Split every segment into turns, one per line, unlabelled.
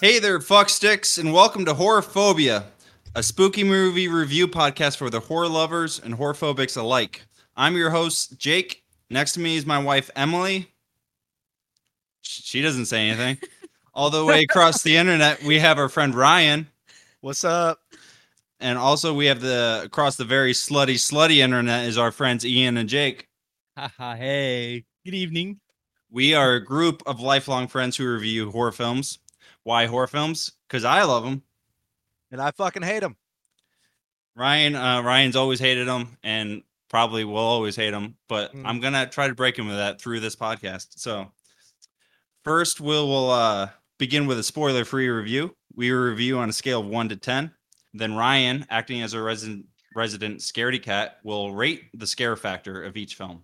Hey there, fucksticks, and welcome to Horrorphobia, a spooky movie review podcast for the horror lovers and horrorphobics alike. I'm your host, Jake. Next to me is my wife, Emily. Sh- She doesn't say anything. All the way across the internet, we have our friend Ryan,
What's up?
and also we have the across the very slutty, slutty internet is our friends Ian and Jake.
Haha, hey. Good evening.
We are a group of lifelong friends who review horror films. Why horror films? Because I love them.
And I fucking hate him.
Ryan, uh, Ryan's always hated him and probably will always hate him, but
Mm.
I'm gonna try to break him of that through this podcast. So first we'll, we'll uh begin with a spoiler free review. We review on a scale of one to ten. Then Ryan, acting as a resident resident scaredy cat, will rate the scare factor of each film.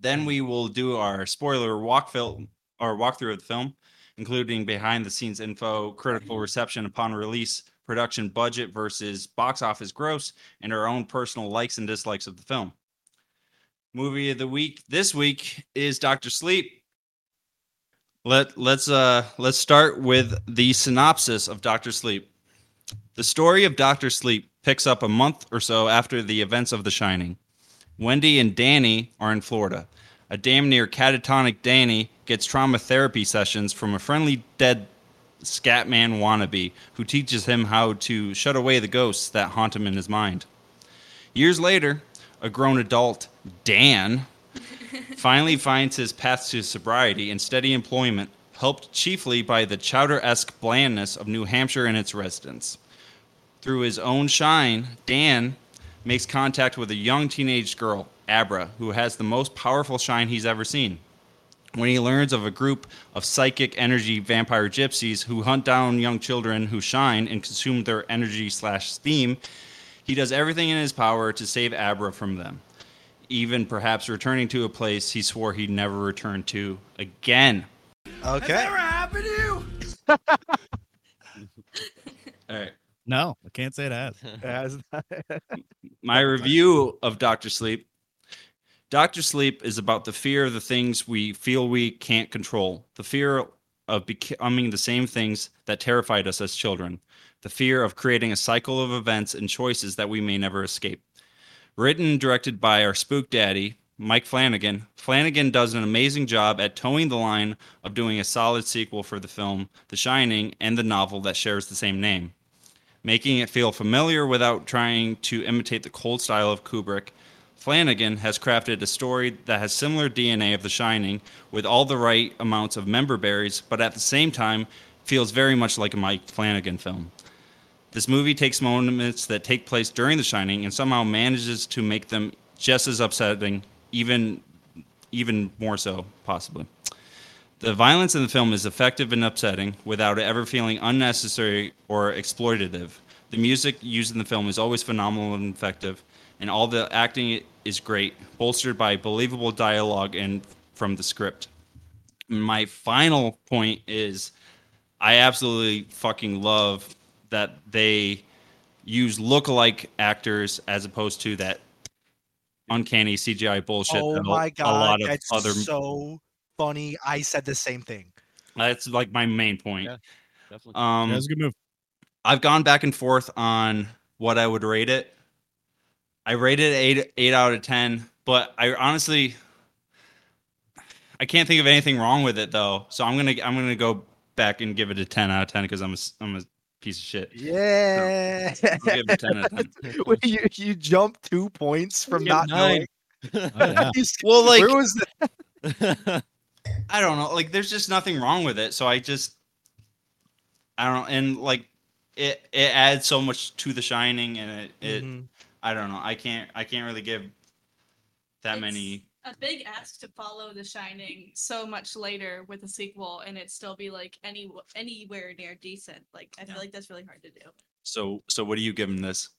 Then we will do our spoiler walk film or walkthrough of the film including behind the scenes info, critical reception upon release, production budget versus box office gross, and our own personal likes and dislikes of the film. Movie of the week this week is Doctor Sleep. Let let's uh let's start with the synopsis of Doctor Sleep. The story of Doctor Sleep picks up a month or so after the events of The Shining. Wendy and Danny are in Florida. A damn near catatonic Danny gets trauma therapy sessions from a friendly dead scatman wannabe who teaches him how to shut away the ghosts that haunt him in his mind. Years later, a grown adult, Dan, finally finds his path to sobriety and steady employment, helped chiefly by the chowder esque blandness of New Hampshire and its residents. Through his own shine, Dan makes contact with a young teenage girl, Abra, who has the most powerful shine he's ever seen. When he learns of a group of psychic energy vampire gypsies who hunt down young children who shine and consume their energy slash steam, he does everything in his power to save Abra from them, even perhaps returning to a place he swore he'd never return to again.
Okay.
All right.
No, I can't say that.
As-
my review of Doctor Sleep. Doctor Sleep is about the fear of the things we feel we can't control, the fear of becoming the same things that terrified us as children, the fear of creating a cycle of events and choices that we may never escape. Written and directed by our spook daddy, Mike Flanagan, Flanagan does an amazing job at towing the line of doing a solid sequel for the film The Shining and the novel that shares the same name making it feel familiar without trying to imitate the cold style of Kubrick. Flanagan has crafted a story that has similar DNA of The Shining with all the right amounts of member berries, but at the same time feels very much like a Mike Flanagan film. This movie takes moments that take place during The Shining and somehow manages to make them just as upsetting, even even more so possibly. The violence in the film is effective and upsetting without it ever feeling unnecessary or exploitative. The music used in the film is always phenomenal and effective, and all the acting is great, bolstered by believable dialogue and from the script. My final point is I absolutely fucking love that they use look-alike actors as opposed to that uncanny CGI bullshit
oh
that a-
my
a lot
god,
of
that's
other
so funny. I said the same thing.
that's like my main point.
Yeah, Definitely.
Um,
That was a good move.
I've gone back and forth on what I would rate it. I rated it eight eight out of ten, but I honestly I can't think of anything wrong with it though. So I'm gonna I'm gonna go back and give it a ten out of ten because I'm a s- I'm a piece of shit.
Yeah.
I'll give it a ten out of 10.
Wait, you, you jumped two points from
Yeah,
not knowing.
Oh, yeah.
You s-
Well, like
Where was the
I don't know. Like, there's just nothing wrong with it. So I just, I don't. And like, it it adds so
Mm-hmm.
much to The Shining, and it it
Mhm.
I don't know. I can't I can't really give that
It's-
many.
a big ask to follow The Shining so much later with a sequel and it still be like any anywhere near decent. Like I feel
Yeah.
like that's really hard to do.
So so what do you give them this?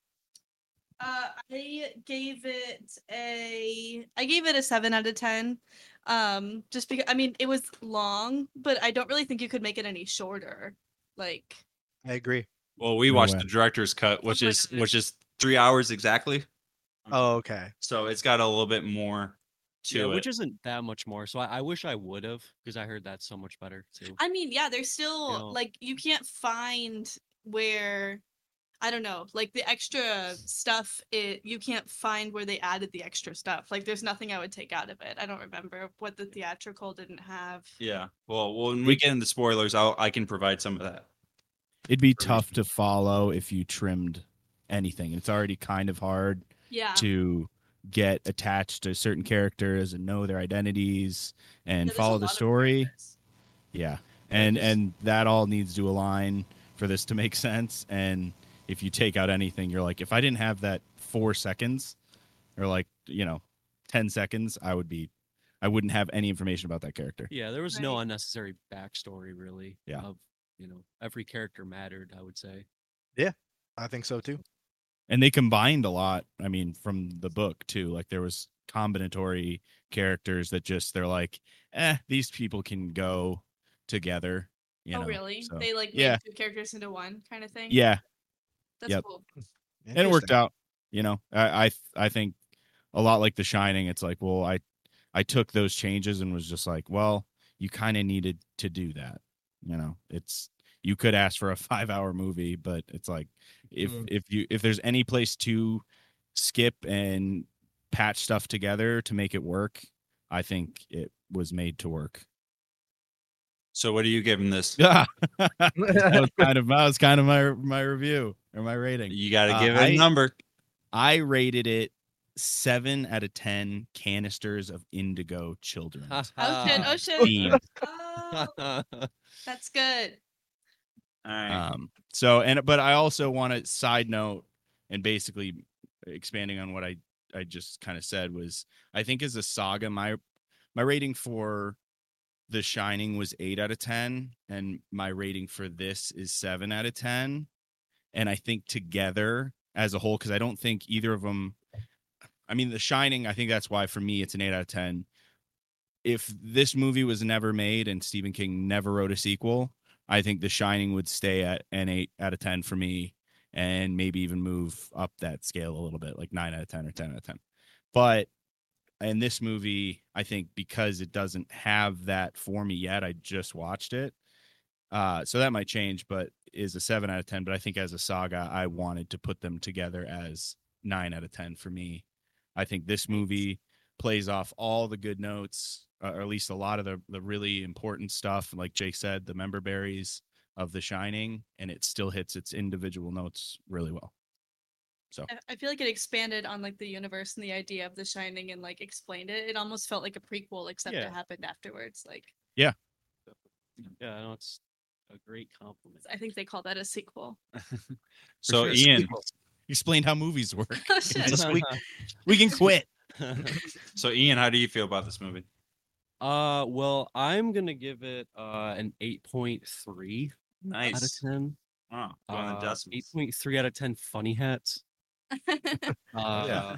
Uh, I gave it a I gave it a seven out of ten. Um, just because I mean it was long, but I don't really think you could make it any shorter. Like
I agree.
Well, we
No
watched
way.
the director's cut, which
my
is
goodness.
which is three hours exactly. Mm.
Oh, okay.
So it's got a little bit more to
yeah,
it.
which isn't that much more. So I, I wish I would have because I heard that's so much better too.
I mean, yeah, there's still
know.
like you can't find where I don't know, like the extra stuff it you can't find where they added the extra stuff. Like there's nothing I would take out of it. I don't remember what the theatrical didn't have.
yeah. Well, when we get into spoilers, I'll I can provide some of that.
It'd be tough to follow if you trimmed anything. It's already kind of hard
Yeah.
to get attached to certain characters and know their identities
Yeah,
and
there's a
follow the
lot of
story.
characters.
Yeah. And
just-
and that all needs to align for this to make sense. And if you take out anything, you're like, if I didn't have that four seconds or like, you know, ten seconds, I would be I wouldn't have any information about that character.
Yeah, there was no
Right.
unnecessary backstory really.
Yeah.
Of you know, every character mattered. I would say.
I think so too.
and they combined a lot i mean from the book too like there was combinatory characters that just they're like eh these people can go together you
oh
know,
really?
so-
They like
Yeah.
made two characters into one kind of thing.
yeah
That's
yep.
cool.
and it worked
Interesting.
out you know I, I i think a lot like the shining it's like well i i took those changes and was just like well you kind of needed to do that you know it's you could ask for a five hour movie but it's like if
Mhm.
if you if there's any place to skip and patch stuff together to make it work i think it was made to work
So what do you give them this?
yeah that was kind of that was kind of my my review or my rating
You got to
Uh,
give it a
I-
number.
I rated it seven out of ten canisters of indigo children.
Ah.
Oh shit, oh
Bean.
shit. Oh, that's good.
All right.
um, so and but I also want to side note and basically expanding on what I I just kind of said was I think as a saga my my rating for The Shining was eight out of ten and my rating for this is seven out of ten, and I think together as a whole because I don't think either of them. I mean, The Shining. I think that's why for me it's an eight out of ten. If this movie was never made and Stephen King never wrote a sequel, I think The Shining would stay at an eight out of ten for me, and maybe even move up that scale a little bit, like nine out of ten or ten out of ten. But in this movie, I think because it doesn't have that for me yet, I just watched it, uh, so that might change. But is a seven out of ten. But I think as a saga, I wanted to put them together as nine out of ten for me. I think this movie plays off all the good notes, uh, or at least a lot of the, the really important stuff. Like Jake said, the member berries of The Shining, and it still hits its individual notes really well.
I- I feel like it expanded on like the universe and the idea of The Shining and like explained it. It almost felt like a prequel, except
Yeah.
it happened afterwards. Like
yeah, no, it's a great compliment.
I think they call that a sequel.
For
so
sure.
Ian,
explained how movies work.
Oh, shit.
Just we, we can quit.
so Ian, how do you feel about this movie?
uh, well, I'm gonna give it uh an eight point three out of
Nice.
ten.
Wow. Going on the
Uh,
decimals.
8.3 out of 10 funny hats. Uh,
Yeah.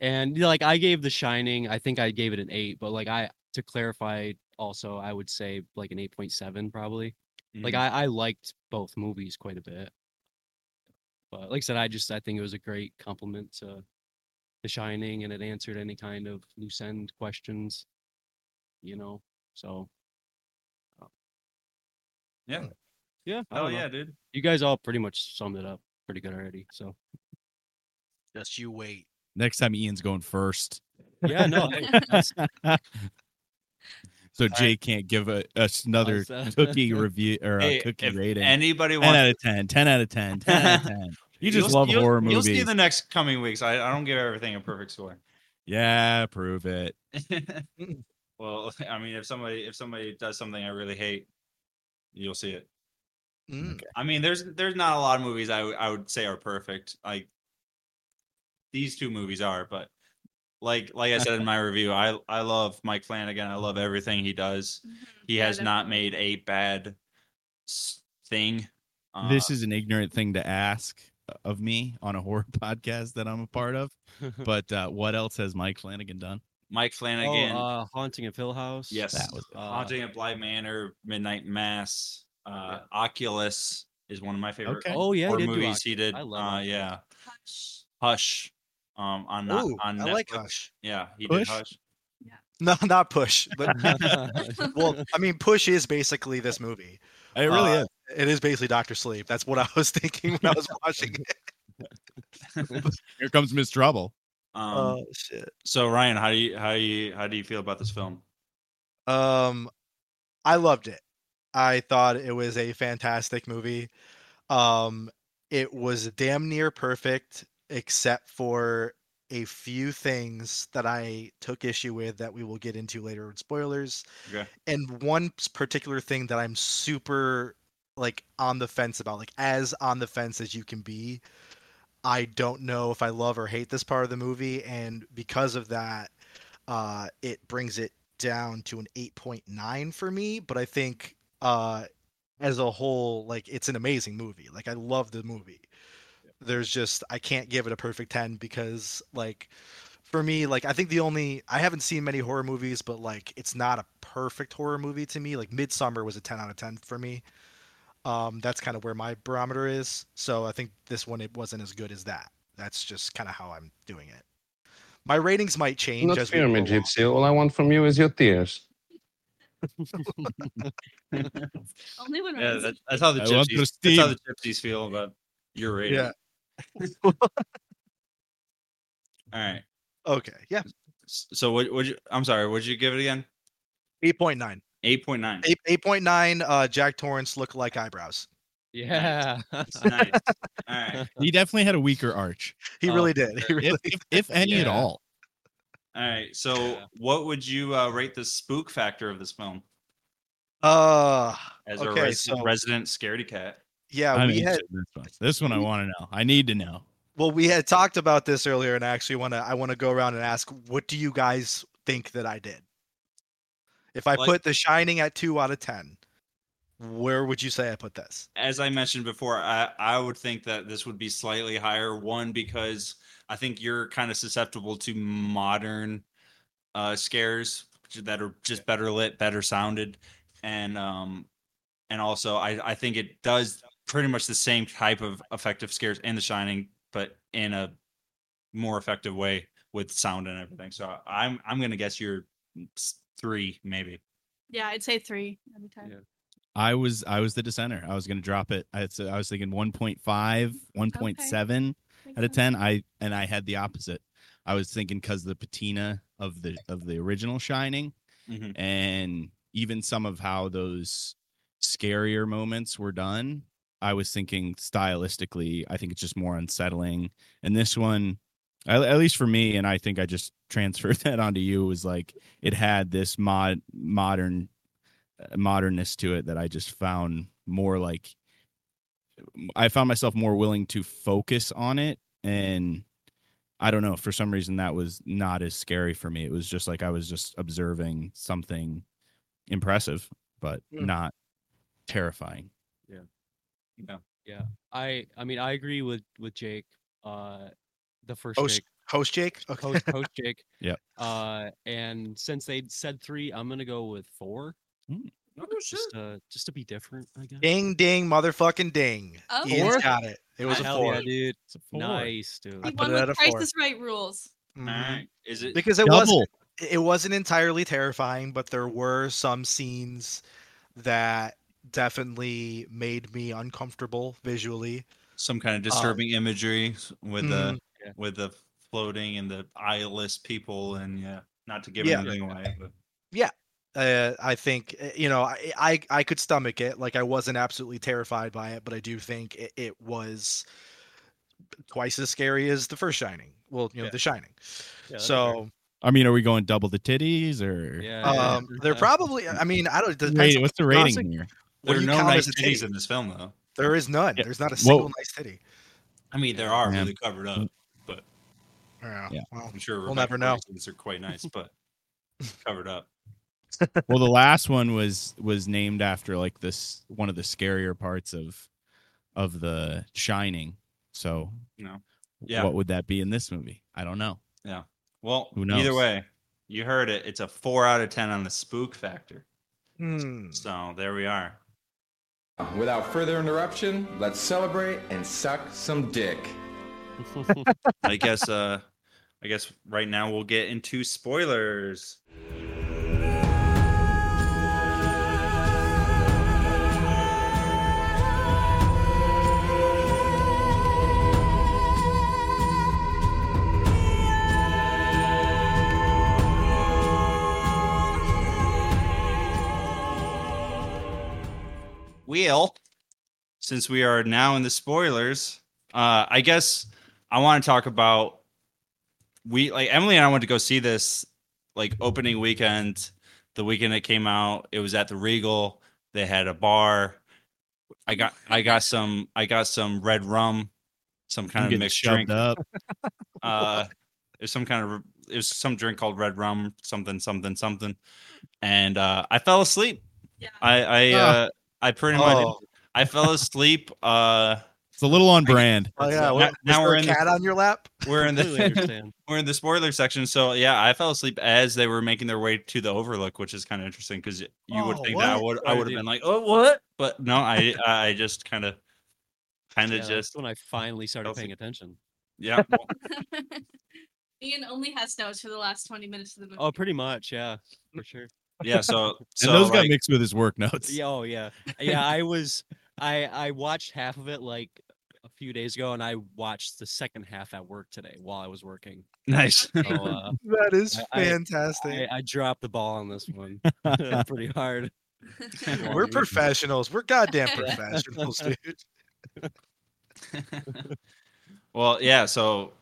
And you know, like I gave The Shining, I think I gave it an 8, but like I to clarify also I would say like an 8.7 probably. Like
Mhm.
I I liked both movies quite a bit. But like I said I just I think it was a great compliment to The Shining and it answered any kind of loose end questions, you know. So uh,
Yeah.
Yeah. I
Oh
don't know.
yeah, dude.
You guys all pretty much summed it up pretty good already. So
Just you wait.
Next time Ian's going first.
yeah, no, hey, that's-
So Jake can't give a, us another
Awesome.
cookie review or
Hey,
a cookie
if
rating.
Anybody
10
wants
out of 10, 10 out of 10, 10 out of 10. You just
You'll-
love
you'll-
horror
You'll
movies.
see the next coming weeks. I, I don't give everything a perfect score.
yeah, prove it.
well, I mean, if somebody if somebody does something I really hate, you'll see it.
Mm.
I mean, there's there's not a lot of movies I would- I would say are perfect. Like these two movies are, but Like like I said in my review, I I love Mike Flanagan. I love everything he does. He has not made a bad s- thing. Uh,
this is an ignorant thing to ask uh, of me on a horror podcast that I'm a part of. But uh, what else has Mike Flanagan done?
Mike Flanagan.
oh, uh, haunting of Hill House.
yes,
that was
uh,
Haunting at Bly Manor, Midnight Mass, uh, Oculus is one of my favorite
Okay.
Oh yeah, he
horror
did do
movies.
Oc-
He did,
I love
uh,
Oculus.
yeah,
Hush.
Hush. Um, on not,
Ooh,
on
I like
Netflix.
Hush.
Yeah, he
Push?
did Hush.
No, not push. But well, I mean, push is basically this movie.
It really
Uh,
is.
It is basically Doctor Sleep. That's what I was thinking when I was watching it.
Here comes Miss Trouble.
Um,
Oh shit.
so Ryan, how do you how do you how do you feel about this film?
Um, I loved it. I thought it was a fantastic movie. Um, it was damn near perfect, except for a few things that I took issue with that we will get into later with spoilers.
Okay.
And one s- particular thing that I'm super like on the fence about, like as on the fence as you can be. I don't know if I love or hate this part of the movie, and because of that, uh, it brings it down to an 8.9 for me but i think uh as a whole like it's an amazing movie like i love the movie there's just i can't give it a perfect 10 because like for me like i think the only i haven't seen many horror movies but like it's not a perfect horror movie to me like midsummer was a 10 out of 10 for me um that's kind of where my barometer is so i think this one it wasn't as good as that that's just kind of how i'm doing it my ratings might change
Not
as we
fear me,
go along.
Gypsy. All I want from you is your tears.
Only when
Yeah,
Ryan's-
that, that's how the
I want
gypsies, that's how the
Christine.
gypsies feel about your rating.
Yeah.
All right.
Okay. Yeah.
S- So what would you? I'm sorry. Would you give it again?
8.9.
Eight point nine.
8, 8.9 uh Jack Torrance look like eyebrows.
yeah.
Nice. All right.
He definitely had a weaker arch,
He
Oh,
really did. He really
if, if, if any at
Yeah.
all.
All right. So
Yeah.
what would you uh, rate the spook factor of this film
uh
as a
okay,
res-
so
resident scaredy cat?
yeah,
I'm
we had
interested in this, one. This one I want to know. I need to know.
well we had talked about this earlier and I actually want to I want to go around and ask what do you guys think that I did? If I
Like-
put The Shining at 2 out of 10, where would you say I put this?
as I mentioned before, I, I would think that this would be slightly higher. One, because I think you're kind of susceptible to modern uh, scares that are just better lit, better sounded, and um, and also I I think it does pretty much the same type of effective scares in The Shining, but in a more effective way with sound and everything. So I'm I'm gonna guess you're s- three maybe.
yeah, I'd say three every time.
Yeah.
I was I was the dissenter. I was going to drop it. I, so I was thinking 1.5, 1.7
Makes
out of
sense.
10. I and I had the opposite. I was thinking cuz the patina of the of the original Shining
Mhm.
and even some of how those scarier moments were done, I was thinking stylistically, I think it's just more unsettling. And this one, at, at least for me, and I think I just transferred that onto you, was like it had this mod modern uh, modernness to it that I just found more like I found myself more willing to focus on it and I don't know. For some reason, that was not as scary for me. It was just like I was just observing something impressive, but
Mm.
Hmm.
not terrifying.
I I mean I agree with with Jake. Uh, the first
Oh,
Jake,
Host Jake? Okay.
host, host Jake.
Yep.
Uh, and since they said three, I'm gonna go with four.
Hmm. Oh,
Mm.
Just uh, just to be different, I guess.
Ding ding motherfucking ding.
Oh,
Ian's
Four?
got it. It was a
Hell
4.
yeah, dude.
It's a
Nice, dude.
I
He
put
won
it at a
with
four.
Price is Right rules.
All
Mhm.
right. Is it
because it was
Double.
it wasn't entirely terrifying, but there were some scenes that definitely made me uncomfortable visually.
some
Uh,
kind of disturbing imagery s- with
mm,
the
Yeah.
with the floating and the eyeless people and yeah not to give
Yeah.
anything away but
Uh, I think uh, you know I, I I could stomach it. Like I wasn't absolutely terrified by it, but I do think it, it was twice as scary as the first Shining. Well, you know,
Yeah.
The Shining.
Yeah, that's fair.
so
I mean, are we going double the titties or?
yeah,
um, they're probably. I mean, I don't. it Depends
Wait,
on
what's the
Johnson-
rating here?
what
there are
you
no
count
nice
as a titty.
titties in this film though
There is none.
Yeah.
There's not a
Whoa.
single nice titty.
i mean there are
Yeah.
really covered up
Yeah.
Yeah.
Well,
I'm sure
We'll
Rebecca
never know.
Ferguson's are quite nice, but covered up.
well the last one was was named after like this one of the scarier parts of of the shining so
You know. Yeah.
what would that be in this movie i don't know
Well,
Who
either
knows?
way, you heard it. It's a four out of ten on the spook factor.
hmm.
So there we are.
Without further interruption, let's celebrate and suck some dick.
I guess uh I guess right now we'll get into spoilers. Wheel. Since we are now in the spoilers, uh, I guess I want to talk about we like Emily and I went to go see this like opening weekend, the weekend it came out. It was at the Regal. They had a bar. I got I got some I got some red rum, some kind
I'm
of
getting
mixed
shoved
drink.
up
Uh, there's some kind of there's some drink called red rum, something something something, and uh, I fell asleep.
Yeah.
I I
Ah.
uh, I pretty much
Oh.
I fell asleep. Uh,
it's a little on brand
Oh yeah.
now-
What,
now
now
we're
we're a
in the-
cat on your lap.
we're in
Completely
the
understand.
we're in the spoiler section. So yeah, I fell asleep as they were making their way to the overlook, which is kind of interesting because you would
Oh,
think that I
what?
would I
Oh,
would have
dude.
been like, oh what? But no, I I just kind of kind
Yeah,
of
that's
just
when I finally started
Kelsey.
paying attention.
yeah. well,
Ian only has notes for the last 20 minutes of the movie.
Oh, pretty much, yeah, for sure.
yeah. So so
and those got
like,
mixed with his work notes
Yeah, oh yeah, yeah. I was, I I watched half of it like a few days ago, and I watched the second half at work today while I was working.
nice.
So, uh,
That is
I- I-
fantastic.
I, I dropped the ball on this one pretty hard.
we're
Yeah.
professionals. We're goddamn professionals, dude.
well, yeah. So,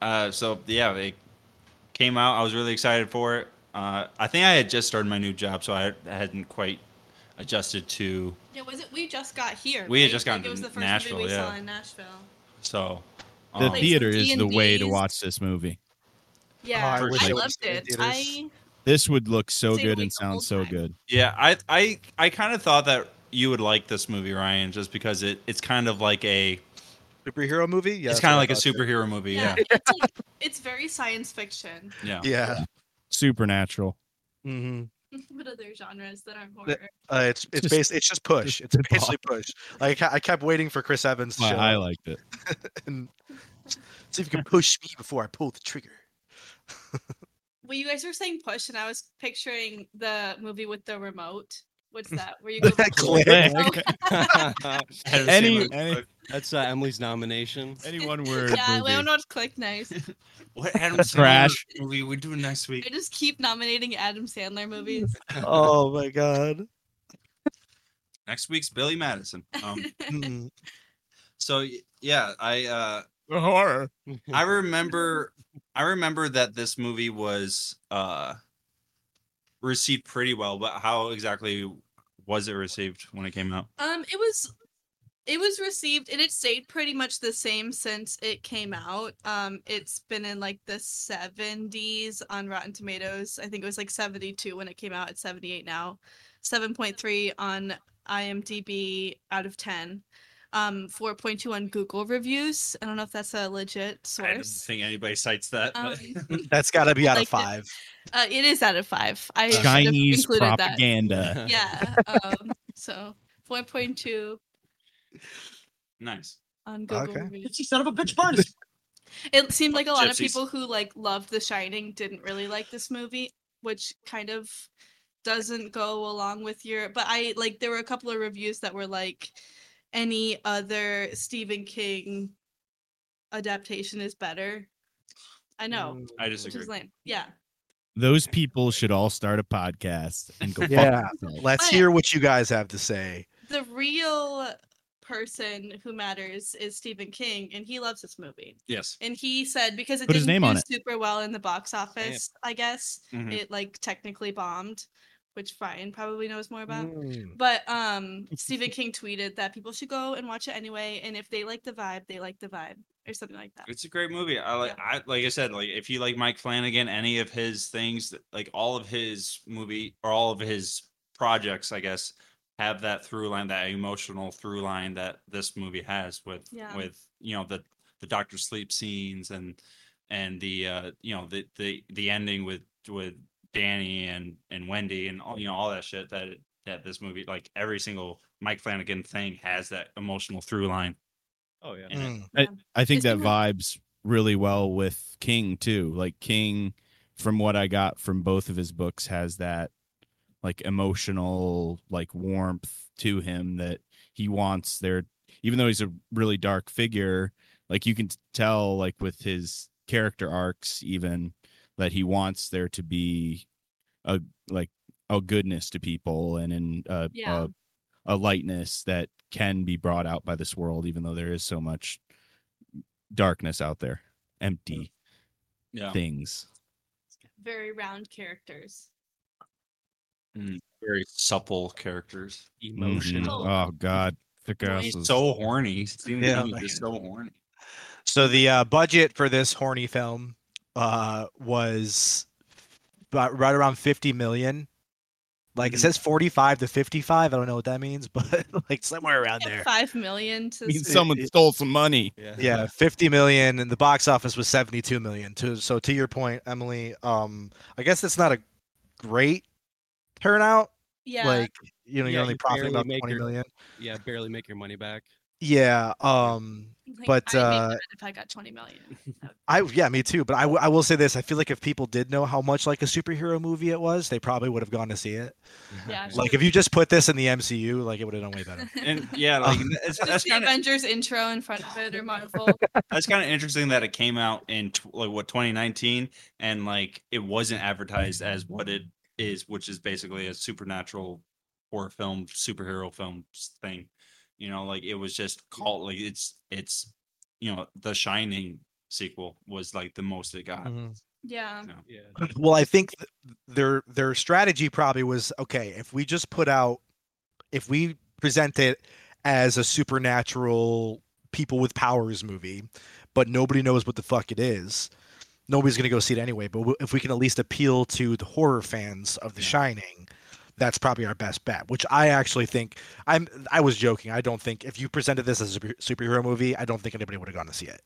uh, so yeah, it came out. I was really excited for it. Uh, I think I had just started my new job, so I hadn't quite adjusted to.
Yeah, was it? We just got here.
We had
right?
just
Like,
gotten
It was
to
the first
Nashville,
movie we saw
yeah. Oh,
in Nashville.
So,
the
um,
Like
theater is the way to
D&Ds.
watch this movie
Yeah,
I wish
I,
it
was
loved
in
it.
theaters.
I
this would look so
Same
good
like
and
the whole
sound so
time.
good
yeah, I, I, I kind of thought that you would like this movie, Ryan, just because it, it's kind of like a,
Superhero movie? Yeah.
it's
that's what
kind
I
of like a
thought, too.
superhero movie. Yeah.
It's, like, it's very science fiction.
Yeah.
Yeah.
supernatural
hmm
Mm-hmm.
what other genres that aren't horror?
Uh, it's it's
Just-
basically it's just push.
just
It's
rip
basically push. Like I I kept waiting for Chris Evans to
Why
show
i
up
liked it
and see if you can push me before I pull the trigger.
Well, you guys were saying push, and I was picturing the movie with the remote. What's that? Where you go
Click.
I had the same
any
idea.
any
That's uh, Emily's nomination.
any one word
Yeah, we don't
movie.
know what click nice.
what Adam
Crash.
Sandler movie we do next
I
week?
just keep nominating Adam Sandler movies.
oh my god.
Next week's Billy Madison. Um,
Mm.
so y- yeah, I, uh,
the horror
I remember I remember that this movie was uh received pretty well, but how exactly was it received when it came out?
Um, it was it was received and it stayed pretty much the same since it came out. Um, it's been in like the 70s on Rotten Tomatoes. I think it was like 72 when it came out. It's 78 now. 7.3 on IMDb out of 10. Um, 4.2 on Google reviews. I don't know if that's a legit
I don't
source.
think anybody cites that. but-
Um,
That's gotta be out
Like
of
the-
five.
uh, it is out of five. I should have
chinese
included that.
propaganda
Yeah. Um, so 4.2
nice.
on Google
Okay.
reviews.
son of a bitch punished.
It seemed like a lot
Gypsies.
of people who like loved The Shining didn't really like this movie, which kind of doesn't go along with your. But I like there were a couple of reviews that were like, any other Stephen King adaptation is better. I know,
I
which
disagree.
is lame. Yeah,
those people should all start a podcast and go
Yeah.
fuck themselves.
Let's
But-
hear what you guys have to say.
the real person who matters is Stephen King, and he loves this movie.
Yes.
And he said because it
Put his
didn't
name
do
on it.
super well in the box office, I guess.
Mhm.
it like technically bombed, which Brian probably knows more about.
Mm.
Hmm.
But um Stephen King tweeted that people should go and watch it anyway, and if they like the vibe, they like the vibe. or something like that.
It's a great movie. I like I like I said, like if you like Mike Flanagan, any of his things, that- like all of his movie or all of his projects, I guess, have that through line, that emotional through line that this movie has with
Yeah.
with you know the the Doctor Sleep scenes and and the uh you know the the the ending with with Danny and and Wendy and all you know all that shit that that this movie like every single Mike Flanagan thing has that emotional through line.
Oh yeah.
in it.
Mm.
I think that
Isn't that-
vibes really well with King too. Like King, from what I got from both of his books, has that like emotional like warmth to him that he wants there. Even though he's a really dark figure, like you can t- tell, like with his character arcs, even that he wants there to be a like a goodness to people and in uh,
Yeah.
a, a lightness that can be brought out by this world, even though there is so much darkness out there, empty
Yeah.
things.
Very round characters.
Very supple characters.
Mm-hmm.
Emotional.
Mhm. Oh God, thick
Nice.
asses.
so horny. Steven
Yeah,
yeah,
like-
is so horny.
So the uh, budget for this horny film uh, was about right around 50 million. Like it
Mhm.
Mm-hmm.
says 45 to 55. I don't know what that means, but like somewhere around there.
Five million to
I mean,
s-
someone stole some money.
yeah 50 million and the box office was 72 million too so to your point emily um i guess it's not a great turnout
yeah.
like you know
Yeah,
you're only
you
profiting
barely
about
make
20
your-
million
Yeah, barely make your money back.
yeah um
Like,
but,
I'd make
uh,
mad if I got 20 million,
i yeah me too but I, w- I will say this i feel like if people did know how much like a superhero movie it was they probably would have gone to see it
yeah,
like if you just put this in the mcu like it would have done way better Um,
And yeah, like it's,
just
that's
the
kind of
Avengers intro in front of it or Marvel.
that's kind of interesting that it came out in tw- like what 2019 and like it wasn't advertised as what it is, which is basically a supernatural horror film, superhero film s- thing. You know, like it was just called like it's it's you know the Shining sequel was like the most it got.
Mm-hmm.
Mhm.
yeah,
No.
Yeah.
Well, I think th- their their strategy probably was okay. If we just put out, if we present it as a supernatural people with powers movie, but nobody knows what the fuck it is, nobody's gonna go see it anyway. But w- if we can at least appeal to the horror fans of The
Yeah.
Shining, that's probably our best bet. Which I actually think I'm. I was joking. I don't think if you presented this as a super- superhero movie, I don't think anybody would have gone to see it.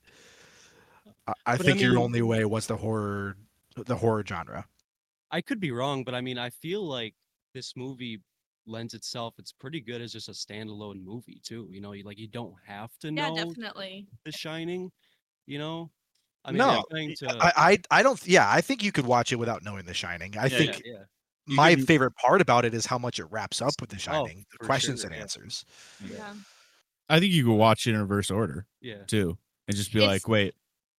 I, I
But I
think your
mean-
only way was the horror, the horror genre.
I could be wrong, but I mean, I feel like this movie lends itself. It's pretty good as just a standalone movie too. You know, you, like you don't have to
yeah,
know
definitely.
The Shining. You know, I mean,
No,
they're trying to.
I, I I don't yeah I think you could watch it without knowing The Shining. I
Yeah,
think
yeah.
You
my
can- Oh,
favorite part about it is how much it wraps up with The Shining,
for
the questions
sure,
and
yeah.
answers.
Yeah,
I think you could watch it in reverse order
yeah.
too, and just be
It's-
like, "Wait,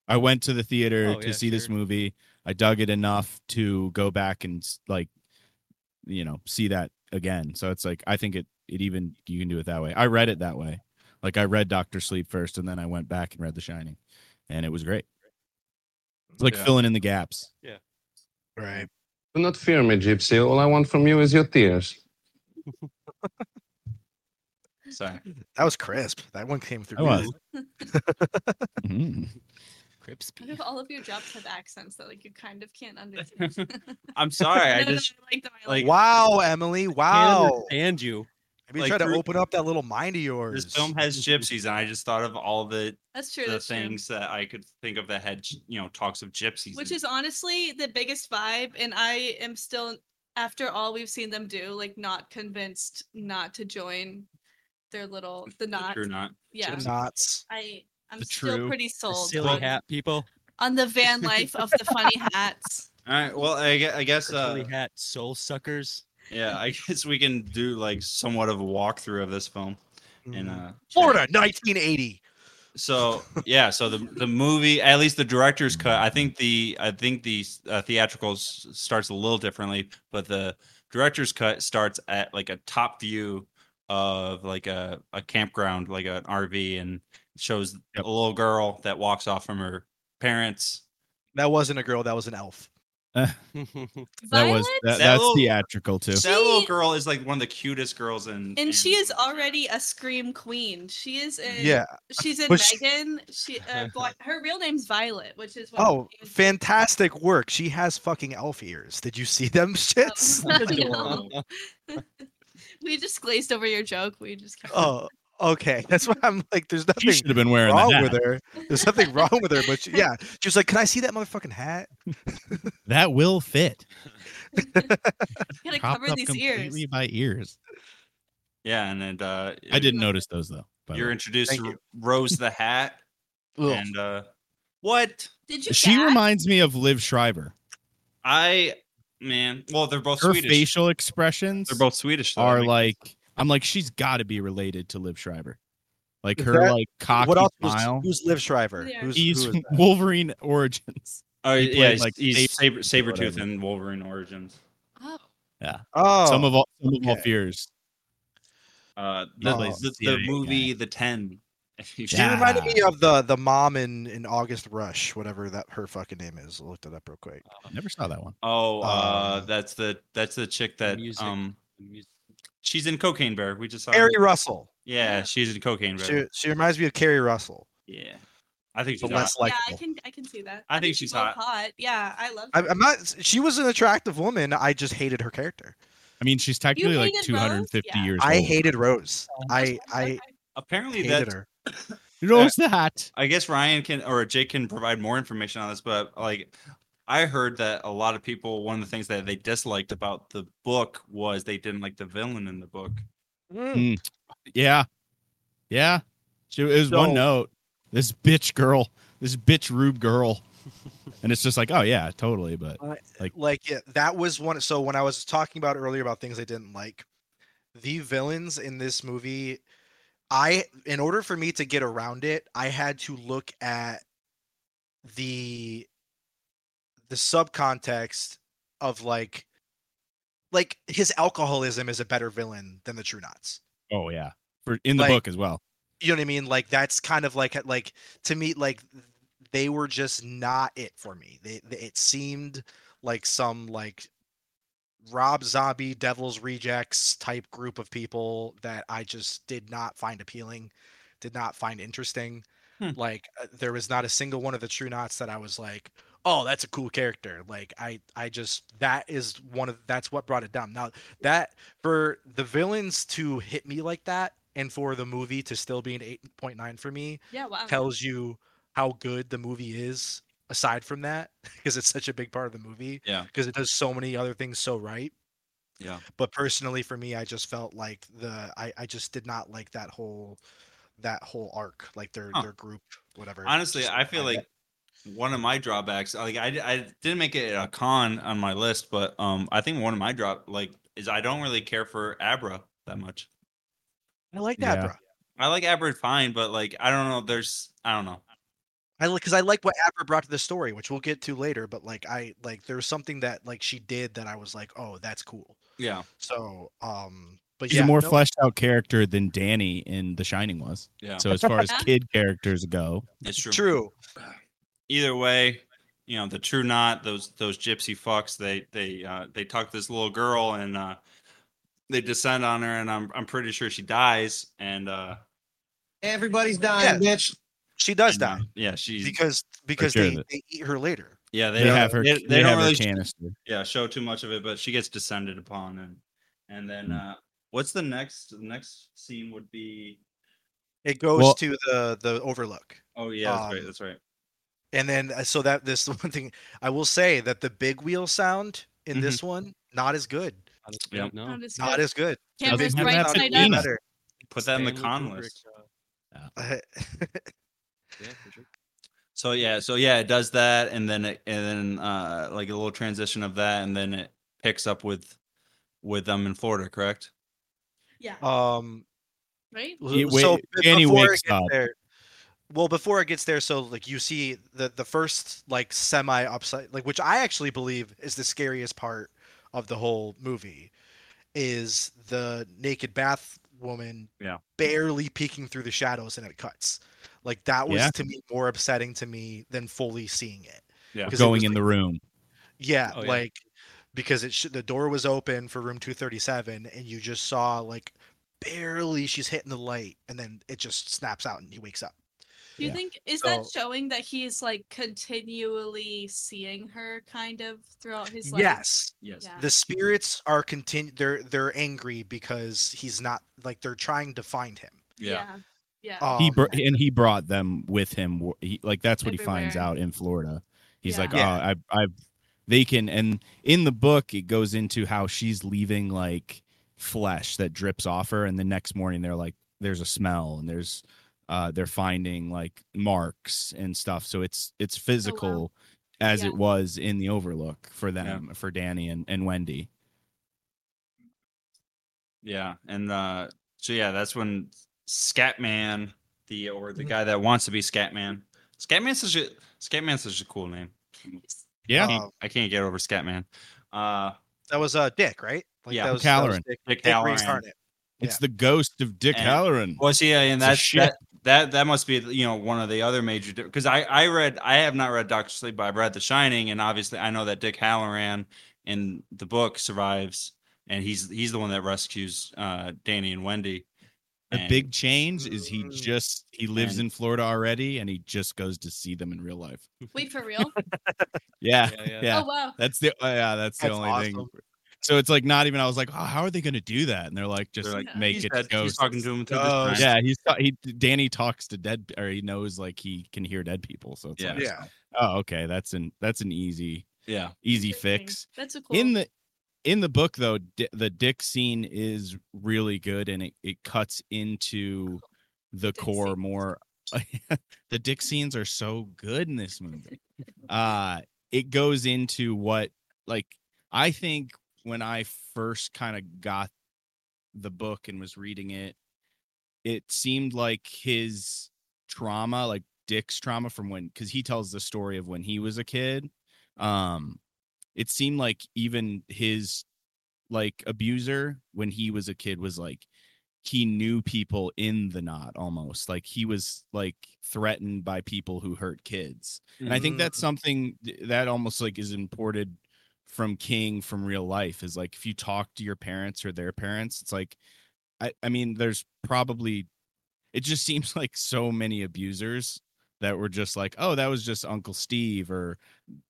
I went to the theater
Oh,
to
yeah,
see this
sure.
movie. I dug it enough to go back and s- like, you know, see that again." So it's like I think it it even you can do it that way. I read it that way. Like I read Doctor Sleep first, and then I went back and read The Shining, and it was great. It's like
Yeah.
filling in the gaps.
Right.
Do not fear me, Gypsy. All I want from you is your tears.
Sorry.
That was crisp. That one came through.
I was.
really-
Mhm.
What if all of your jobs have accents that like you kind of can't understand?
I'm sorry. I
No, no,
just
I like them. I
like,
like,
Wow, Emily. Wow.
And you.
Have you
like,
tried to
through-
open up that little mind of yours?
this film has gypsies, and I just thought of all the
that's true.
the
that's true.
things that I could think of that had gy- you know talks of gypsies.
which
in
is honestly the biggest vibe and i am still after all we've seen them do like not convinced not to join their little the
the
knot
true knot.
yeah
The knots.
i i'm
The
still
true,
pretty
the
sold
silly
on,
hat people.
on the van life of the funny hats
All right. Well, I guess, I guess
The silly
uh,
hat soul suckers.
yeah, I guess we can do like somewhat of a walkthrough of this film and
Mhm.
uh,
Florida, 1980.
So yeah, so the the movie, at least the director's cut. I think the I think the uh, theatrical s- starts a little differently, but the director's cut starts at like a top view of like a a campground, like an RV, and shows
Yep.
a little girl that walks off from her parents.
That wasn't a girl. That was an elf.
that was
Violet?
that,
That
that's
little-
theatrical too.
That little
She-
girl is like one of the cutest girls in. in-
and she is already a scream queen. She is in.
yeah.
She's in
But she-
Megan. She, uh, Bla- her real name's Violet, which is what
Oh, fantastic work. She has fucking elf ears. Did you see them shits?
no. we just glazed over your joke. We just kept-
Oh, okay. That's why I'm like, there's
She
nothing
should have been wearing the
wrong
hat.
with her. There's nothing wrong with her, but she, yeah, she was like, "Can I see that motherfucking hat?"
That will fit.
gotta
Propped
cover
up
these ears.
completely by ears.
Yeah, and then uh,
I didn't notice those though. by the
You're
way.
introduced
Thank
to
you.
Rose the Hat,
Ugh.
and uh, what
Did you?
she
gag?
reminds me of Liv Schreiber.
I man? Well, they're both
Her
Swedish.
facial expressions
They're both Swedish. though. I
are
mean,
like I'm like she's got to be related to Liv Schreiber. Like
Is
her
that-
like cocky
what else? Was,
smile.
who's Liv Shriver?
Yeah.
Who's, who
He's
is
from
that?
Wolverine Origins.
oh,
he played,
yeah, he's,
like,
he's saber
Sabretooth or
Sabretooth
whatever.
and Wolverine Origins.
Oh,
Oh,
some of all some of all
okay.
fears.
Uh,
He
the,
plays
the,
the
the
CIA
movie The Ten. If you've
she
seen it.
reminded me of the the mom in in August Rush, whatever that her fucking name is. I looked it up real quick.
Never saw that one.
Oh, uh,
Uh,
that's the that's the chick that
music.
um she's in Cocaine Bear. We just saw. her.
Carrie Russell.
Yeah,
Yeah.
she's in Cocaine Bear.
She, she reminds me of Carrie Russell,
Yeah, I think she's
but
hot.
less
yeah, I
likable.
can, I can see that.
I think she's
both
hot.
Yeah, I love.
I, I'm not. She was an attractive woman. I just hated her character.
I mean, she's technically like
hated Rose?
250
Yeah.
years
I
old.
hated Rose.
Oh,
I
Okay.
I
Apparently,
hated
that's
her.
Rose the Hat.
I guess Ryan can or Jake can provide more information on this, but like I heard that a lot of people one of the things that they disliked about the book was they didn't like the villain in the book.
Mm.
Yeah. Yeah. She, it was one
So-
note. This bitch girl, this bitch rube girl. and it's just like, oh, yeah, totally. But
like yeah, that was one so when i was talking about earlier about things i didn't like the villains in this movie i in order for me to get around it i had to look at the the subcontext of like like his alcoholism is a better villain than the true knots
oh, yeah. For, in the
Like-
book as well.
you know what i mean like that's kind of like like to me like they were just not it for me they, they it seemed like some like rob zombie devil's rejects type group of people that i just did not find appealing did not find interesting
Hmm.
like uh, there was not a single one of the true knots that i was like oh that's a cool character like i i just that is one of that's what brought it down now that for the villains to hit me like that and for the movie to still be an 8.9 for me
Yeah, wow.
tells you how good the movie is aside from that because it's such a big part of the movie
Yeah.
because it does so many other things so right
Yeah.
but personally for me i just felt like the i, I just did not like that whole that whole arc like their
Huh.
their group whatever
Honestly,
just
I feel
find
like one of my drawbacks, like I, I didn't make it a con on my list, but um I think one of my drop like is I don't really care for Abra that much.
that- i like
Yeah.
that bro
I like Abra fine, but like I don't know, there's I don't know.
I because I like what Abra brought to the story, which we'll get to later. But like I like there was something that like she did that I was like, oh, that's cool.
Yeah.
So um, but
She's
yeah,
a more
no,
fleshed out character than Danny in The Shining was.
Yeah.
So, as far as
Yeah.
kid characters go,
It's true.
True.
either way, you know, the true knot, those those gypsy fucks, they they uh they tuck this little girl and uh they descend on her and I'm I'm pretty sure she dies and uh
Everybody's dying, bitch.
She does
and, uh,
die
yeah, she's
because because
sure
they,
that-
they eat her later.
yeah, they,
they,
don't,
have her,
they,
they,
they don't
have
really
her canister.
yeah, show too much of it, but she gets descended upon and and then
Mm.
uh what's the next the next scene would be
It goes
Well-
to the the Overlook,
oh yeah, that's right,
Um,
that's right.
and then uh, so that this is the one thing I will say that the big wheel sound in
Mm-hmm.
Mhm.
this one not as good,
Yep.
No.
not as good.
Can't
The big
miss
wheel
have that
Bright
sound
Side
is
Up.
patina.
better.
Put that in the
Stanley
con
Kubrick,
list.
uh, yeah, for sure.
So yeah, so yeah, it does that, and then it, and then uh, like a little transition of that, and then it picks up with with them in Florida, correct?
Yeah,
um,
right.
L-
Yeah, wait-
so b-
Danny
before
wakes
it gets
up.
there, well, before it gets there, so like you see the the first like semi upside, like which I actually believe is the scariest part of the whole movie, is the naked bath woman
Yeah.
barely peeking through the shadows and it cuts. Like that was
Yeah.
to me more upsetting to me than fully seeing it.
Yeah.
'Cause it
Going
was
in
like-
the room.
Yeah,
Oh, yeah.
like because it sh- the door was open for room 237 and you just saw like barely she's hitting the light and then it just snaps out and he wakes up.
Do you
Yeah.
think is that
So-
showing that he's like continually seeing her kind of throughout his life?
yes.
Yes. Yeah.
The spirits are continue they're they're angry because he's not like they're trying to find him.
Yeah. Yeah.
he
Um,
br- and he brought them with him. wh- He, like that's what he finds
Everywhere.
out in Florida. He's like, oh,
Yeah.
I, I, they can. And in the book, it goes into how she's leaving like flesh that drips off her, and the next morning they're like, there's a smell, and there's, uh, they're finding like marks and stuff. So it's it's physical. As
Yeah.
it was in the Overlook for them, for Danny and, and Wendy.
Yeah, and uh, so yeah, that's when Scatman, the or the guy that wants to be Scatman, Scatman's such a Scatman's such a cool name. I
Um, Yeah,
Oh,
can't, I can't get over Scatman. Uh,
uh, That was uh Dick, right?
Yeah,
that
Dick
was, that was
Halloran.
Dick,
Dick
Dick
Halloran.
reincarnate.
it's
yeah.
the ghost of Dick
And-
Halloran.
Well, see, and
a
that's
ship.
that, that that must be you know one of the other major because I I read I have not read Doctor Sleep, but I've read The Shining, and obviously I know that Dick Halloran in the book survives, and he's he's the one that rescues uh Danny and Wendy.
The
And- Mm,
big change is he just he lives
And-
in Florida already and he just goes to see them in real life.
Wait for real?
Yeah.
Yeah, yeah.
Yeah.
Oh wow.
That's the oh, yeah, that's the
That's
only thing.
awesome.
So it's like not even I was like, oh, how are they gonna do that? And they're like, just
like,
make
he's
it Oh,
dead. He's
ghost.
talking to him through the time.
Ghost.
Yeah, he's ta- he Danny talks to dead or he knows like he can hear dead people. So it's
Yeah.
like,
Yeah.
oh okay, that's an that's an easy
yeah,
easy
Interesting.
fix.
That's a cool.
in the in the book though di- the dick scene is really good and it, it cuts into the
Dick
core
scenes.
more the dick scenes are so good in this movie uh it goes into what like i think when i first kind of got the book and was reading it it seemed like his trauma like dick's trauma from when because he tells the story of when he was a kid um it seemed like even his like abuser when he was a kid was like he knew people in the knot almost like he was like threatened by people who hurt kids and i think that's something th- that almost like is imported from king from real life is like if you talk to your parents or their parents it's like i i mean there's probably it just seems like so many abusers that were just like oh that was just uncle steve or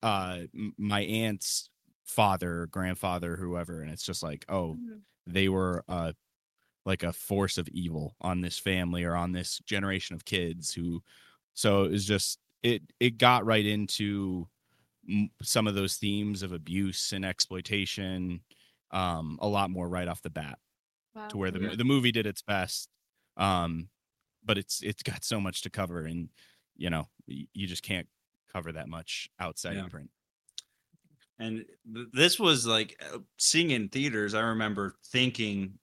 uh m- my aunt's father or grandfather or whoever and it's just like oh
Mhm.
they were uh like a force of evil on this family or on this generation of kids who so it was just it it got right into m- some of those themes of abuse and exploitation um a lot more right off the bat
Wow.
Oh,
to where the, the movie did its best um but it's it's got so much to cover and you know y- you just can't cover that much outside
Yeah.
of print
and th- this was like uh, seeing in theaters. I remember thinking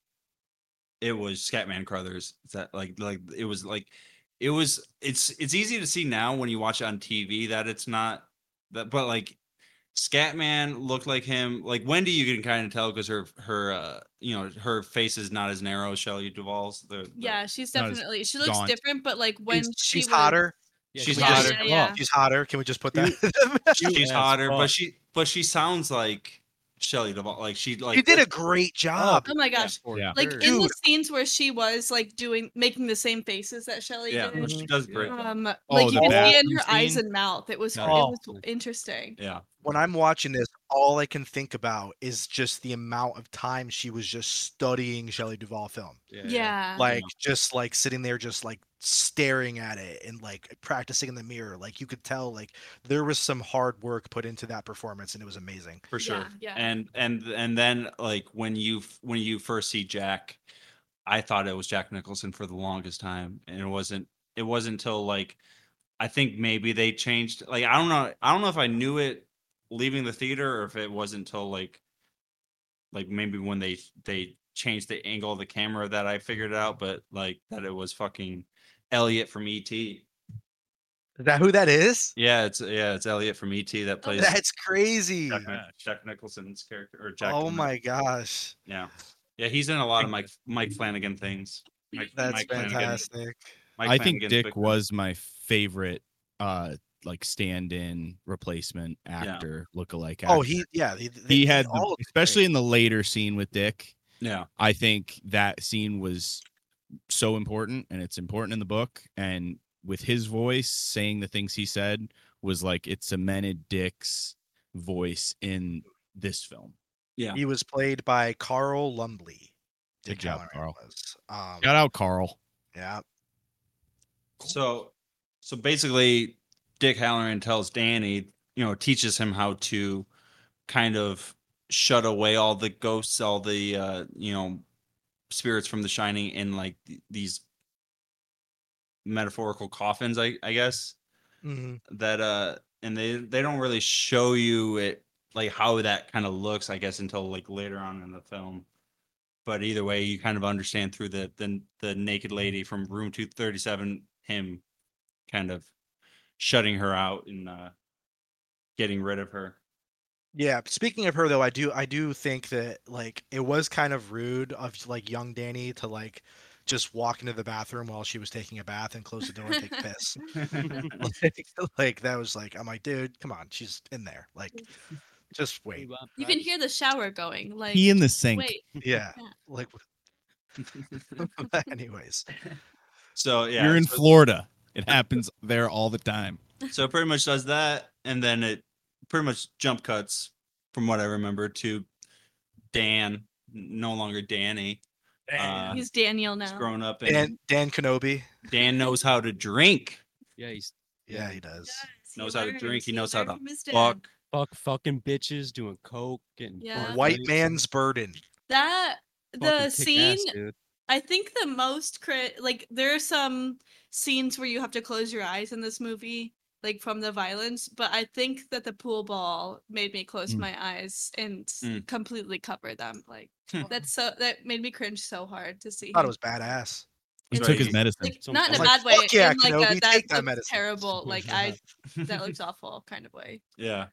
it was Scatman Crothers. Is That like like it was like it was. It's it's easy to see now when you watch it on TV that it's not that, but like Scatman looked like him. Like Wendy, you can kind of tell because her her uh you know her face is not as narrow as Shelley Duvall's. The, the-
Yeah, she's
not as
definitely she looks
gaunt.
different, but like when
she's,
she
she's
was-
hotter.
She's
can we just-
hotter.
Yeah, yeah.
She's hotter. Can we just put that?
she's
as
hotter, but
fuck.
she but she sounds like Shelley Duvall. Like she like
you did a great job.
Oh my gosh.
for
Yeah.
Like
sure.
in the
Dude.
scenes where she was like doing making the same faces that Shelley
yeah.
did.
She does great.
Um like
Oh,
you
the
can see in
bathroom
her eyes
scene?
and mouth. It was,
Oh.
it was interesting.
Yeah.
When I'm watching this, all I can think about is just the amount of time she was just studying Shelley Duvall film.
Yeah.
Like just like sitting there just like staring at it and like practicing in the mirror. Like you could tell like there was some hard work put into that performance and it was amazing.
for sure.
Yeah, yeah.
And and and then like when you f- when you first see Jack, I thought it was Jack Nicholson for the longest time, and it wasn't. It wasn't until like I think maybe they changed. Like I don't know. I don't know if I knew it leaving the theater or if it wasn't until like like maybe when they they changed the angle of the camera that I figured it out. But like that it was fucking Elliot from ET.
Is that who that is?
Yeah, it's yeah, it's Elliot from ET that plays
Oh, That's crazy.
Jack, Ni- Jack Nicholson's character or Jack.
oh
Nicholson.
my gosh.
Yeah, yeah, he's in a lot of
Thank
Mike Mike Flanagan things. Mike,
That's
Mike Flanagan-
fantastic.
Mike
I think
Flanagan's
Dick
big-
was my favorite uh like stand-in replacement actor, lookalike. Actor.
Oh, he yeah. He, they-
he
they
had the-
all look
especially
great.
in the later scene with Dick.
Yeah.
I think that scene was so important, and it's important in the book. And with his voice saying the things he said was like it cemented Dick's voice in this film.
in-
He was played by Carl Lumbly.
Good
Dick
job,
Halloran
Carl.
was. Um,
Shout out, Carl.
yeah.
So, so basically, Dick Halloran tells Danny, you know, teaches him how to kind of shut away all the ghosts, all the uh, you know, spirits from The Shining in like th- these metaphorical coffins, I I guess
Mhm.
that uh, and they they don't really show you it like how that kind of looks, I guess, until like later on in the film. But either way, you kind of understand through the the, the naked lady from room two thirty seven, him kind of shutting her out and uh, getting rid of her.
Yeah. Speaking of her though, I do I do think that like it was kind of rude of like young Danny to like just walk into the bathroom while she was taking a bath and close the door and take a piss. like, like, that was like I'm like, dude, come on, she's in there. Like just wait.
uh,
You
uh,
can hear the shower going. Like
He in the sink.
wait,
Yeah.
Yeah.
Like anyways.
So yeah,
You're in
so-
Florida. It happens there all the time.
so it pretty much does that and then it pretty much jump cuts from what i remember to dan n- no longer danny uh,
he's Daniel
he's
now.
grown up and
Dan Dan Kenobi.
dan knows how to drink
Yeah, he's
Yeah,
Yeah.
he does.
Yes,
knows how to
learns,
drink, he knows how
learned
to
from his dad.
fuck
fuck fucking bitches doing coke, getting
Yeah.
drunk,
White
dude.
man's burden.
That
Fucking
the
kick ass,
scene
dude.
I think the most crit like there are some scenes where you have to close your eyes in this movie, like from the violence. But I think that the pool ball made me close
Mm.
my eyes and s-
Mm.
completely cover them. Like
Hmm.
that's so that made me cringe so hard to see.
I thought it
him.
was badass.
He
It's
took
like-
his medicine.
Like, not in a
I'm like,
bad way.
"Fuck yeah,
in like
Kenobi,
a, that,
take that
looks
medicine."
terrible. Like I that looks awful kind of way.
yeah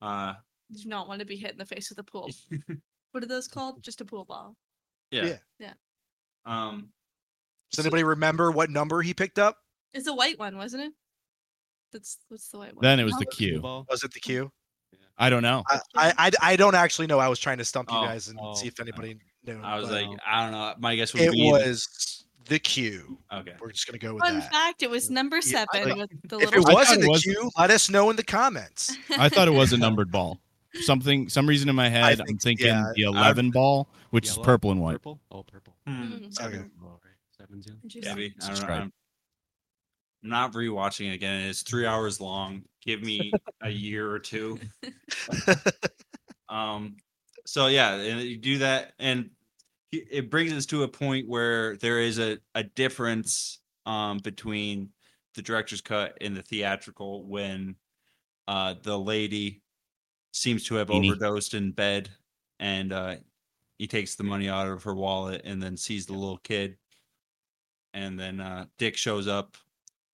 uh
You do not want to be hit in the face with a pool. What are those called? Just a pool ball.
yeah
Yeah.
Yeah.
um
Does anybody remember what number he picked up?
It's a white one, wasn't it? That's what's the white one.
Then it was the
Fuck you,
cue.
ball.
Was it the
Mm.
Q?
I don't know.
I, I, I, I don't actually know. I was trying to stump you
Oh,
guys and see
oh,
if anybody knew.
i was
but um,
like i don't know my guess would
it
be
was the Q.
okay
We're just gonna go with
Fun
that.
fact: It was number
Yeah,
seven
like,
with the
If
little.
it
thought
wasn't
it
the
was-
Q, let us know in the comments.
I thought it was a numbered ball. Something, some reason in my head, I'm
think-
thinking
yeah,
the 11 ball, which
Yellow,
is purple and white.
Purple? Oh, purple.
Hmm,
Mm,
Okay.
Seven, all right, seven's in.
interesting.
maybe i don't know
Subscribe.
I'm- I'm not rewatching it again. It's three hours long. Give me a year or two. Um, so yeah, and you do that, and it- it brings us to a point where there is a a difference um between the director's cut and the theatrical when uh the lady seems to have
Beanie.
overdosed in bed and uh he takes the money out of her wallet and then sees the little kid and then uh dick shows up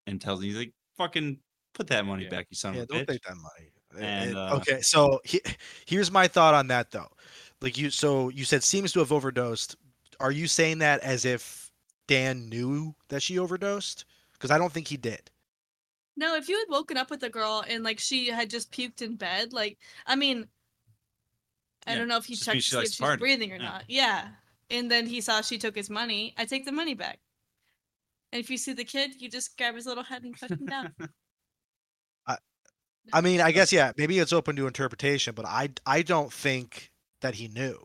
and tells him he's like fucking put that money
Yeah.
back you son
yeah,
of a
don't
bitch
take that money. It-
And,
it-
uh,
okay, so he, here's my thought on that though. Like you, so you said seems to have overdosed. Are you saying that as if Dan knew that she overdosed? Because I don't think he did.
No, if you had woken up with a girl and like she had just puked in bed, like I mean, I
Yeah,
don't know if he
just
checked to
means she
see if
likes to
she's
party.
breathing or
Yeah.
not. Yeah, and then he saw she took his money. I take the money back. And if you see the kid, you just grab his little head and push him down.
I mean, I guess yeah, maybe it's open to interpretation, but I I don't think that he knew.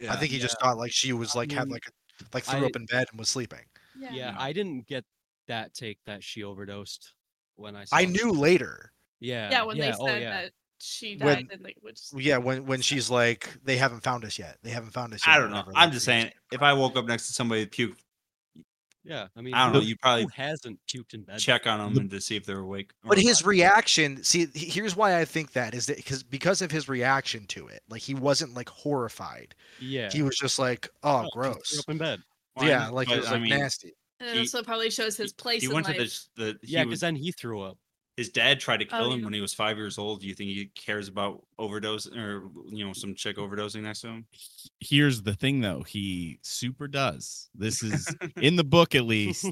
yeah.
I think he just thought like she was
I
like had
mean,
like a, like threw
I-
up in bed and was sleeping.
Yeah.
Yeah, I didn't get that take that she overdosed when I. Saw
I
it.
knew later.
Yeah.
Yeah, when they
oh,
said
yeah.
that she died,
When-
and like which
Yeah, when when she's like, they haven't found us yet. They haven't found us yet.
I
or
don't know.
whatever,
I'm
like,
just
they
saying, if I woke up next to somebody with puke,
Yeah, I mean,
I don't know.
who-
You probably
who hasn't puked in bed?
check on them
the-
and to see if they're awake. or
But his
not.
reaction, see, he- here's why I think that is that because because of his reaction to it, like he wasn't like horrified.
Yeah.
He was just like, oh,
just threw
gross.
Up in bed.
Well, I
yeah,
know,
like
but
it was
I
like
mean,
nasty.
and it
he-
also probably shows his
he-
place.
He
in
went to
life.
the the he
Yeah, because
was,
then he threw up.
his dad tried to kill
Oh,
him
yeah.
when he was five years old. You think he cares about overdose or you know some chick overdosing next to him?
Here's the thing, though. He super does. This is in the book, at least.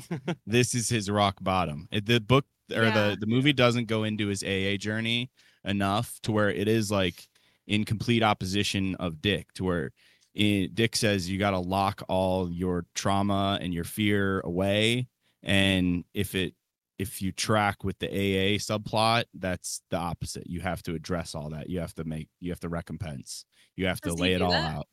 This is his rock bottom. It- The book or
Yeah.
the the movie doesn't go into his AA journey enough to where it is like in complete opposition of Dick to where i- Dick says you got to lock all your trauma and your fear away and if it if you track with the AA subplot that's the opposite you have to address all that you have to make you have to recompense you have to
Does he
lay it
do
all
that?
out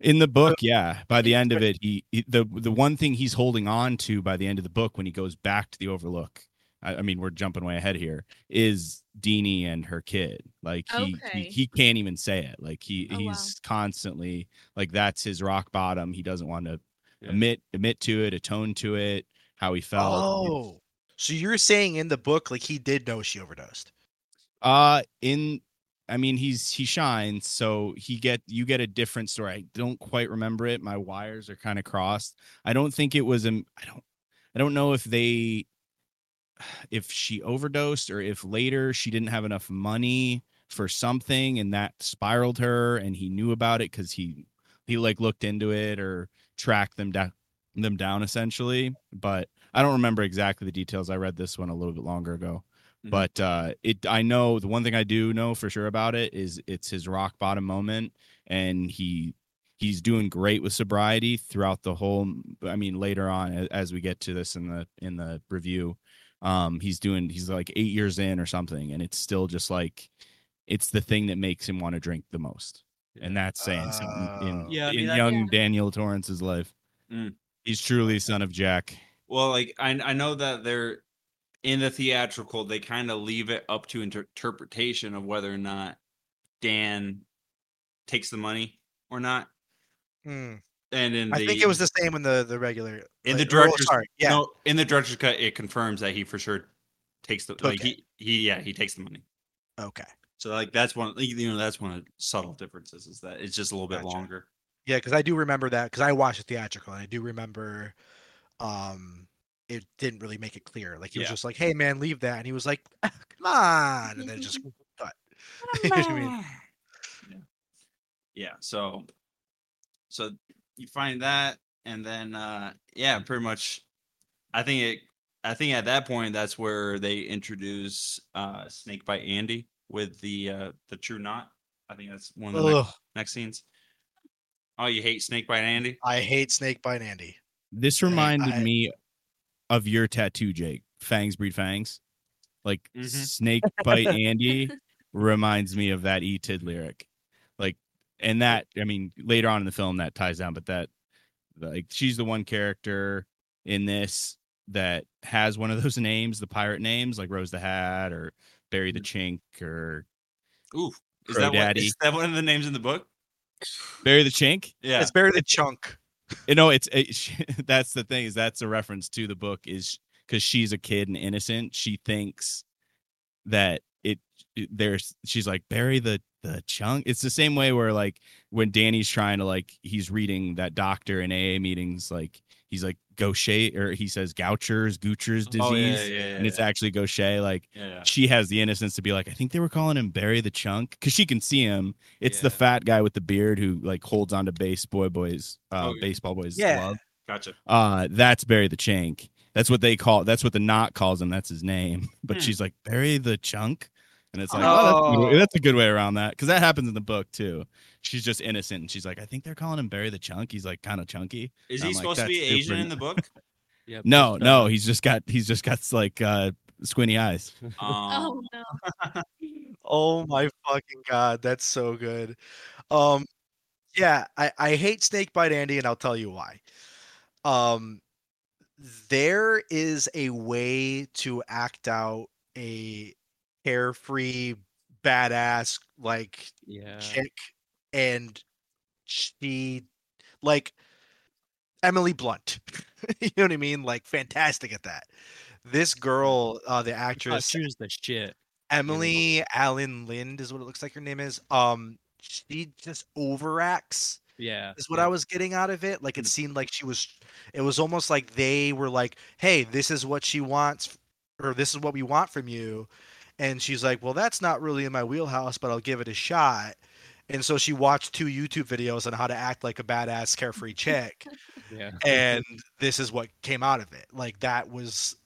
in the book yeah by the end of it he, he- the the one thing he's holding on to by the end of the book when he goes back to the overlook I, I mean we're jumping way ahead here is Deanie and her kid like he, he
Okay.
he can't even say it like he
Oh, wow.
he's constantly like that's his rock bottom he doesn't want to
Yeah.
admit admit to it atone to it how he felt
Oh, so you're saying in the book, like he did know she overdosed?
Uh in I mean he's he shines, so he get you get a different story. I don't quite remember it. My wires are kind of crossed. I don't think it was um, I don't I don't know if they if she overdosed or if later she didn't have enough money for something and that spiraled her and he knew about it cuz he he like looked into it or tracked them down them down essentially, but I don't remember exactly the details. I read this one a little bit longer ago
Mhm.
but uh it i know the one thing i do know for sure about it is it's his rock bottom moment and he he's doing great with sobriety throughout the whole i mean later on a- as we get to this in the in the review um he's doing he's like 8 years in or something and it's still just like it's the thing that makes him want to drink the most and that's saying something in,
Oh.
Yeah, I
in
mean, that-
young
Yeah.
daniel torrance's life
Mm.
he's truly son of jack
Well, like I I know that they're in the theatrical, they kind of leave it up to inter- interpretation of whether or not Dan takes the money or not.
Mm.
And in the
I think it was the same in the the regular.
Hmm. in the
like, oh,
director's
sorry, yeah.
no, in the director's cut, it confirms that he for sure takes the like
Okay.
he he yeah he takes the money.
Okay.
So like that's one you know that's one of the subtle differences is that it's just a little bit
Gotcha.
longer.
Yeah, because I do remember that because I watched it theatrical and I do remember um it didn't really make it clear. Like he was
Yeah.
just like, Hey man, leave that and he was like, "Ah, Come on and then it just cut. You know what I mean?
yeah so so you find that and then uh yeah pretty much i think it i think at that point that's where they introduce uh snake by andy with the uh the true knot i think that's one of the next,
Ugh,
next scenes oh you hate snake by andy
I hate Snake Bite Andy.
This
I-
reminded
I-
me of your tattoo, Jake. Fangs breed fangs. Like
Mm-hmm.
Mhm.
snake bite Andy reminds me of that E Tid lyric. Like, and that I mean later on in the film that ties down, but that like she's the one character in this that has one of those names, the pirate names, like Rose the Hat or Barry the Chink
Mm-hmm.
or
ooh is
Crow
that, one,
Daddy.
is that one of the names in the book
Barry the Chink.
yeah
It's Barry the Chunk.
You know, it's it, she- that's the thing is that's a reference to the book is because she's a kid and innocent. She thinks that it it- there's she's like bury the the chunk. It's the same way where like when Danny's trying to like he's reading that doctor in AA meetings like he's like Gaucher or he says Goucher's Goucher's disease
oh, yeah, yeah, yeah,
and it's
yeah,
actually Gaucher like
yeah.
she has the innocence to be like, I think they were calling him Barry the Chunk because she can see him. It's the
Yeah.
fat guy with the beard who like holds onto base boy boys, uh,
Okay.
baseball boys.
Yeah.
glove.
gotcha
Uh, that's Barry the Chink. That's what they call. That's what the knot calls him. That's his name. But
Hmm.
she's like Barry the Chunk, and it's like, oh, that's, a good way-
Oh.
that's a good way around that because that happens in the book too. She's just innocent, and she's like, I think they're calling him Barry the Chunk. He's like kind of chunky.
is
I'm
he
like,
supposed to
that's
be
super
asian
n-
in the book
Yeah,
No,
pushed
no,
up.
he's just got he's just got like uh squinty eyes.
um,
Oh no.
Oh my fucking god, that's so good. Um yeah, I I hate Snake Bite Andy and I'll tell you why. Um there is a way to act out a carefree badass like
Yeah.
chick and she like Emily Blunt. you know what I mean? Like fantastic at that. This girl, uh the
Oh,
actress
she was the shit.
Emily Allen Lind is what it looks like her name is. Um, she just overacts
Yeah.
is what I was getting out of it. Like it seemed like she was. It was almost like they were like, "Hey, this is what she wants, or this is what we want from you," and she's like, "Well, that's not really in my wheelhouse, but I'll give it a shot." And so she watched two YouTube videos on how to act like a badass, carefree chick,
Yeah.
and this is what came out of it. Like that was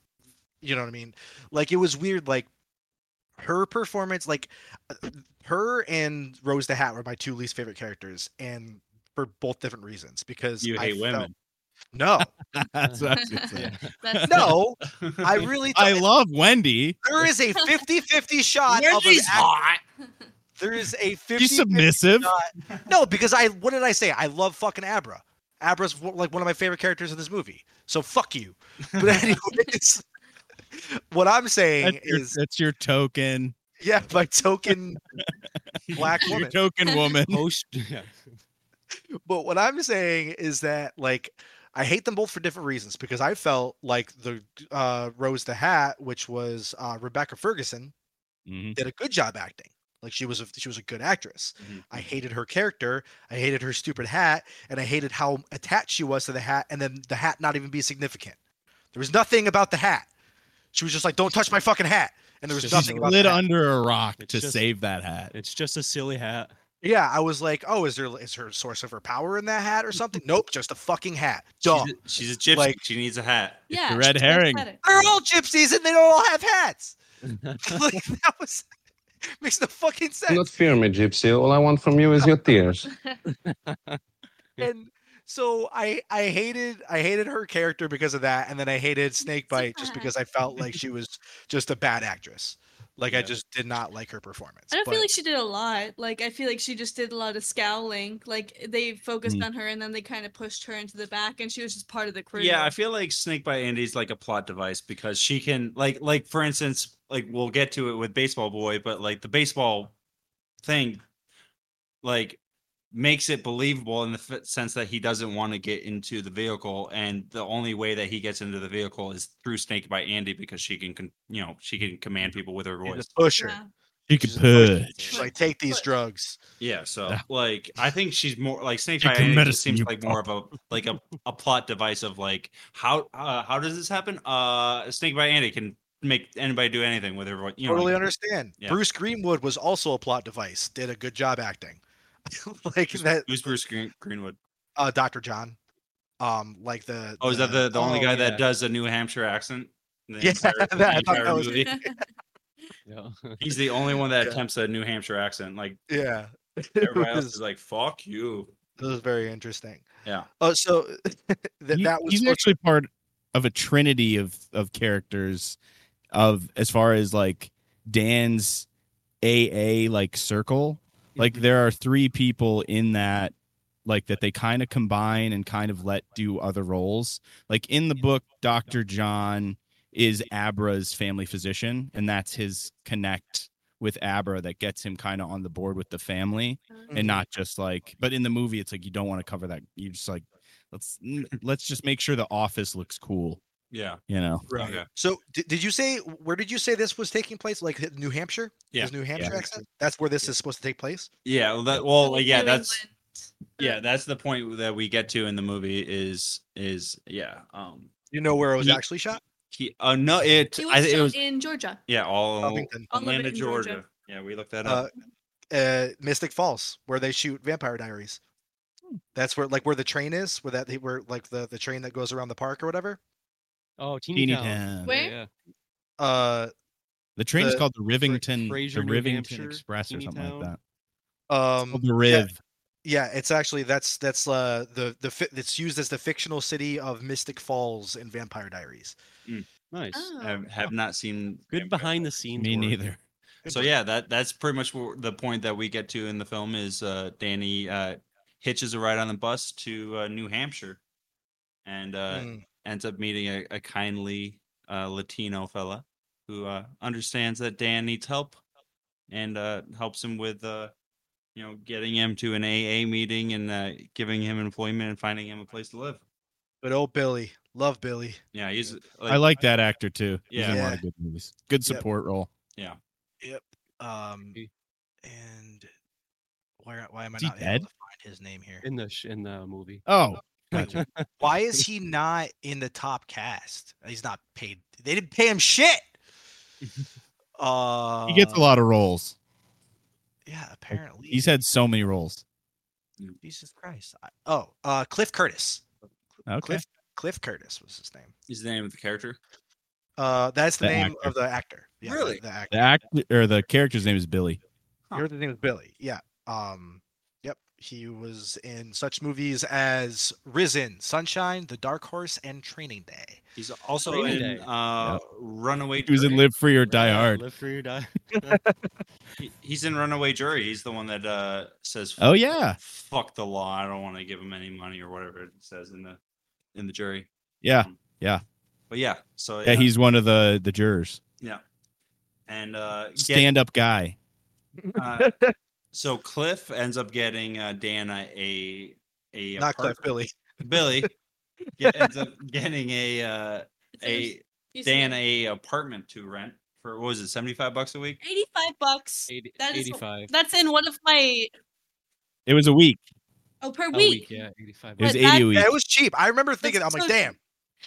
you know what I mean? Like it was weird. Like her performance, like uh, her and Rose the Hat were my two least favorite characters, and for both different reasons. Because
You
I
hate
felt-
women.
No,
That's what I was gonna say.
That's
no, I really.
I
don't-
love Wendy.
there is a 50-50 shot. of an
Reggie's
act-
hot.
There is a 50
She's submissive.
No, because I what did I say? I love fucking Abra. Abra's w- like one of my favorite characters in this movie. So fuck you. But anyways, what I'm saying
That's your,
is
that's your token.
yeah, my token black
Your
woman.
token woman.
Post, yeah.
But what I'm saying is that like I hate them both for different reasons because I felt like the uh, Rose the Hat, which was uh, Rebecca Ferguson,
Mhm.
did a good job acting. Like she was a she was a good actress.
Mhm.
I hated her character. I hated her stupid hat, and I hated how attached she was to the hat, and then the hat not even be significant. There was nothing about the hat. She was just like, "Don't touch my fucking hat," and there was
She's
nothing about
Slid
the hat.
under a rock
It's
to
just-
save that hat.
It's just a silly hat.
Yeah, I was like, "Oh, is there is her source of her power in that hat or something?" nope, just a fucking hat. Duh.
She's a, she's a gypsy.
Like-
she needs a hat.
yeah.
red
that's
herring.
pathetic.
They're all gypsies and they don't all have hats. like that was makes no fucking
Do
sense.
not fear me, Gypsy. All I want from you is your tears.
and so I I hated I hated her character because of that, and then I hated Snakebite just because I felt like she was just a bad actress. Like I
Yeah.
just did not like her performance.
I don't
but-
feel like she did a lot. Like I feel like she just did a lot of scowling. Like they focused
Mm.
on her and then they kind of pushed her into the back and she was just part of the crew.
Yeah, I feel like Snake by Andy's like a plot device because she can like like for instance, like we'll get to it with Baseball Boy, but like the baseball thing like makes it believable in the f- sense that he doesn't want to get into the vehicle and the only way that he gets into the vehicle is through Snake by Andy because she can con- you know, she can command people with her
And
voice.
to push her.
Yeah.
You
She's
could
a push.
purge.
She's like, take these
Push.
drugs.
Yeah, so like I think she's more like Snake
You
by
can
Andy just
medicine
seems
you
like more of a like a, a plot device of like how uh, how does this happen? Uh Snake by Andy can make anybody do anything with her voice. You know,
totally
like,
understand.
yeah.
Bruce Greenwood was also a plot device. Did a good job acting. like that
Who's Bruce Green- Greenwood?
uh Dr. John. Um like the
Oh, is that the, the only
oh,
guy
yeah.
that does a New Hampshire accent? in the
Yeah,
entire- the
that- I thought
entire
that was-
movie?
Yeah.
He's the only one that
Yeah.
attempts a New Hampshire accent. Like
Yeah. It
everybody else
was-
is like, "Fuck you."
This is very interesting.
Yeah.
Oh, so that
He-
that was
he's
supposed-
actually part of a trinity of of characters of as far as like Dan's AA like circle. Like
Mm-hmm.
there are three people in that like that they kind of combine and kind of let do other roles. Like in the book Dr. John is Abra's family physician and that's his connect with Abra that gets him kind of on the board with the family
mm-hmm.
and not just like but in the movie it's like you don't want to cover that you just like let's n- let's just make sure the office looks cool
Yeah,
you know
Right.
Okay.
So did, did you say where did you say this was taking place? Like h- New Hampshire?
Yeah.
His New Hampshire accent? That's where this is supposed to take place?
yeah. Well, that, well
New
like, yeah, that's
England.
yeah, that's the point that we get to in the movie. Is is yeah. Um,
You know where it was
Ye-
actually shot?
he, uh, no, it. I
It was,
think it
shot
was
in Georgia.
yeah, all in
Covington.
All of it
Atlanta,
in Georgia.
Georgia. Yeah, we looked that
Uh,
up.
uh Mystic Falls, where they shoot Vampire Diaries.
Hmm.
That's where like where the train is, where that where like the, the train that goes around the park or whatever.
Oh, Teeny,
Teeny
Town.
Town.
Where?
Yeah.
Uh
the train is
The-
called the rivington
Fraser,
the
New
rivington
Hampshire,
express or
Teeny
something
Town.
like that
um
Called the riv
yeah, it's actually that's that's uh the the fi- it's used as the fictional city of Mystic Falls in Vampire Diaries.
Nice.
Oh.
I have, have not seen
Good
Vampire
behind the
Diaries.
scenes.
me
work.
neither
So yeah, that that's pretty much wh- the point that we get to in the film is uh, Danny uh, hitches a ride on the bus to uh, New Hampshire, and uh,
Mm.
ends up meeting a, a kindly uh, Latino fella who uh, understands that Dan needs help and uh, helps him with uh, you know getting him to an AA meeting and uh, giving him employment and finding him a place to live.
But oh Billy, love Billy.
Yeah, he's
i like that actor too he's in a
Yeah.
lot of good movies good
Yep.
support role
Um,
Okay.
and where why am I
Is he
not
dead?
able to find his name here?
In the sh- in the movie.
oh
Like, why is he not in the top cast? He's not paid. They didn't pay him shit. Uh,
he gets a lot of roles
Yeah, apparently.
he's had so many roles
Jesus Christ. I- oh, uh, Cliff Curtis.
okay
Cliff Cliff Curtis was his name.
is the name of the character.
Uh, that's the,
The
name
actor.
of the actor. Yeah, the-
Really?
The actor.
The act or the character's name is Billy.
You heard his name was Billy. Yeah. Um. Yep. He was in such movies as Risen, Sunshine, The Dark Horse, and Training Day.
He's also
Training
in
Day.
uh, Runaway.
He was in
Jury.
Live Free or Die Hard.
Live free or die.
He- He's in Runaway Jury. He's the one that uh, says,
Oh yeah,
fuck the law. I don't want to give him any money or whatever it says in the in the jury."
yeah,
But yeah, so
yeah. He's one of the the jurors.
and uh, get-
Stand up guy.
uh, so Cliff ends up getting uh, Dana a a
Not Cliff
apartment-
Billy.
Billy get, ends up getting a uh, a
Excuse me.
Dan a apartment to rent for what was it seventy five bucks a week?
85 bucks.
80,
That is-
85.
That's in one of my
It was a week.
oh per
A
week.
Yeah, 85.
It was
But
eighty a
that-
week.
Yeah, it was cheap. I remember thinking, I'm
That's
like,
so-
damn,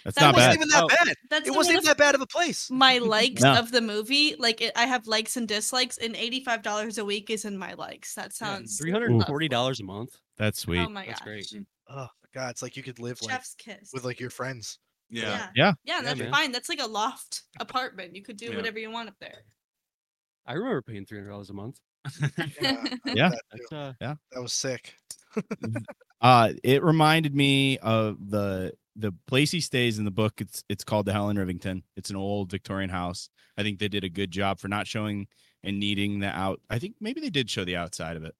That's
that
not
it wasn't
bad.
even that
Oh,
bad.
That's
It wasn't
in one
even
of
that bad of a place.
my likes
No.
of the movie. Like it, I have likes and dislikes, and eighty-five dollars a week is in my likes. That sounds
Three hundred and forty dollars a month.
That's sweet.
Oh my
That's
gosh.
great.
Oh God, it's like you could live like
Chef's kiss.
with like your friends.
Yeah,
Yeah.
Yeah,
Yeah,
that's
man.
fine. That's like a loft apartment. You could do
Yeah.
whatever you want up there.
I remember paying three hundred dollars a month.
Yeah.
Yeah.
That,
That's uh,
that was sick.
Uh, it reminded me of the the place he stays in the book. It's it's called the Helen Rivington. It's an old Victorian house. I think they did a good job for not showing and needing the out. I think maybe they did show the outside of it,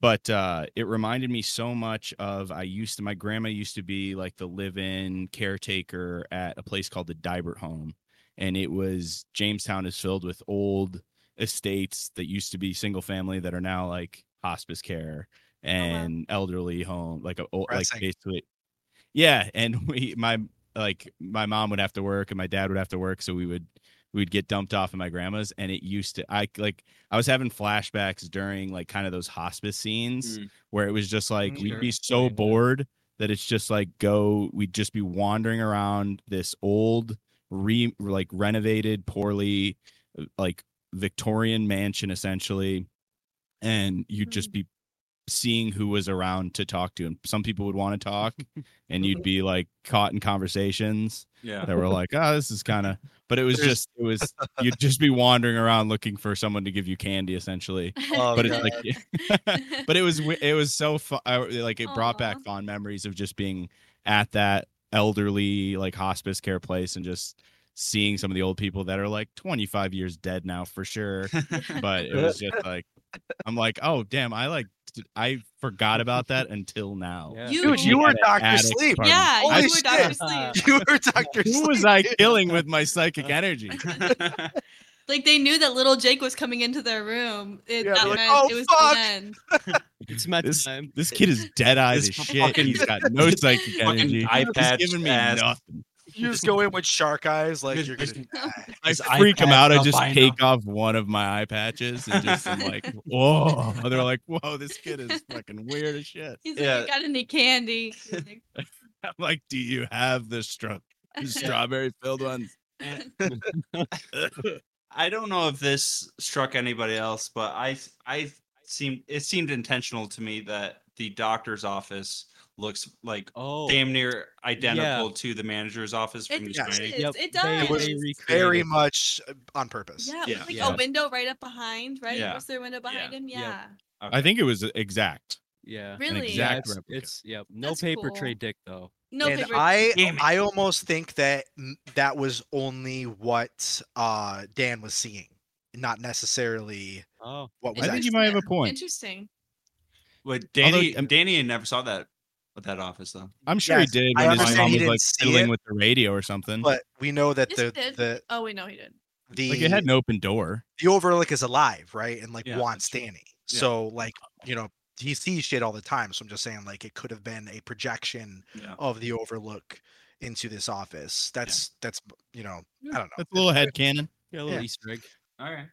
but uh, it reminded me so much of I used to. My grandma used to be like the live-in caretaker at a place called the Dibert Home, and it was Jamestown is filled with old estates that used to be single family that are now like hospice care and elderly home like a old, like
Depressing.
basically yeah and we my like my mom would have to work and my dad would have to work so we would we'd get dumped off at my grandma's and it used to i like i was having flashbacks during like kind of those hospice scenes
Mm.
where it was just like
Mm,
we'd
sure.
be so
Same.
bored that it's just like go we'd just be wandering around this old re like renovated poorly uh, like victorian mansion essentially and you'd just
Mm.
be seeing who was around to talk to and some people would want to talk and you'd be like caught in conversations
yeah.
that were like oh this is kind of but it was
There's-
just it was you'd just be wandering around looking for someone to give you candy essentially
Oh,
but it's
God.
like but it was wi- it was so fu- I- like it brought back
Aw.
fond memories of just being at that elderly like hospice care place and just seeing some of the old people that are like 25 years dead now for sure but it was just like i'm like oh damn i like t- i forgot about that until now
yeah.
You-
Dude, you were
At an
Doctor
attic
Sleep.
apartment.
yeah,
Holy
you were
shit.
Doctor Sleep.
You were Doctor
who
Sleep.
was i
dude.
killing with my psychic energy
Like they knew that little Jake was coming into their room. It,
Yeah,
that
they're like,
meant
"Oh,
it was
fuck."
the end.
It's my
This-
time.
this kid is dead eyed
This
as shit and he's got no psychic
fucking
energy
eye
he's
patch
giving me
ass.
nothing
You just go in with shark eyes, like
Just-
you're
just-
gonna die.
I
His
freak him
iPad's
out. I just
albino.
take off one of my eye patches and just am like, whoa. And they're like, whoa, this kid is fucking weird as shit.
He's
Yeah.
like, "You got any candy?" He's like,
I'm like, do you have the stro- strawberry filled ones?
I don't know if this struck anybody else, but I I seemed it seemed intentional to me that the doctor's office looks like
Oh,
damn near identical to the manager's office from
It
The
Yes.
Shining.
is.
Yep.
It
they-
does.
they
Very
recreated-
much uh, on purpose.
yeah,
Yeah.
with like
Yeah.
a window right up behind, right?
Yeah.
Was there a window behind him?
Yep.
Yeah.
I think it was exact.
Yeah.
Really?
Yeah,
exact
it's,
replica.
it's- yeah. No
That's
paper
cool.
trade dick though.
No
and
paper.
I
Damn it.
I almost think that m- that was only what uh Dan was seeing, not necessarily
Oh,
what was
I think you
actually.
might have a point.
Interesting.
But Danny
um,
Danny never saw that with that office though.
I'm sure
Yes,
he did.
I
when his
understand
mom
he
was
didn't
like
see
fiddling
it.
with the radio or something.
But we know that
Yes,
the
it did.
the
Oh wait, no, he didn't.
the
like it had an open door.
the overlook is alive, right? And like
Yeah,
wants Danny.
Yeah.
So like you know he sees shit all the time. So I'm just saying like it could have been a projection
Yeah.
of the overlook into this office. That's that's you know I don't know.
That's a little head cannon.
yeah, a little
Yeah.
Easter egg.
All right.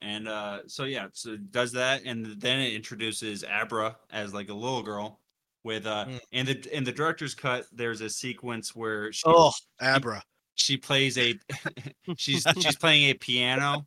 And uh, so yeah, so it does that, and then it introduces Abra as like a little girl with uh,
Mm.
and the in the director's cut, there's a sequence where she
Oh, Abra.
she plays a she's she's playing a piano,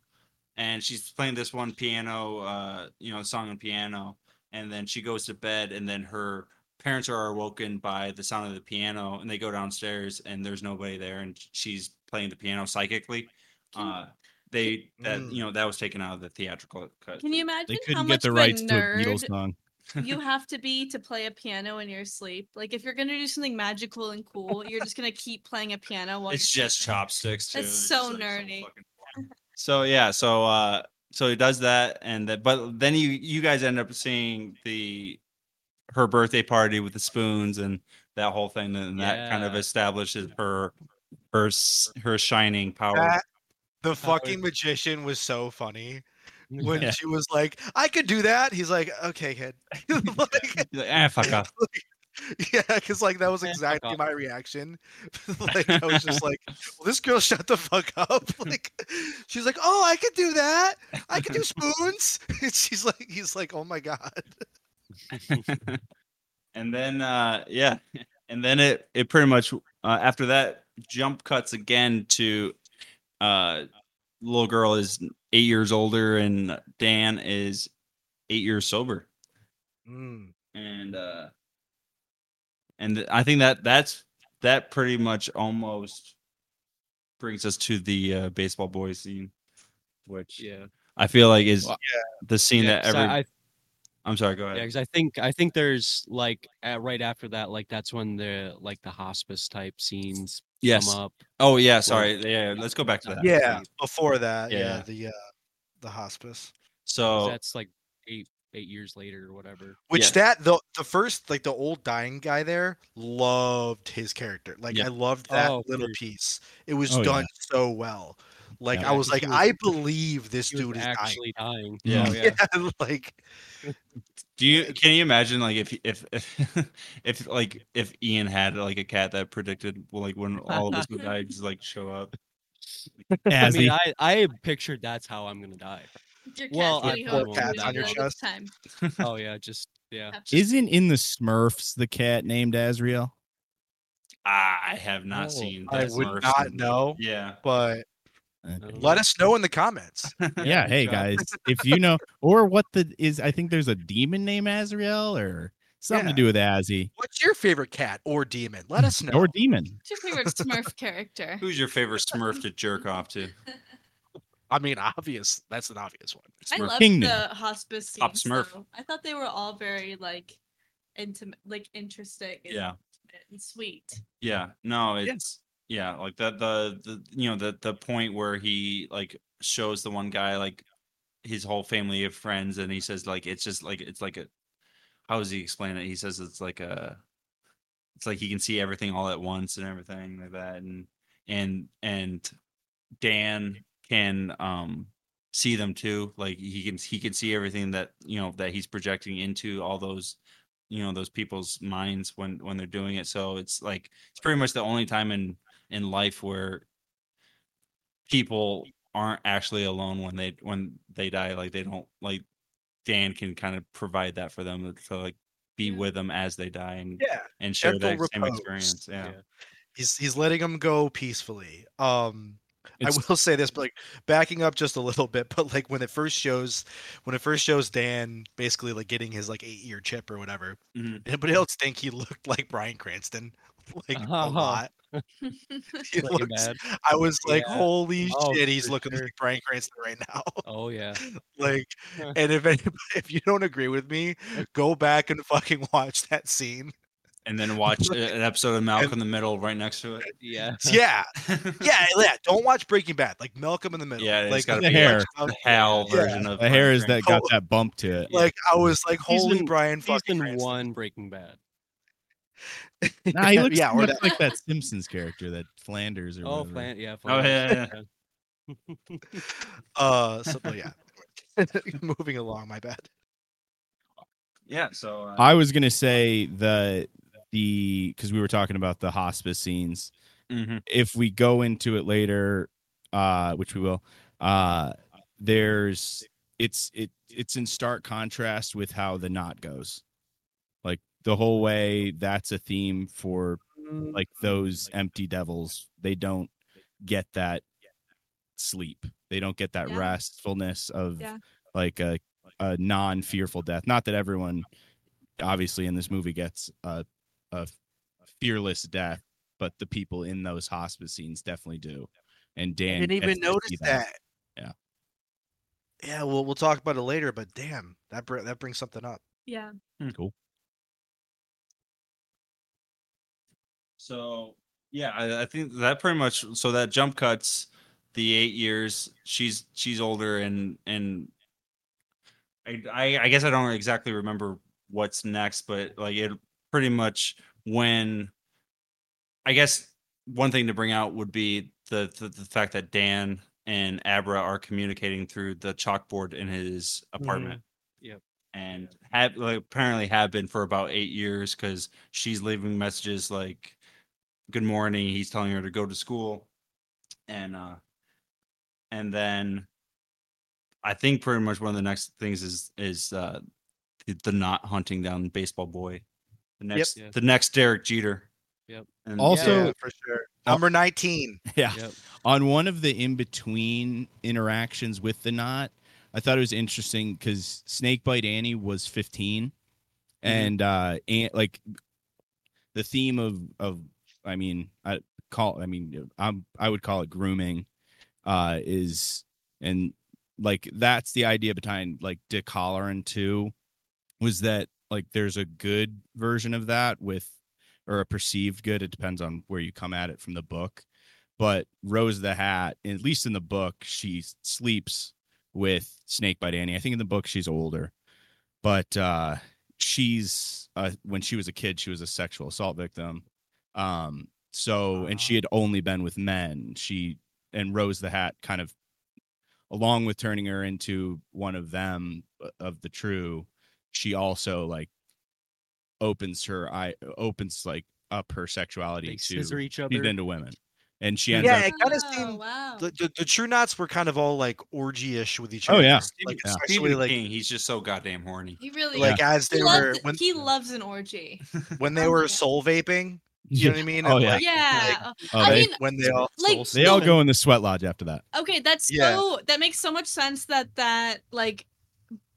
and she's playing this one piano, uh, you know, song and piano, and then she goes to bed, and then her parents are awoken by the sound of the piano and they go downstairs and there's nobody there and she's playing the piano psychically. Uh, they that
Mm.
you know that was taken out of the theatrical cut.
Can you
They
imagine how
couldn't
much
get the
of
rights
a
to a Beatles
nerd
song.
you have to be to play a piano in your sleep? Like if you're gonna do something magical and cool, you're just gonna keep playing a piano while
It's
you're
just
sleeping.
chopsticks. Too.
It's so nerdy.
fucking- so yeah, so uh, so he does that, and that, but then you you guys end up seeing the her birthday party with the spoons and that whole thing, and that kind of
Yeah.
establishes her her s- her shining power.
That- the fucking magician was so funny when
Yeah.
she was like, "I could do that." He's like, "Okay, kid." like,
He's like, "Ah, fuck off.
yeah, because like that was
Yeah, fuck
exactly
off.
my reaction. like I was just like, "Will this girl shut the fuck up?" like she's like, "Oh, I could do that. I could do spoons." and she's like, "He's like, oh my god."
and then uh yeah and then it it pretty much uh, after that jump cuts again to uh little girl is eight years older and dan is eight years sober
Mm.
and uh and i think that that's that pretty much almost brings us to the uh, baseball boy scene which
Yeah.
i feel like is
Well,
the scene
yeah,
that
'cause
every
I, I
i'm sorry go
Yeah,
ahead
because I think I think there's like uh right after that, like that's when the like the hospice type scenes
yes
come up.
oh yeah sorry yeah let's go back to that
Yeah, before that, yeah,
Yeah.
the uh, the hospice.
'cause
Oh.
so
That's like eight eight years later or whatever.
Which
Yeah.
that the the first like the old dying guy there loved his character. Like
Yeah.
I loved that
Oh,
little
dude.
piece. It was
Oh, yeah.
done so well. Like
Yeah,
I was
'cause
like,
he was-
I believe this
He was
dude is
actually dying.
Yeah.
Oh,
dying.
yeah.
Yeah, like
Do you can you imagine like if if if, if like if Ian had like a cat that predicted well, like when all of us would die, just like show up?
I
As
mean, I I pictured that's how I'm gonna die.
Your
Well,
cat's
I-
gonna
Poor
go
cat
hungry
on your
all this
chest.
Time.
Oh yeah, just yeah.
Isn't in the Smurfs the cat named Azrael?
Ah, I have not
Oh,
seen.
I
the
would
Smurfs
not
in-
know,
Yeah,
but
Uh,
I don't
let
know.
us know in the comments.
Yeah, hey
Yeah.
guys, if you know or what the is I think there's a demon named Azrael or something
Yeah.
to do with Azzy
What's your favorite cat or demon? Let us know.
or demon.
What's your favorite Smurf character?
who's your favorite Smurf to jerk off to?
I mean, obvious. That's an obvious one.
I
Smurf
loved
Kingdom.
the hospice
Top
scenes,
Smurf.
though. I thought they were all very like intimate, like interesting. And,
Yeah,
and sweet.
yeah. No, it's yeah, like that the the you know the the point where he like shows the one guy like his whole family of friends, and he says like it's just like it's like a how does he explain it? He says it's like a it's like he can see everything all at once and everything like that, and and and Dan can um see them too like he can he can see everything that you know that he's projecting into all those you know those people's minds when when they're doing it so it's like it's pretty much the only time in in life where people aren't actually alone when they when they die like they don't like dan can kind of provide that for them to like be
Yeah.
with them as they die and
Yeah.
and share that
Gentle
same
repose.
experience yeah,
Yeah.
He's he's letting him go peacefully. Um I
It's-
will say this, but like backing up just a little bit, but like when it first shows, when it first shows Dan basically like getting his like eight year chip or whatever,
Mhm.
Mm-hmm.
anybody else think he looked like Brian Cranston? Like a
Uh-huh.
lot. He
Pretty
looks,
bad.
I was like,
Yeah.
holy
Oh,
shit, he's
for
looking
sure.
like Brian Cranston right now.
Oh yeah.
like,
Huh.
and if anybody, if you don't agree with me, go back and fucking watch that scene.
and then watch a- an episode of malcolm in the middle right next to it
Yeah.
Yeah, yeah, yeah. Don't watch Breaking Bad. Like Malcolm in the Middle.
Yeah, it's
like
gotta
watch
be like-
Malcolm-
hal
Yeah.
version of
The hair
Brian
is that got that bump to it.
Oh, Like I was like, holy
Season-
Brian fucking
Season
Cranston.
one Breaking Bad.
Nah, he looks
yeah,
too
or
much
that-
like that Simpsons character, that Flanders or
Oh,
whatever.
Flan- yeah.
Oh, yeah, yeah,
Flanders, yeah.
Uh, so but yeah. Moving along, my bad.
Yeah. So uh,
I was gonna say the the because we were talking about the hospice scenes.
mhm.
Mm-hmm.
if we go into it later, uh, which we will, uh, there's it's it it's in stark contrast with how the knot goes. Like the whole way, that's a theme for like those empty devils. They don't get that sleep. They don't get that
Yeah.
restfulness of
Yeah.
like a a non fearful death. Not that everyone obviously in this movie gets uh, a, a fearless death, but the people in those hospice scenes definitely do. And Dan
didn't
gets
even
to see
notice that.
Yeah.
Yeah, well, we'll talk about it later, but damn, that br- that brings something up.
Yeah.
Cool.
So yeah, I, I think that pretty much. So that jump cuts the eight years. She's she's older and and I I, I guess I don't exactly remember what's next, but like it pretty much when I guess one thing to bring out would be the the, the fact that Dan and Abra are communicating through the chalkboard in his apartment.
Yep.
And have like, apparently have been for about eight years because she's leaving messages like good morning he's telling her to go to school and uh and then i think pretty much one of the next things is is uh the, the not hunting down baseball boy the next
Yeah.
the next derek jeter
Yep.
and
Also- Oh.
Yeah, for sure. Number 19.
Yeah.
Yep.
On one of the in between interactions with the knot, I thought it was interesting because Snakebite Annie was 15, and uh, and like the theme of of I mean I call I mean I'm I would call it grooming, uh, is and like that's the idea behind like Dick Holleran too, was that like there's a good version of that with or a perceived good it depends on where you come at it from the book but Rose the Hat, at least in the book, she s- sleeps with Snakebite Annie. I think in the book she's older, but uh, she's uh, when she was a kid, she was a sexual assault victim. Um, so and she had only been with men. She and Rose the Hat kind of, along with turning her into one of them uh, of the true, she also like opens her eye, opens like up her sexuality
They
to
scissor each
she's
other.
into women and she ends
Yeah,
up
it kinda
Oh,
seemed-
wow.
The, the, the True Knots were kind of all like orgy ish with each
Oh,
other.
yeah.
Like,
Yeah.
especially
Stephen
like,
King, he's just so goddamn horny
he really
like as they
he,
were,
loves,
when,
he loves an orgy.
when they were
Okay.
soul vaping, you know what I mean? And,
Oh, yeah.
like,
yeah.
Oh,
I
they,
mean,
when they all,
like
they all go in the sweat lodge after that.
Okay, that's
Yeah.
so that makes so much sense that that like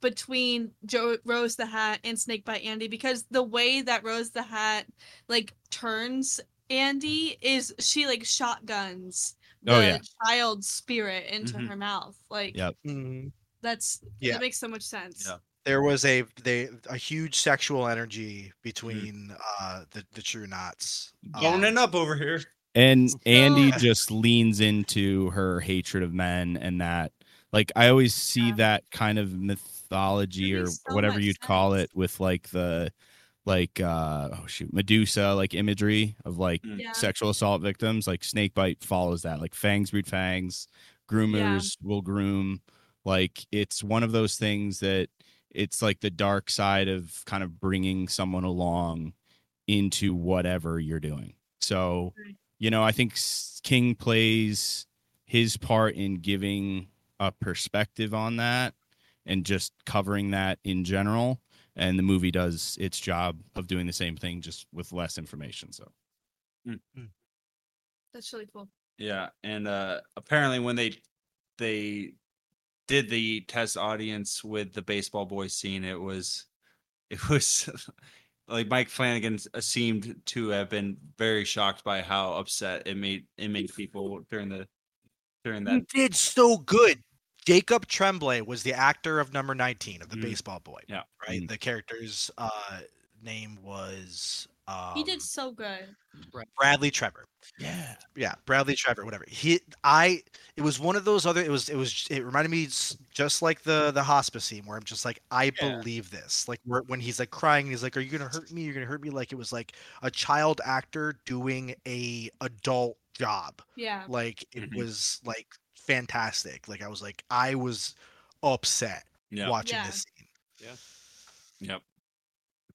between Joe Rose the Hat and Snake by Andy because the way that Rose the Hat like turns Andy is she like shotguns the
Oh, yeah.
child spirit into
Mhm.
her mouth. Like
Yep.
Mm-hmm.
that's
Yeah.
that makes so much sense.
Yeah.
there was a they a huge sexual
Mm.
energy between uh the, the True Knots. Um,
boning up over here
And Andy
No.
just leans into her hatred of men and that like I always see
Yeah.
that kind of mythology
That
or
makes so
whatever
much
you'd call
sense.
it with like the like uh oh shoot Medusa like imagery of like
Mm.
Yeah.
sexual assault victims like Snakebite follows that like fangs breed fangs groomers will groom like it's one of those things that it's like the dark side of kind of bringing someone along into whatever you're doing so
Right.
you know i think S- king plays his part in giving a perspective on that and just covering that in general and the movie does its job of doing the same thing just with less information so
That's really cool.
Yeah, and uh apparently when they they did the test audience with the baseball boy scene, it was it was like Mike Flanagan s- uh, seemed to have been very shocked by how upset it made it made people during the during that
You did so good. Jacob Tremblay was the actor of number 19 of the
Mm.
baseball boy.
Yeah.
Right?
Mm.
The character's uh name was um,
he did so good.
Bradley Trevor.
yeah
Yeah, Bradley Trevor, whatever. He I it was one of those other it was it was it reminded me s- just like the the hospice scene where I'm just like I
Yeah.
believe this. Like where, when he's like crying he's like are you going to hurt me? You're going to hurt me like it was like a child actor doing a adult job
Yeah.
like it
Mhm.
was like fantastic like i was like i was upset
yeah.
watching
Yeah.
this scene
Yep.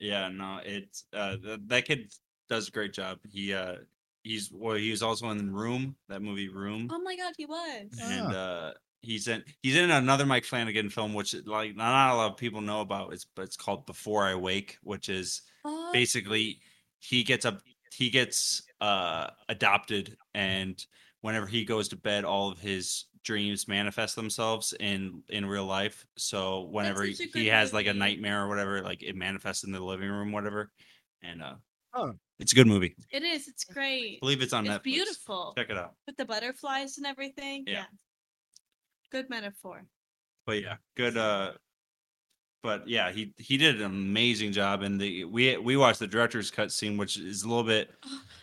Yeah, no, it's uh th- that kid does a great job. He uh he's well he was also in Room, that movie Room.
Oh my god, he was.
and uh he's in he's in another Mike Flanagan film, which like not a lot of people know about. It's but it's called Before I Wake, which is
Oh,
basically he gets up he gets uh adopted and whenever he goes to bed all of his dreams manifest themselves in in real life. So whenever
such a
he
good
has like a
movie.
nightmare or whatever, like it manifests in the living room, whatever. And uh,
Oh.
it's a good movie. I
It is. It's great.
believe it's on
It's
Netflix.
beautiful
Check it out.
with the butterflies and everything.
Yeah.
Good metaphor.
But yeah, good. uh But yeah, he he did an amazing job. And the we we watched the director's cut scene, which is a little bit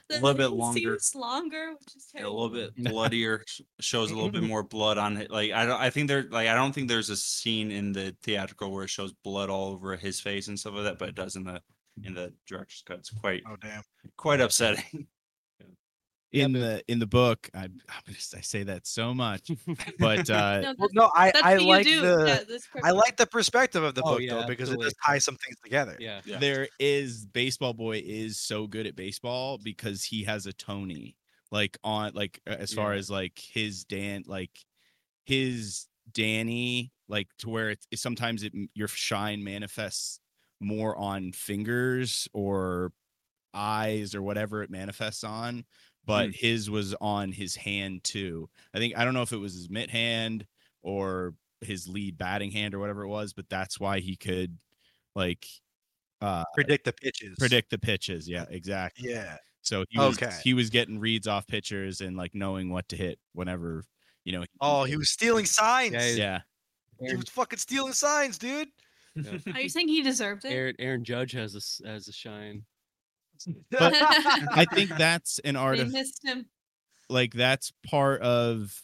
The
little bit
thing
longer.
Seems longer, which is
a
terrible.
little bit bloodier sh- shows a little bit more blood on it like i don't i think there like i don't think there's a scene in the theatrical where it shows blood all over his face and stuff like that but it does in the in the director's cut it's quite
Oh damn.
quite upsetting
in the in the book I, I'm gonna, s- I say that so much but uh
No,
Well,
that's,
no, I
that's
I
what you
like
do.
the
Yeah, that's
I
perfect.
like the perspective of the
Oh,
book
yeah,
though because it
absolutely.
does tie some things together.
yeah.
Yeah.
there is baseball boy is so good at baseball because he has a tony like on like uh, as far
Yeah.
as like his dan like his danny like to where it's, it's sometimes it m- your shine manifests more on fingers or eyes or whatever it manifests on but his was on his hand too i think i don't know if it was his mitt hand or his lead batting hand or whatever it was but that's why he could like uh
Predict the pitches.
predict the pitches. Yeah, exactly.
Yeah.
So he was
Okay.
he was getting reads off pitchers and like knowing what to hit whenever you know. he-
Oh, he was stealing signs.
Yeah,
yeah,
He
Aaron,
was fucking stealing signs, dude.
Are you saying he deserved it?
Aaron, Aaron Judge has a s- has a shine.
I think that's an art
they
of
missed him.
like that's part of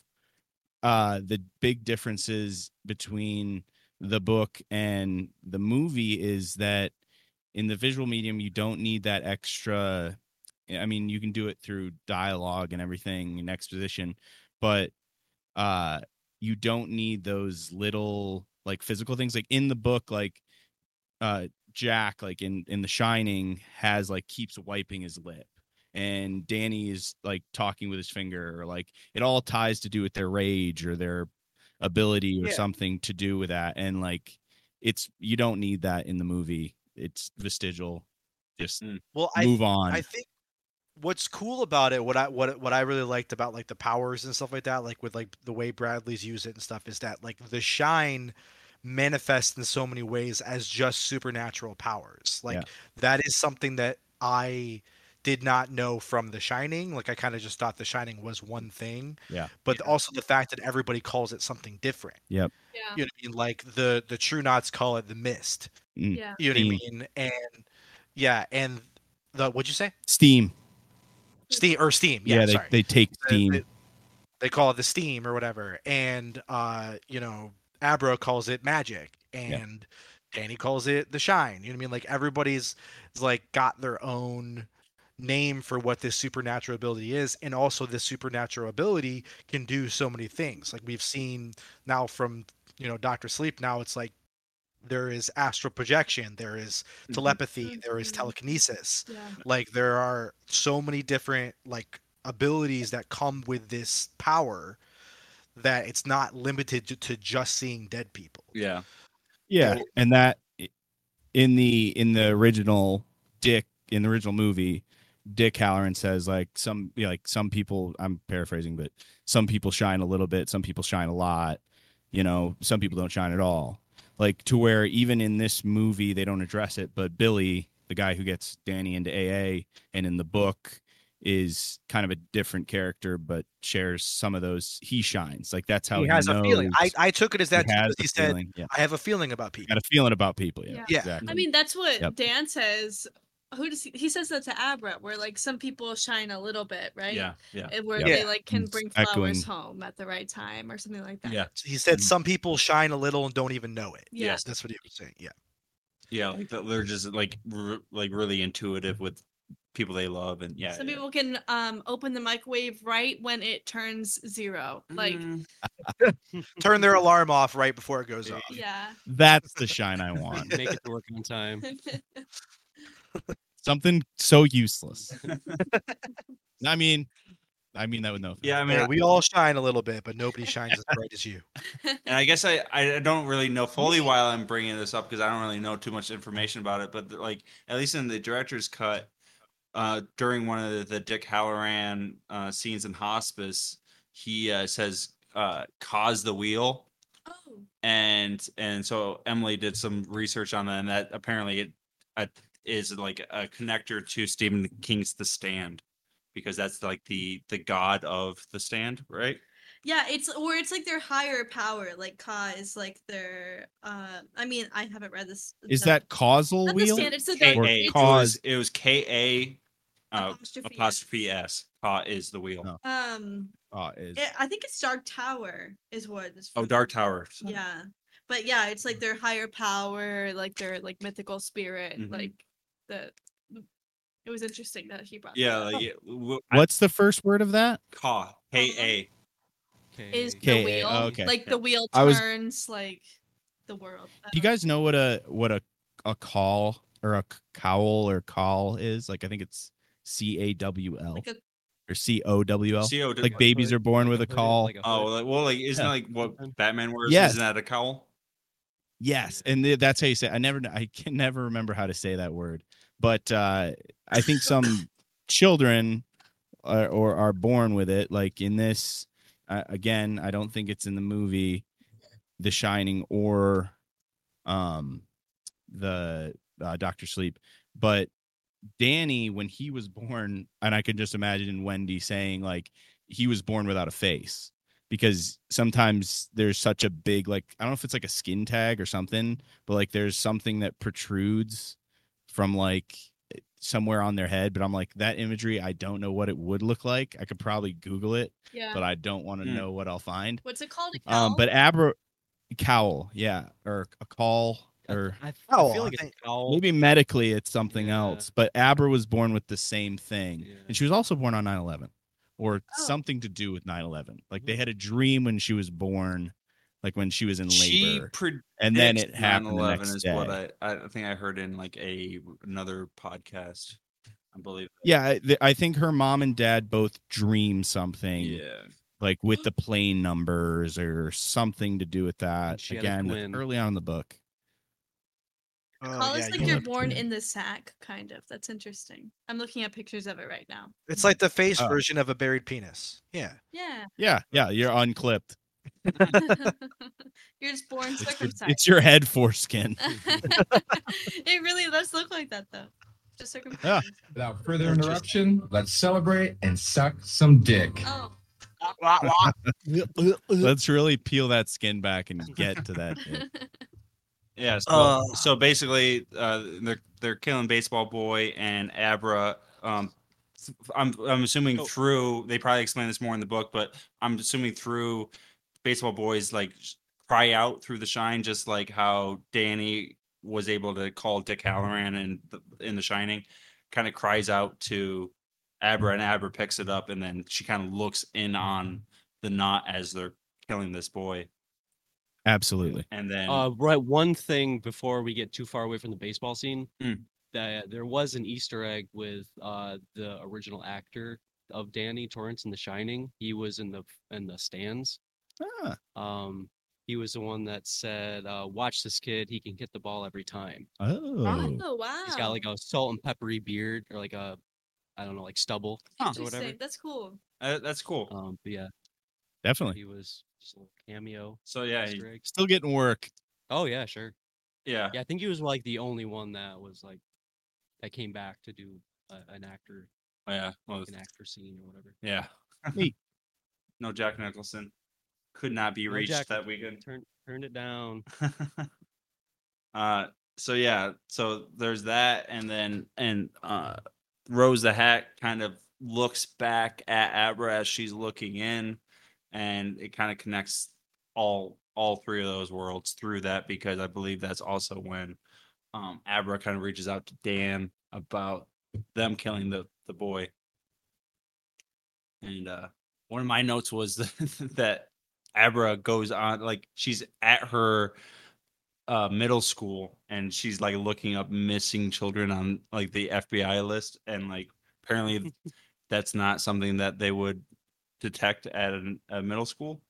uh the big differences between the book and the movie is that in the visual medium you don't need that extra i mean you can do it through dialogue and everything and exposition but uh you don't need those little like physical things like in the book like uh jack like in in the shining has like keeps wiping his lip and Danny is like talking with his finger or like it all ties to do with their rage or their ability or
Yeah.
something to do with that and like it's you don't need that in the movie it's vestigial just
Well, Mm. I
move on
I think what's cool about it, what I what what I really liked about like the powers and stuff like that, like with like the way Bradley's used it and stuff, is that like the shine manifests in so many ways as just supernatural powers. Like
Yeah.
that is something that I did not know from The Shining. Like I kind of just thought The Shining was one thing.
Yeah.
But also the fact that everybody calls it something different.
Yeah.
You know what I mean? Like the the True Knots call it the mist.
Mm.
Yeah.
You know what I
Steam.
mean? And yeah, and the what'd you say?
steam
Steam or Steam.
yeah,
Yeah,
they,
sorry.
they take
The-
steam
They, they call it the Steam or whatever, and uh, you know, Abra calls it magic, and Danny calls it the Shine. You know what I mean? Like everybody's is, like got their own name for what this supernatural ability is and also this supernatural ability can do so many things like we've seen now from you know Doctor Sleep now it's like there is astral projection there is
Mhm.
telepathy there is
Mhm.
telekinesis
Yeah.
like there are so many different like abilities that come with this power that it's not limited to, to just seeing dead people
yeah
Yeah, and that in the in the original Dick in the original movie, Dick Halloran says like some you know, like some people I'm paraphrasing, but some people shine a little bit, some people shine a lot, you know, some people don't shine at all. Like to where even in this movie they don't address it, but Billy, the guy who gets Danny into AA, and in the book is kind of a different character, but shares some of those. He shines like that's how
he has a feeling I,
knows
I took it as
he
that
has
because
the
he said
feeling. Yeah
i have a feeling about people
got a feeling about people. Yeah,
Yeah.
Yeah.
exactly.
I mean, that's what
Yep.
Dan says. Who does he, he says that to Abra, where like some people shine a little bit, right?
yeah yeah
And where
Yep.
they like can
It's
bring
echoing.
flowers home at the right time or something like that.
yeah
he said
Mhm.
some people shine a little and don't even know it
Yeah.
Yes.
that's what he was saying yeah
yeah like that they're just like r- like really intuitive with people they love and yeah
Some
yeah.
people can um open the microwave right when it turns zero. Like,
Mm,
turn their alarm off right before it goes off
yeah.
That's the shine I want.
Make it to work on time.
Something so useless. I mean, I mean that with no. offense.
yeah i mean
yeah, we all shine a little bit but nobody shines as bright as you
and I guess I I don't really know fully why I'm bringing this up because I don't really know too much information about it. But like at least in the director's cut, uh, during one of the, the Dick Halloran uh, scenes in hospice, he uh, says uh, cause the wheel
Oh,
and and so Emily did some research on that, and that apparently it uh, is like a connector to Stephen King's The Stand, because that's like the the god of The Stand, right?
yeah. It's or it's like their higher power, like Ka is like their. Uh, I mean, I haven't read this.
Is
the-
that causal
not the
wheel?
standard? So
K
the,
Or
A
it's-
cause.
It was K A uh,
Apostrophe S.
apostrophe S. Ka is the wheel.
Oh.
um,
Ah, is
it- I think it's Dark Tower is what. It's
Oh,
from.
Dark Tower. Mm-hmm.
Yeah, but yeah, it's like their higher power, like their like mythical spirit,
Mhm.
like the. It was interesting that he brought. that
Yeah,
up.
like, yeah, w-
what's the first word of that?
Ka K A.
is
Okay.
K-A,
the wheel
oh, okay.
like
Yeah.
the wheel
I was-
turns like the world. um, I
Do you
don't-
guys know what a what a a call or a c- cowl or call is? Like I think it's C A W L
like a
or C O W L.
C O.
Like babies are born with a
hood,
call.
like a
Oh,
hood.
like, well, like isn't
Yeah.
like what Batman wears?
Yes.
Isn't that a cowl?
Yes, and th- that's how you say. It. I never, kn- I can never remember how to say that word. But uh, I think some children are, or are born with it. Like in this, uh, again, I don't think it's in the movie, The Shining or um, the uh, Doctor Sleep. But Danny, when he was born, and I can just imagine Wendy saying like he was born without a face because sometimes there's such a big like I don't know if it's like a skin tag or something, but like there's something that protrudes from like somewhere on their head. But I'm like that imagery, I don't know what it would look like. I could probably Google it,
yeah.
but I don't want to
Hmm.
know what I'll find.
What's it called? A
Um,
cowl?
but abra cowl, yeah, or a call, or
I, I
Oh,
feel
I
like it's
think-
cowl.
maybe medically it's something
Yeah.
else. But Abra was born with the same thing,
Yeah.
and she was also born on 9/11, or
Oh.
something to do with 9/11. Like
Mm.
they had a dream when she was born, like when she was in
She
labor,
pre-
and then
It's
it happened the
9/11
next
is
day.
what I, I think I heard in like a another podcast. I believe.
yeah, I, th- I think her mom and dad both dream something,
Yeah.
like with the plane numbers or something to do with that.
she had a
Again,
twin.
that's early on in the book.
Oh,
Call
yeah,
is
you
like you're
looked
born
good.
in the sack, kind of. That's interesting. I'm looking at pictures of it right now.
It's like the face
Oh.
version of a buried penis. Yeah.
Yeah.
Yeah, yeah, you're unclipped.
You're just born
It's your,
circumcised.
it's your head foreskin.
it really does look like that though. Just circumcised.
Without further interruption, let's celebrate and suck some dick.
Oh.
Let's really peel that skin back and get to that. dick.
Yeah. So,
Uh.
so basically, uh, they're they're killing baseball boy and Abra. Um, I'm I'm assuming
Oh.
through they probably explain this more in the book, but I'm assuming through baseball boys like sh- cry out through the shine, just like how Danny was able to call Dick
Mm-hmm.
Halloran and in The Shining, kind of cries out to Abra, and Abra picks it up, and then she kind of looks in on the knot as they're killing this boy,
Absolutely.
and then
Uh, right. One thing before we get too far away from the baseball scene,
Mm.
that there was an Easter egg with uh, the original actor of Danny Torrance in The Shining. He was in the in the stands.
Ah,
Um, he was the one that said, uh, "Watch this kid. He can hit the ball every time."
oh,
Oh wow.
He's got like a salt and peppery beard, or like a, I don't know, like stubble
Huh.
or whatever.
Interesting. That's cool.
uh, that's cool.
Um, but yeah,
definitely.
he was just a little cameo.
So yeah, he-
Easter egg.
Still getting work.
Oh yeah, sure.
yeah,
Yeah, I think he was like the only one that was like that came back to do a, an actor,
Oh, yeah, well,
an actor scene or whatever.
yeah.
Neat.
no, Jack Nicholson could not be
No,
reached
Jack
that weekend.
Turned turned it down.
uh, so yeah, so there's that, and then and uh, Rose the Hat kind of looks back at Abra as she's looking in, and it kind of connects all all three of those worlds through that because I believe that's also when um, Abra kind of reaches out to Dan about them killing the the boy. And uh, one of my notes was that Abra goes on like she's at her uh, middle school and she's like looking up missing children on like the FBI list and like apparently that's not something that they would detect at an, a middle school.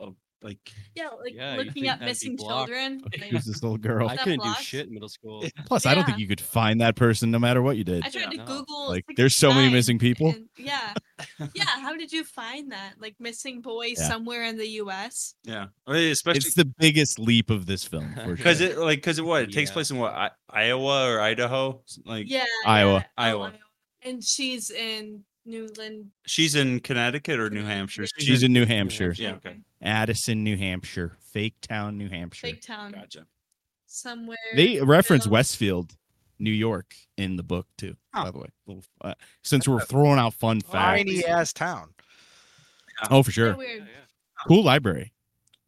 Of, like
Yeah, like
Yeah, you'd
looking
think
at
that'd be
missing
blocked.
children. like-
Who's this little girl?
I
that
couldn't do
floss?
shit in middle school.
Plus, I don't think
Yeah.
you could find that person no matter what you did.
I tried
Yeah.
to
No.
Google.
Like,
six
there's so many
nine,
missing people.
and- yeah, yeah, how did you find that? Like missing boy
Yeah.
somewhere in the U.S.
Yeah, I mean, especially
It's the biggest leap of this film for
because
sure.
it like because it what it takes
Yeah.
place in what I- Iowa or Idaho. Like
Yeah,
Iowa.
yeah, oh,
Iowa.
and she's in Newland.
she's in Connecticut or New Hampshire.
She's in New Hampshire,
Yeah, okay.
Addison, New Hampshire, Fake Town, New Hampshire.
big town,
Gotcha.
somewhere.
They reference
Phil-
Westfield, New York, in the book too.
Huh.
By the way, Little, uh, since we're throwing out fun
Oh,
facts,
Tiny ass town.
oh for
So
sure,
weird.
cool library,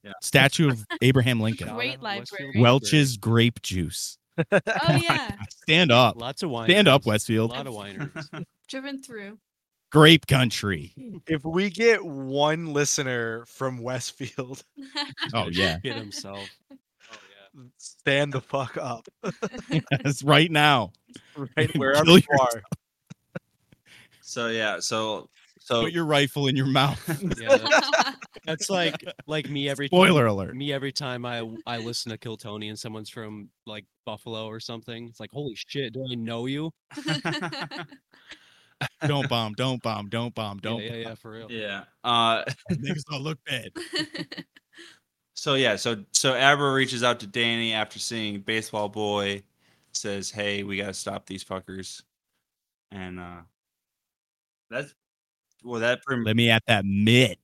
Yeah.
statue of Abraham Lincoln,
Great library.
Welch's grape juice.
Oh yeah,
Stand up,
Lots of wine.
stand up,
A
Westfield,
lot of wineries.
driven through.
grape country.
If we get one listener from Westfield,
Oh yeah,
Get himself. Oh
stand the fuck up.
that's right now.
Right wherever
Kill
you are.
So yeah, so so
Put your rifle in your mouth.
yeah. yeah that's, that's like like me every
Spoiler alert.
me every time I I listen to Kill Tony and someone's from like Buffalo or something. It's like holy shit, do I know you?
Don't bomb. Don't bomb. Don't bomb.
Yeah,
Don't.
yeah,
bomb.
yeah, for real.
yeah. Uh,
Niggas don't look bad.
So yeah, so so Abra reaches out to Danny after seeing Baseball Boy, says, "Hey, we gotta stop these fuckers," and uh that's well, that pretty
Let me at that mitt.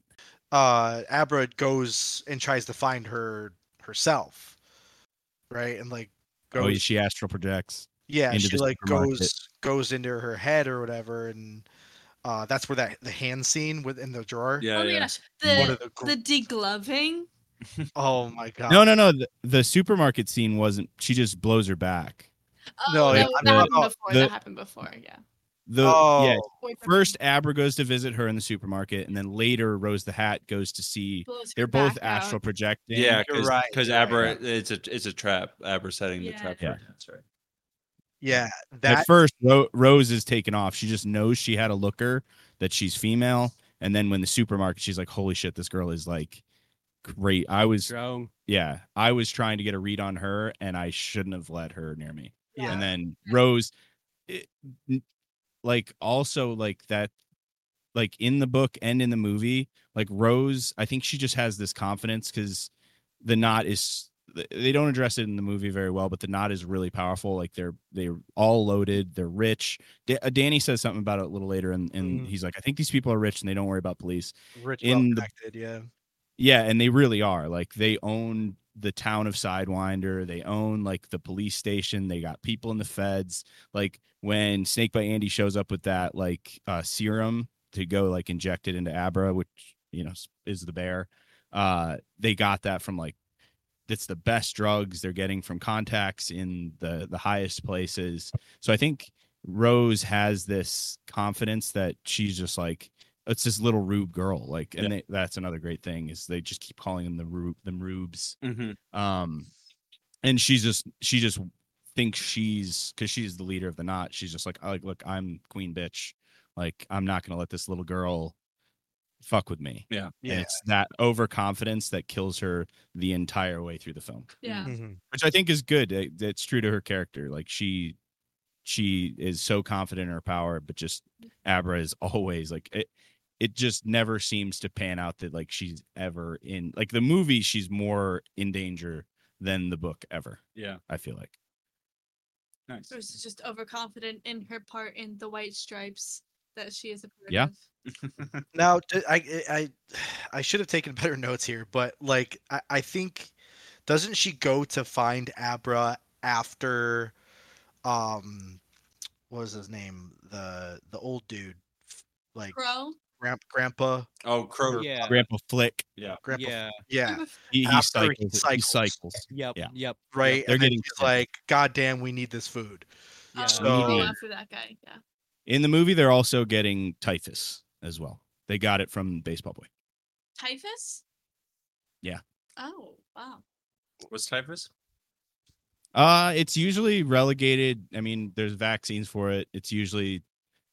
uh Abra goes and tries to find her herself. Right? And like goes
Oh, yeah, she astral projects.
yeah,
into
she
the
like
supermarket.
goes goes into her head or whatever and uh that's where that the hand scene within the drawer.
yeah,
oh my
yeah.
gosh,
One of
the
the, gr-
the degloving.
oh my god.
No, no, no. The, the supermarket scene wasn't. She just blows her back.
Oh,
No,
no,
yeah,
that,
I'm
happened
not-
before.
the-
that happened before. Yeah.
The
oh,
yeah.
Boyfriend
First, Abra goes to visit her in the supermarket, and then later, Rose the Hat goes to see.
blows her
They're both
back out.
astral projecting.
Yeah,
You're
because
right, you're right.
Abra, it's a it's a trap. Abra setting the
Yeah.
trap.
Yeah.
For, that's right.
yeah,
At
that
first, Ro- Rose is taken off. She just knows she had a looker that she's female, and then when the supermarket, she's like, "Holy shit, this girl is like great." I was,
Strong.
yeah, I was trying to get a read on her, and I shouldn't have let her near me.
yeah.
and then Rose, it, n- like also like that, like in the book and in the movie, like Rose, I think she just has this confidence because the knot is th- they don't address it in the movie very well, but the knot is really powerful. Like they're they're all loaded, they're rich. Da- uh, Danny says something about it a little later, and and
Mhm.
he's like, I think these people are rich and they don't worry about police.
rich
in the-
well connected, yeah.
Yeah, and they really are. Like they own the town of Sidewinder. They own like the police station. They got people in the feds. Like when Snake by Andy shows up with that like uh serum to go like inject it into Abra, which you know s- is the bear. Uh they got that from like it's the best drugs they're getting from contacts in the the highest places. So I think Rose has this confidence that she's just like it's this little rube girl like and they, that's another great thing is they just keep calling them the rube them rubes
Mm-hmm.
um and she's just she just thinks she's because she's the leader of the knot she's just like "I- like look i'm queen bitch like i'm not gonna let this little girl fuck with me
Yeah.
and
Yeah.
it's that overconfidence that kills her the entire way through the film
Yeah.
Mhm.
which I think is good. It- It's true to her character. Like she, she is so confident in her power, but just Abra is always like it. It just never seems to pan out that like she's ever in like the movie. She's more in danger than the book ever.
Yeah.
I feel like.
Nice.
Rose is just overconfident in her part in the white stripes that she is a part
Yeah.
of.
Now, d- I, eh, I, I should have taken better notes here, but like, I, I think, doesn't she go to find Abra after, um, what was his name? The the old dude, f- like
Crow.
grand, grandpa,
Oh, Kroger.
Yeah.
Grandpa Flick,
grandpa.
Yeah.
Mm-hmm.
yeah,
he, he
After
cycles.
he
He
cycles.
cycles.
Yep.
Yeah.
Yep.
right.
they're
and then
getting
she's
killed.
like, God damn, we need this food.
Yeah.
So-
oh,
Medium.
after that guy. Yeah.
In the movie, they're also getting typhus as well. They got it from Baseball Boy.
Typhus?
Yeah.
Oh, wow.
What's typhus?
Uh, it's usually relegated. I mean, there's vaccines for it. It's usually,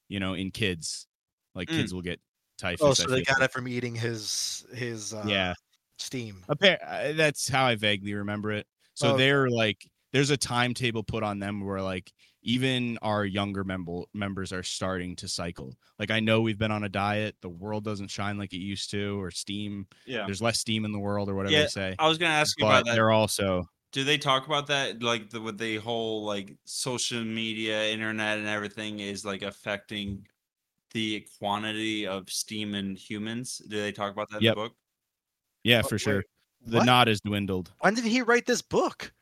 you know, in kids, like
Mm.
kids will get typhus.
Oh,
I
so they
feel
got
like.
it from eating his his uh,
Yeah,
steam.
Appar- uh, that's how I vaguely remember it. So
Oh, Okay.
they're like, there's a timetable put on them where like even our younger member members are starting to cycle. Like I know we've been on a diet, the world doesn't shine like it used to, or steam.
Yeah.
There's less steam in the world, or whatever
Yeah,
they say.
I was gonna ask you
But
about that.
they're also
Do they talk about that, like the, with the whole like social media, internet, and everything is like affecting the quantity of steam in humans? Do they talk about that
Yep.
in the book?
yeah,
Oh,
for
wait,
sure. The
what?
knot is dwindled.
When did he write this book?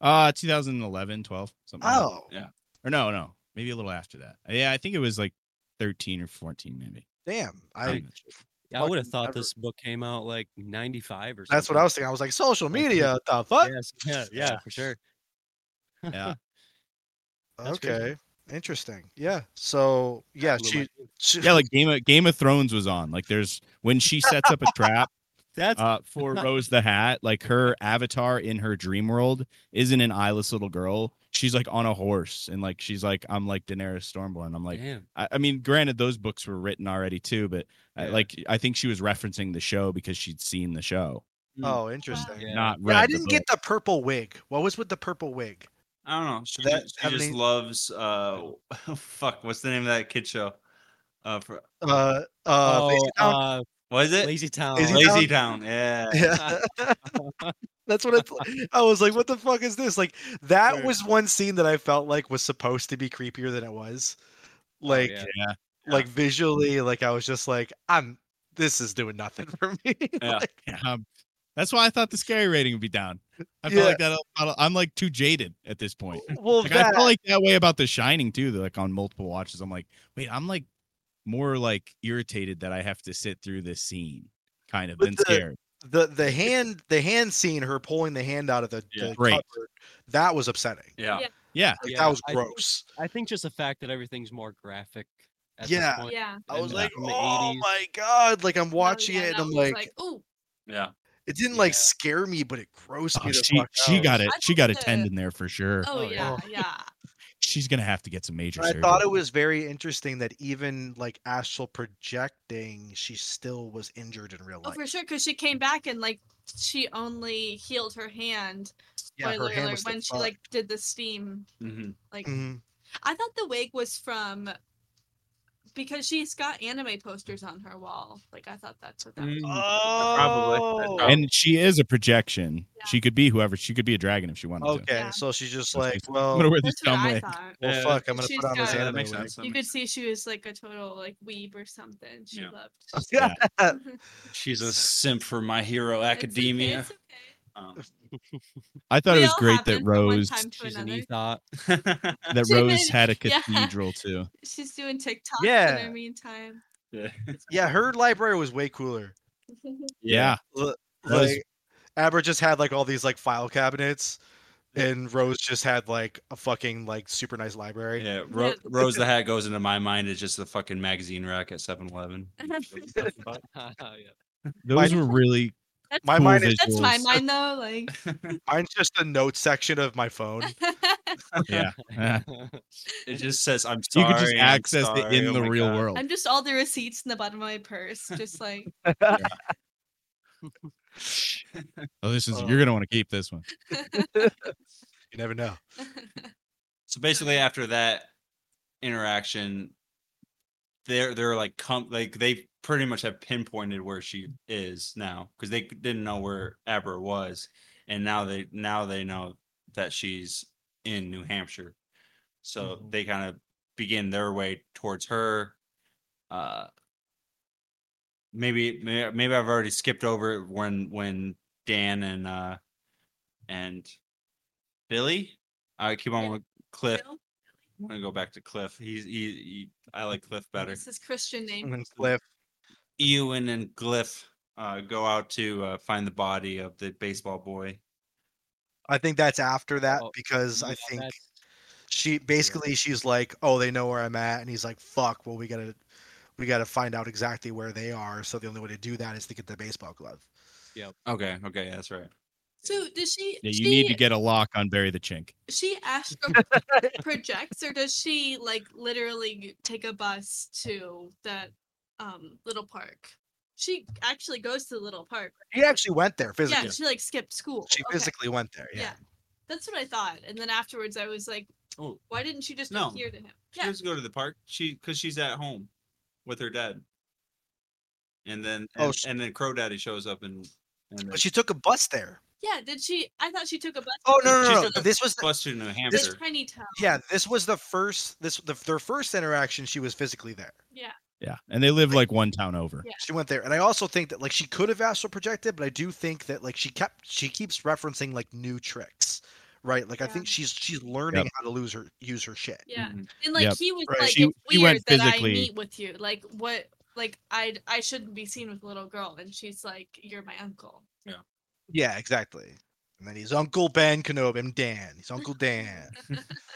Uh 2011, 12, something. like that.
Oh,
Yeah.
Or no, no. Maybe a little after that. Yeah, I think it was like 13 or 14 maybe.
damn. I
Something like that.
Yeah, I would have
fucking
thought
never-
this book came out like 95 or something.
that's what I was thinking. I was like, social
Like,
media, the fuck?
Yes, yeah, yeah, for sure.
Yeah.
that's
okay.
crazy.
Interesting. Yeah. So yeah, she, she
yeah, like Game of Game of Thrones was on. Like there's when she sets up a trap
that's
uh, for Rose the Hat, like her avatar in her dream world isn't an eyeless little girl. She's like on a horse and like she's like I'm like Daenerys Stormborn. I'm like
damn.
I, I mean, granted those books were written already too, but I,
Yeah.
like I think she was referencing the show because she'd seen the show,
Oh, interesting.
Yeah.
not
Yeah,
read
I
the
didn't get
book.
the purple wig. What was with the purple wig?
I don't know. She,
that
just, she
have
just
any-
loves uh fuck, what's the name of that kid show? Uh for,
Uh, uh,
oh,
Lazy Town?
uh,
what is it?
Lazy Town.
Lazy
Lazy
Town?
Town. Yeah.
Yeah. That's what it's. li- I was like, what the fuck is this? Like, that
Dude.
was one scene that I felt like was supposed to be creepier than it was. Like,
yeah.
Yeah.
like visually, like I was just like, I'm. This is doing nothing for me.
Yeah.
Like,
Um, that's why I thought the scary rating would be down.
Yeah.
I feel like that. I'm like too jaded at this point.
well,
Like I
that.
feel like that way about The Shining too. that, Like on multiple watches, I'm like, wait, I'm like more like irritated that I have to sit through this scene, kind of
But
than
the-
scared.
the the hand the hand scene her pulling the hand out of the,
Yeah.
the
Great.
cupboard, that was upsetting
Yeah.
Yeah.
Yeah,
like,
Yeah,
that was
I think-
gross
I think just the fact that everything's more graphic. At
Yeah.
This point.
Yeah.
i
than
was
the-
like
from the
oh
80s.
my god like i'm
No,
watching
yeah,
it and
that
i'm
was
like,
oh,
Yeah.
it didn't like
Yeah.
scare me but it grossed
Oh,
me the
she
fuck
she
out.
got it.
I
She
think
got a
the-
tendon there for sure.
oh
Oh,
yeah,
yeah.
yeah.
She's gonna have to get some major
And I
surgery.
thought it was very interesting that even like astral projecting, she still was injured in real
Oh,
life.
for sure, because she came back and like she only healed her hand.
Yeah, her
spoiler
hand
alert,
was still
when she
fucked.
like did the steam.
hmm
Like
Mhm.
I thought the wig was from because she's got anime posters on her wall. Like I thought that's what that
Mm,
was.
Oh,
probably.
and she is a projection.
Yeah.
She could be whoever. She could be a dragon if she wanted
okay.
to.
Yeah.
So she's just
That's
like,
basically- I'm
well,
gonna wear this
That's what
dumb
I
wig.
thought.
well,
Yeah,
fuck, I'm gonna
she's
put on
got-
this
Yeah, that
anime.
makes
wig.
sense.
You could see she was like a total like weeb or something. She
Yeah.
loved.
Yeah.
She's a simp for my hero academia.
It's okay,
Um,
I thought
We
it was
all
great
have them
that
from one
Rose
time to
She's an
another.
ethot.
Oh.
that
She
Rose
was-
had a
yeah.
cathedral too.
She's doing TikTok in
Yeah.
the meantime.
yeah.
Yeah, her library was way cooler.
Yeah.
L-
That was-
Like, Aber just had like all these like file cabinets, and Rose just had like a fucking like super nice library.
Yeah, Ro-
Yeah.
Rose the Hat goes into my mind as just the fucking magazine rack at 7-Eleven.
yeah.
Those
My-
were really
That's
My
cool
mind is
That's
visuals.
my mind though. Like
mine's just the notes section of my phone.
Yeah. Uh,
It just says, "I'm
you
sorry."
could just
I'm
access it
sorry,
in
oh
the
my
real
God."
world.
I'm just all the receipts in the bottom of my purse, just like
Oh, this is
Oh.
you're gonna want to keep this one.
You never know.
So basically, after that interaction, they're they're like come like they pretty much have pinpointed where she is now because they didn't know where Abra was, and now they now they know that she's in New Hampshire, so
Mhm.
they kind of begin their way towards her. Uh, maybe may- maybe I've already skipped over it when when Dan and uh and Billy, I keep on with Cliff.
Bill?
I'm gonna go back to Cliff. He's he, he I like Cliff better.
This is Christian name.
And then Cliff.
Ewan and Cliff uh, go out to uh, find the body of the baseball boy.
I think that's after that
Oh,
because I
Yeah,
think
that's-
she basically she's like, "Oh, they know where I'm at," and he's like, "Fuck, well we gotta, we gotta find out exactly where they are." So the only way to do that is to get the baseball glove.
Okay, okay, that's right.
So does she?
Yeah,
she,
you need to get a lock on Barry the Chink.
She astral projects, or does she like literally take a bus to that um little park? She actually goes to the little park.
He actually went there
Yeah,
physically.
she like skipped school.
She
Okay.
physically went there. Yeah.
Yeah. That's what I thought. And then afterwards, I was like,
Oh.
why didn't you just
No.
adhere to him?
She
Yeah.
doesn't go to the park. She because she's at home with her dad. And then and,
Oh, sh-
and then Crow Daddy shows up and, and
But she took a bus there.
Yeah. Did she? I thought she took a bus.
Oh no,
She
no, no!
took
no.
a
This was
bus to New
This
Hampshire.
tiny town.
yeah. This was the first. This the, their first interaction. She was physically there.
Yeah.
Yeah, and they live like one town over.
Yeah.
She went there, and I also think that like she could have astral projected, but I do think that like she kept she keeps referencing like new tricks, right? Like I
Yeah.
think she's she's learning how to lose her use her shit.
Yeah.
Mhm.
And like
Yep.
he was
Right.
like,
She-
it's
she
weird
went
that
physically-
I meet with you. Like what? Like I I shouldn't be seen with a little girl. And she's like, you're my uncle.
Yeah, exactly. And then he's Uncle Ben Kenobi, and Dan. He's Uncle Dan.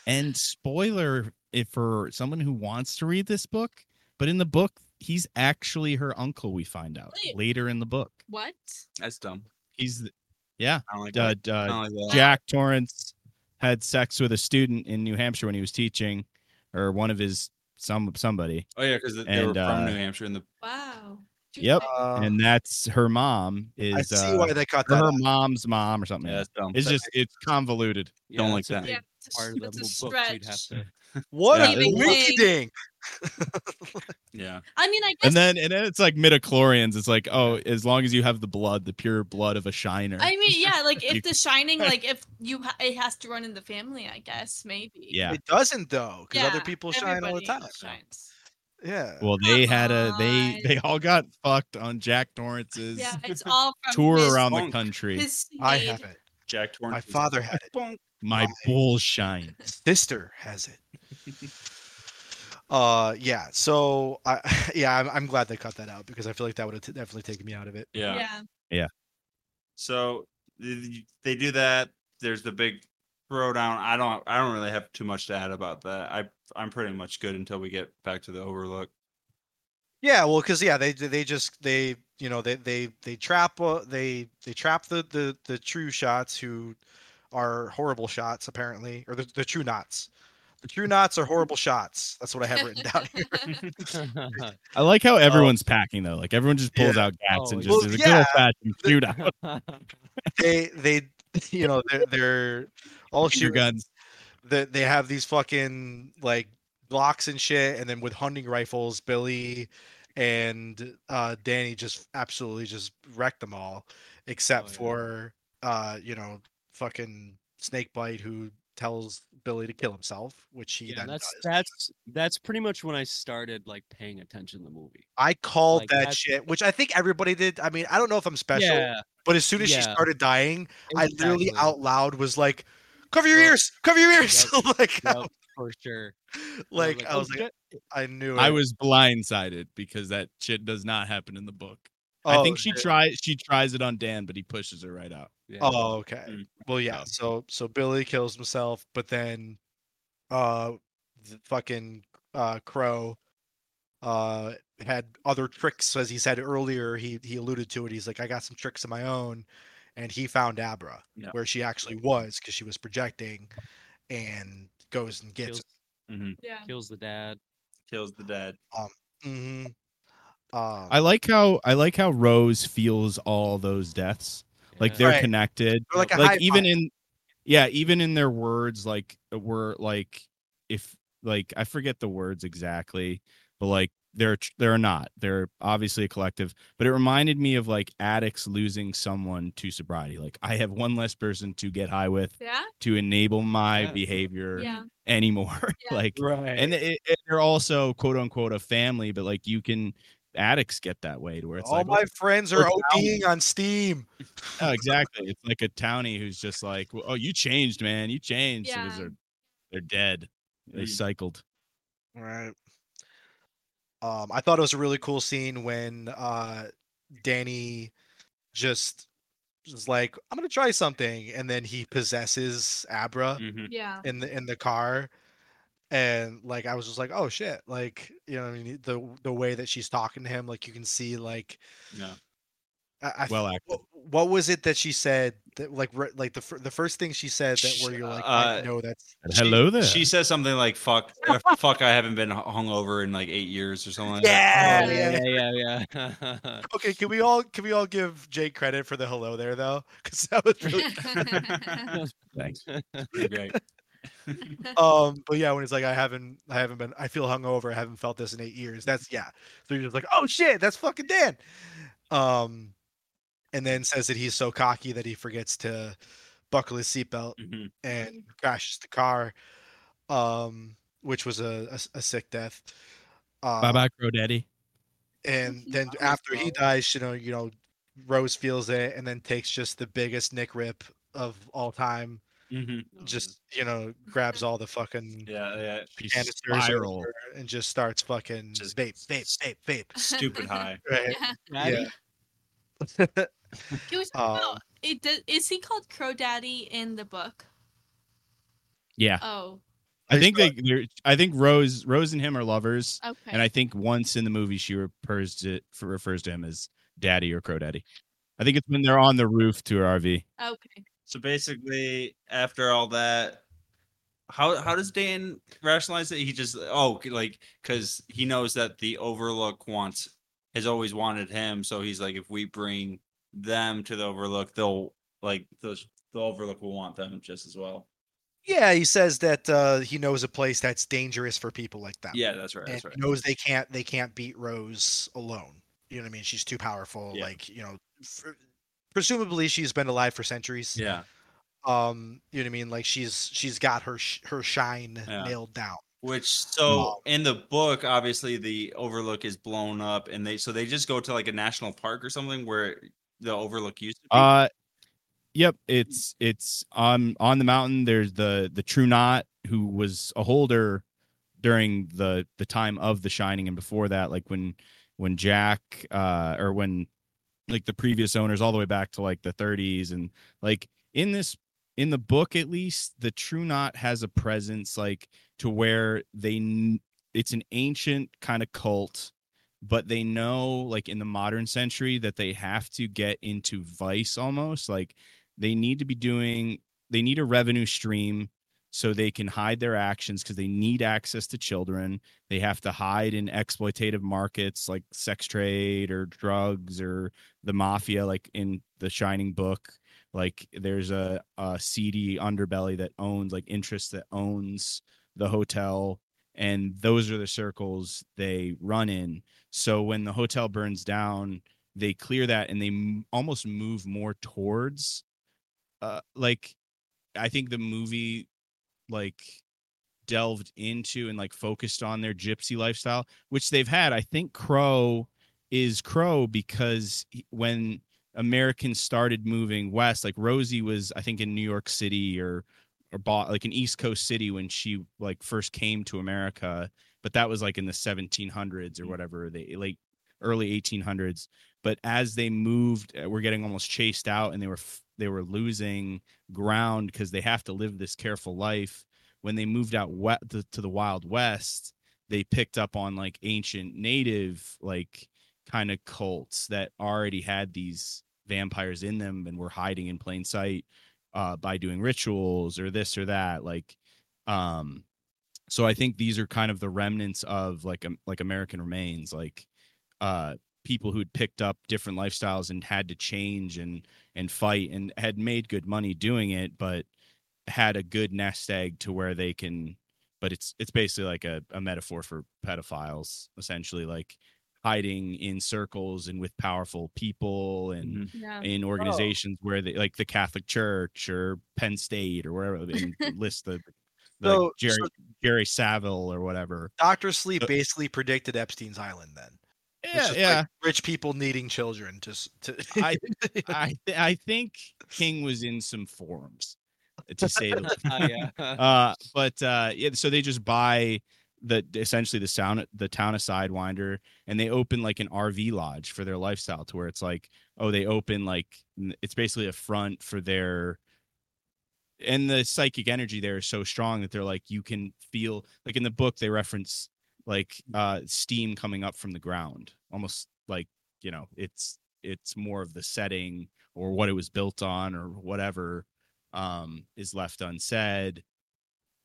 And spoiler if for someone who wants to read this book, but in the book, he's actually her uncle. We find out
Wait.
later in the book.
What?
That's dumb.
He's the- yeah,
I don't like
uh,
that.
uh,
I don't like that.
Jack Torrance had sex with a student in New Hampshire when he was teaching, or one of his some somebody,
Oh yeah, because they were
and,
from
uh,
New Hampshire in the
Wow.
Yep.
Uh,
and that's her mom
I
is
see
uh,
why they cut
or
that.
her
out.
mom's mom or something.
yeah,
like
that's dumb.
that. It's just it's convoluted.
Yeah,
Don't like
that's a
that.
big
Yeah. It's a,
Part of the
it's a
whole book, so you'd have
stretch.
to.
What
Yeah.
a
Leaving
winky
thing.
ding!
yeah.
I mean, I guess.
And then and then it's like midichlorians. It's like, oh, as long as you have the blood, the pure blood of a shiner.
I mean, yeah, like
You-
if The Shining, like if you, ha- it has to run in the family, I guess maybe.
yeah.
It doesn't though, because other
Yeah,
people shine all the
everybody
time.
shines.
Yeah.
Well, they had a they
on.
they all got fucked on Jack Torrance's
Yeah, it's all from
tour
his-
around the
funk.
country.
His
I
seed.
have it.
Jack Torrance.
My
is-
father had it.
Bonk.
My
my-
bull shine.
Sister has it. Uh yeah, so I yeah I'm, I'm glad they cut that out because I feel like that would have definitely taken me out of it.
Yeah.
Yeah.
So th- they do that. There's the big throwdown. I don't. I don't really have too much to add about that. I I'm pretty much good until we get back to the Overlook.
Yeah, well, because yeah, they they just they you know they they they trap uh, they they trap the the the true shots who are horrible shots apparently or the, the true knots. The true knots are horrible shots. That's what I have written down here.
I like how everyone's packing though. Like everyone just pulls out gats
Oh,
and just
yeah.
Well,
is a
yeah.
good old fashioned shootout.
They they you know they're they're all
Finger
shooting
guns.
that they have these fucking like blocks and shit, and then with hunting rifles, Billy and uh, Danny just absolutely just wrecked them all, except
Oh, yeah.
for uh, you know fucking Snakebite who tells Billy to kill himself, which he
yeah,
then
that's
does.
that's that's pretty much when I started like paying attention to the movie.
I called
like,
that
that's-
shit, which I think everybody did. I mean, I don't know if I'm special,
Yeah,
but as soon as she
yeah,
started dying, I literally
exactly.
out loud was like, "Cover your
Yup.
ears, cover your ears!"
Yup.
like, I-
Yep, for sure. And
like I
oh,
was like,
shit.
I knew it.
I was blindsided because that shit does not happen in the book. I
Oh,
think she tries she tries it on Dan, but he pushes her right out.
Yeah.
Oh, okay.
Mm.
Well, yeah.
Yeah.
So so Billy kills himself, but then, uh, the fucking uh Crow, uh, had other tricks. So as he said earlier, he he alluded to it. He's like, I got some tricks of my own, and he found Abra
Yeah.
where she actually was because she was projecting, and goes and gets.
kills,
Yeah.
kills the dad.
Kills the dad.
Her. hmm Um,
I like how I like how Rose feels all those deaths. Like
yeah.
they're
Right.
connected.
They're like a high
like even in yeah even in their words like were like if like i forget the words exactly but like they're tr- they're not they're obviously a collective but it reminded me of like addicts losing someone to sobriety like i have one less person to get high with
Yeah.
to enable my
Yeah.
behavior
Yeah.
anymore
Yeah.
like
right.
and it, it- they're also quote unquote a family but like you can addicts get that way to where it's
all
like
my friends are
we're
ODing on Steam.
Oh, exactly. It's like a townie who's just like, "Well, "Oh, you changed, man. You changed."
Yeah.
Because they're they're dead. They
Mm.
cycled.
Right. Um, I thought it was a really cool scene when uh Danny just was like, I'm gonna try something, and then he possesses Abra
hmm
Yeah.
Mm-hmm.
in the in the car. And like I was just like, oh shit. Like, you know, what I mean the the way that she's talking to him, like you can see like
Yeah.
I, I
Well acted.
what, what was it that she said that like re- like the fir- the first thing she said that where
Sh-
you're like
uh,
I know that's
She-
Hello there.
She says something like "fuck, uh, fuck." I haven't been hungover in like eight years or something. Like
yeah,
Oh,
yeah, yeah.
yeah, yeah. yeah.
Okay, can we all can we all give Jake credit for the hello there though? Because that was really
that.
Thanks.
Pretty great.
um. But yeah, when it's like I haven't I haven't been I feel hungover I haven't felt this in eight years. That's yeah. So you're just like oh shit that's fucking Dan. Um, and then says that he's so cocky that he forgets to buckle his seatbelt
Mhm.
and crashes the car, um, which was a, a s- a sick death. Uh,
Bye bye, Crow Daddy.
And then
That was
after he
solid.
dies, you know, you know, Rose feels it and then takes just the biggest Nick rip of all time.
Mhm.
Just you know, grabs all the fucking
Yeah, yeah.
She
canisters or
spiral.
whatever and just starts fucking
Just-
vape, vape, vape, vape.
Stupid high.
Right?
Daddy.
Yeah.
He was
Um,
about, it does, is he called Crow Daddy in the book?
Yeah,
Oh,
I think they. they're- I think Rose, Rose and him are lovers,
okay.
and I think once in the movie she refers to refers to him as Daddy or Crow Daddy. I think it's when they're on the roof to her RV.
okay.
So basically, after all that, how how does Dan rationalize it? He just oh like because he knows that the Overlook wants has always wanted him, so he's like, if we bring them to the Overlook, they'll like those the Overlook will want them just as well.
yeah, he says that uh, he knows a place that's dangerous for people like that.
Yeah, that's right.
and
That's right.
knows they can't they can't beat Rose alone. You know what I mean? She's too powerful.
Yeah.
Like you know, f- presumably she's been alive for centuries.
Yeah.
Um, you know what I mean? Like she's she's got her sh- her shine
Yeah.
nailed down.
Which so in the book, obviously the Overlook is blown up, and they so they just go to like a national park or something where the Overlook used to be.
Uh, yep. It's it's on on the mountain. There's the the True Knot who was a holder during the the time of The Shining and before that, like when when Jack uh or when like the previous owners all the way back to like the 30s and like in this in the book at least the True Knot has a presence like to where they kn- it's an ancient kind of cult but they know like in the modern century that they have to get into vice almost like they need to be doing they need a revenue stream so they can hide their actions because they need access to children they have to hide in exploitative markets like sex trade or drugs or the mafia like in the shining book like there's a, a seedy underbelly that owns like interests that owns the hotel and those are the circles they run in so when the hotel burns down, they clear that and they m- almost move more towards, uh, like I think the movie, like delved into and like focused on their gypsy lifestyle, which they've had. I think Crow is Crow because he- when Americans started moving west, like Rosie was, I think, in New York City or or bought like an East Coast city when she like first came to America but that was like in the 1700s or whatever they like early 1800s but as they moved uh, were getting almost chased out and they were f- they were losing ground because they have to live this careful life when they moved out wet to, to the wild west they picked up on like ancient native like kind of cults that already had these vampires in them and were hiding in plain sight uh by doing rituals or this or that like um so i think these are kind of the remnants of like um, like american remains like uh people who'd picked up different lifestyles and had to change and and fight and had made good money doing it but had a good nest egg to where they can but it's it's basically like a, a metaphor for pedophiles essentially like hiding in circles and with powerful people and
Mhm.
Yeah.
in organizations where they like the Catholic Church or Penn State or wherever and list the the,
So-
like Jerry
so-
Jerry Saville or whatever.
Doctor Sleep
Uh,
basically predicted Epstein's Island then. which is, like, rich people needing children just to.
I I th- I think King was in some forums to say the least.
Ah, yeah.
Uh, but uh, yeah, so they just buy the essentially the sound the town of Sidewinder, and they open like an RV lodge for their lifestyle, to where it's like, oh, they open like n- it's basically a front for their. And the psychic energy there is so strong that they're like you can feel like in the book they reference like uh steam coming up from the ground, almost like you know it's it's more of the setting or what it was built on or whatever um, is left unsaid.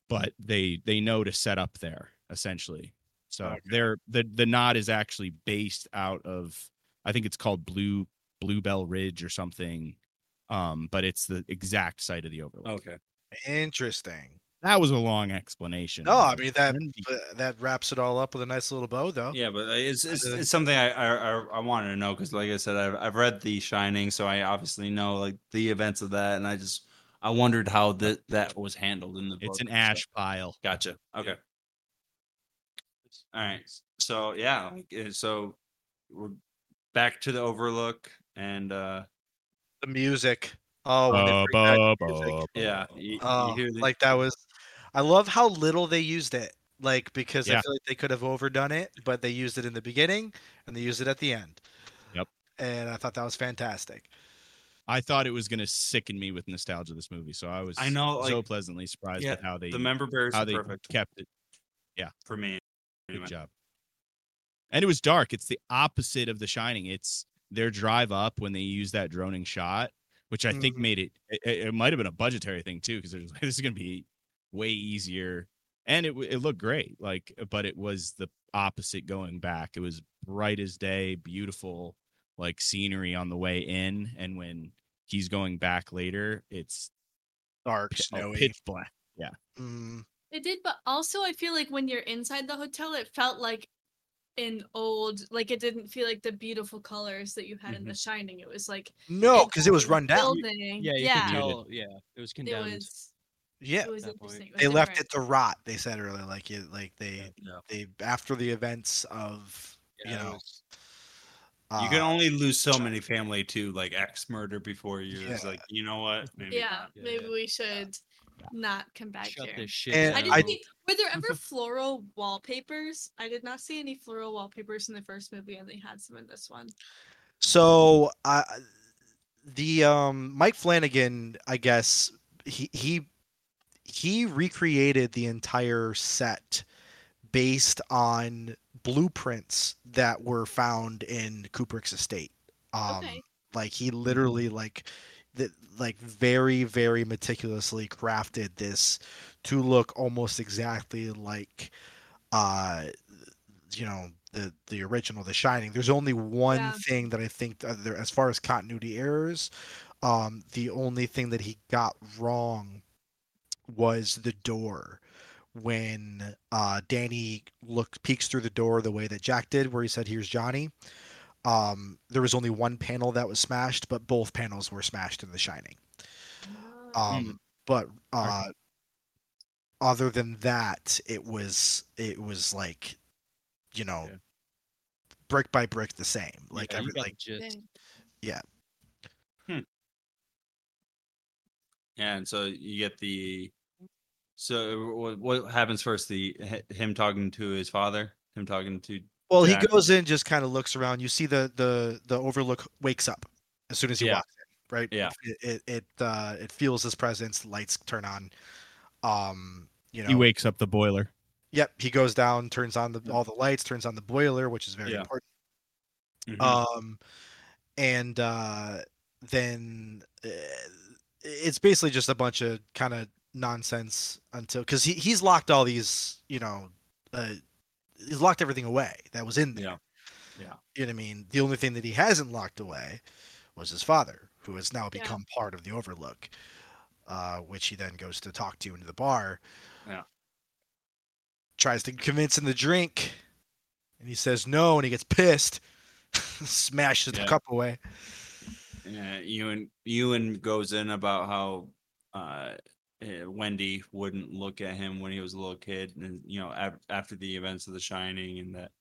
But they they know to set up there essentially. So they're the the knot is actually based out of I think it's called Blue Bluebell Ridge or something. Um, but it's the exact site of the overlook.
Okay.
Interesting.
That was a long explanation.
No, I mean that uh,
Then the-
that wraps it all up with a nice little bow, though.
Yeah, but it's it's,
Uh,
it's something I I, I- I wanted to know because, like I said, I've I've read The Shining, so I obviously know like the events of that, and I just I wondered how that that was handled in the.
it's
book
an
and
ash
stuff.
pile.
Gotcha. Okay. All right. So yeah, like, uh, so we're back to the Overlook, and uh
The music. Oh, when they
Ba,
bring back
ba,
the music.
ba, ba.
yeah, you, you
Oh,
hear the-
like that was. I love how little they used it. Like because I
Yeah.
feel like they could have overdone it, but they used it in the beginning and they used it at the end.
Yep.
And I thought that was fantastic.
I thought it was gonna sicken me with nostalgia. This movie, so I was
I know,
so
like,
pleasantly surprised
yeah,
with how they
the member bears
how
are
they
perfect
kept it.
for me. pretty
Good
much.
job. And it was dark. It's the opposite of The Shining. It's their drive up when they use that droning shot, which I think
Mm-hmm.
Mhm.
made it. It, it might have been a budgetary thing too, because they're just like, this is going to be way easier. And it w- it looked great, like, but it was the opposite going back. It was bright as day, beautiful, like scenery on the way in, and when he's going back later, it's
Dark,
pitch,
snowy.
pitch black.
Mm,
It did, but also I feel like when you're inside the hotel, it felt like an old, like it didn't feel like the beautiful colors that you had
Mm-hmm.
in The Shining. It was like
no,
an
because it was
old
run down.
Building.
Yeah, you
yeah,
Could tell, yeah, it was
it
condemned.
was.
Yeah.
It was
that point.
interesting.
They left it
different.
to rot. They said earlier, like it, like they,
Yeah.
they after the events of,
Yeah,
you
it
know,
was-
You can
uh,
only lose so many family to like ex murder before you're just
Yeah.
like, you know what? Maybe
Yeah,
not.
Yeah,
maybe
yeah.
we should not come back
shut
here.
this shit
And
I
down.
didn't see. Were there ever floral wallpapers? I did not see any floral wallpapers in the first movie, and they had some in this one.
So uh, the um, Mike Flanagan, I guess he he he recreated the entire set based on blueprints that were found in Kubrick's estate. Um,
Okay.
Like he literally like the, like very very meticulously crafted this to look almost exactly like uh you know the the original the shining there's only one
Yeah.
thing that i think th- there as far as continuity errors um the only thing that he got wrong was the door when uh danny look peeks through the door the way that jack did where he said here's johnny um there was only one panel that was smashed but both panels were smashed in the shining um but uh other than that it was it was like you know
Yeah.
brick by brick the same like
Yeah, you
every
got the
like
gist.
Dang.
Yeah, and so you get the so what, what happens first? The hi- him talking to his father, him talking to
well he
Jack-
goes in just kind of looks around you see the the the overlook wakes up as soon as he
Yeah.
walks in right
Yeah.
it it it, uh, it feels his presence lights turn on um you know
He wakes up the boiler.
yep he goes down turns on the all the lights turns on the boiler which is very
Yeah.
important
Mhm.
um and uh then uh, it's basically just a bunch of kind of nonsense until because he, he's locked all these you know uh he's locked everything away that was in there
Yeah. Yeah.
you know what i mean the only thing that he hasn't locked away was his father who has now
Yeah.
become part of the overlook uh which he then goes to talk to in the bar
Yeah.
tries to convince him to drink and he says no and he gets pissed smashes
Yeah.
the cup away
Yeah, uh, Ewan Ewan goes in about how uh, eh, Wendy wouldn't look at him when he was a little kid, and you know af- after the events of The Shining, and that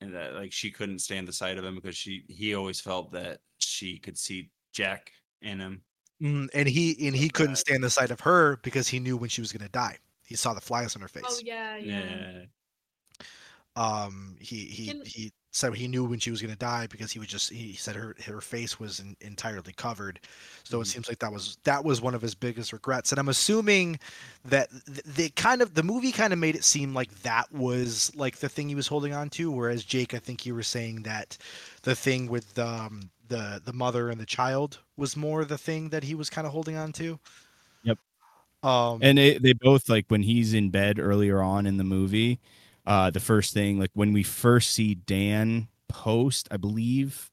and that like she couldn't stand the sight of him because she he always felt that she could see Jack in him.
Mm, and he and he
Love
couldn't
that.
stand the sight of her because he knew when she was going to die. He
Uh,
saw the flies on her face.
Oh yeah, yeah.
Yeah,
Um, he he
Can-
he so he knew when she was going to die because he was just he said her her face was en- entirely covered so
Mm-hmm.
it seems like that was that was one of his biggest regrets and i'm assuming that th- they kind of the movie kind of made it seem like that was like the thing he was holding on to whereas jake i think you were saying that the thing with um the the mother and the child was more the thing that he was kind of holding on to
Yep.
um
and they, they both like when he's in bed earlier on in the movie uh the first thing like when we first see dan post i believe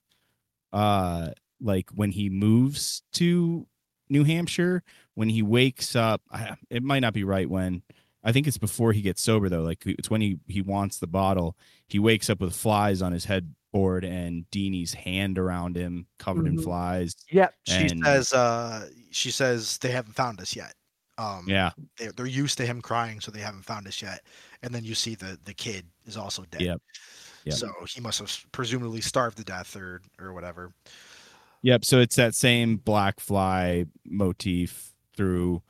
uh like when he moves to new hampshire when he wakes up I, it might not be right when i think it's before he gets sober though like it's when he he wants the bottle he wakes up with flies on his headboard and deanie's hand around him covered in
Mhm.
flies
Yep. She
And-
says uh she says they haven't found us yet. Um
yeah
they're, they're used to him crying, so they haven't found us yet. And then you see the the kid is also dead.
Yep. Yep.
So he must have presumably starved to death or or whatever.
Yep. So it's that same black fly motif through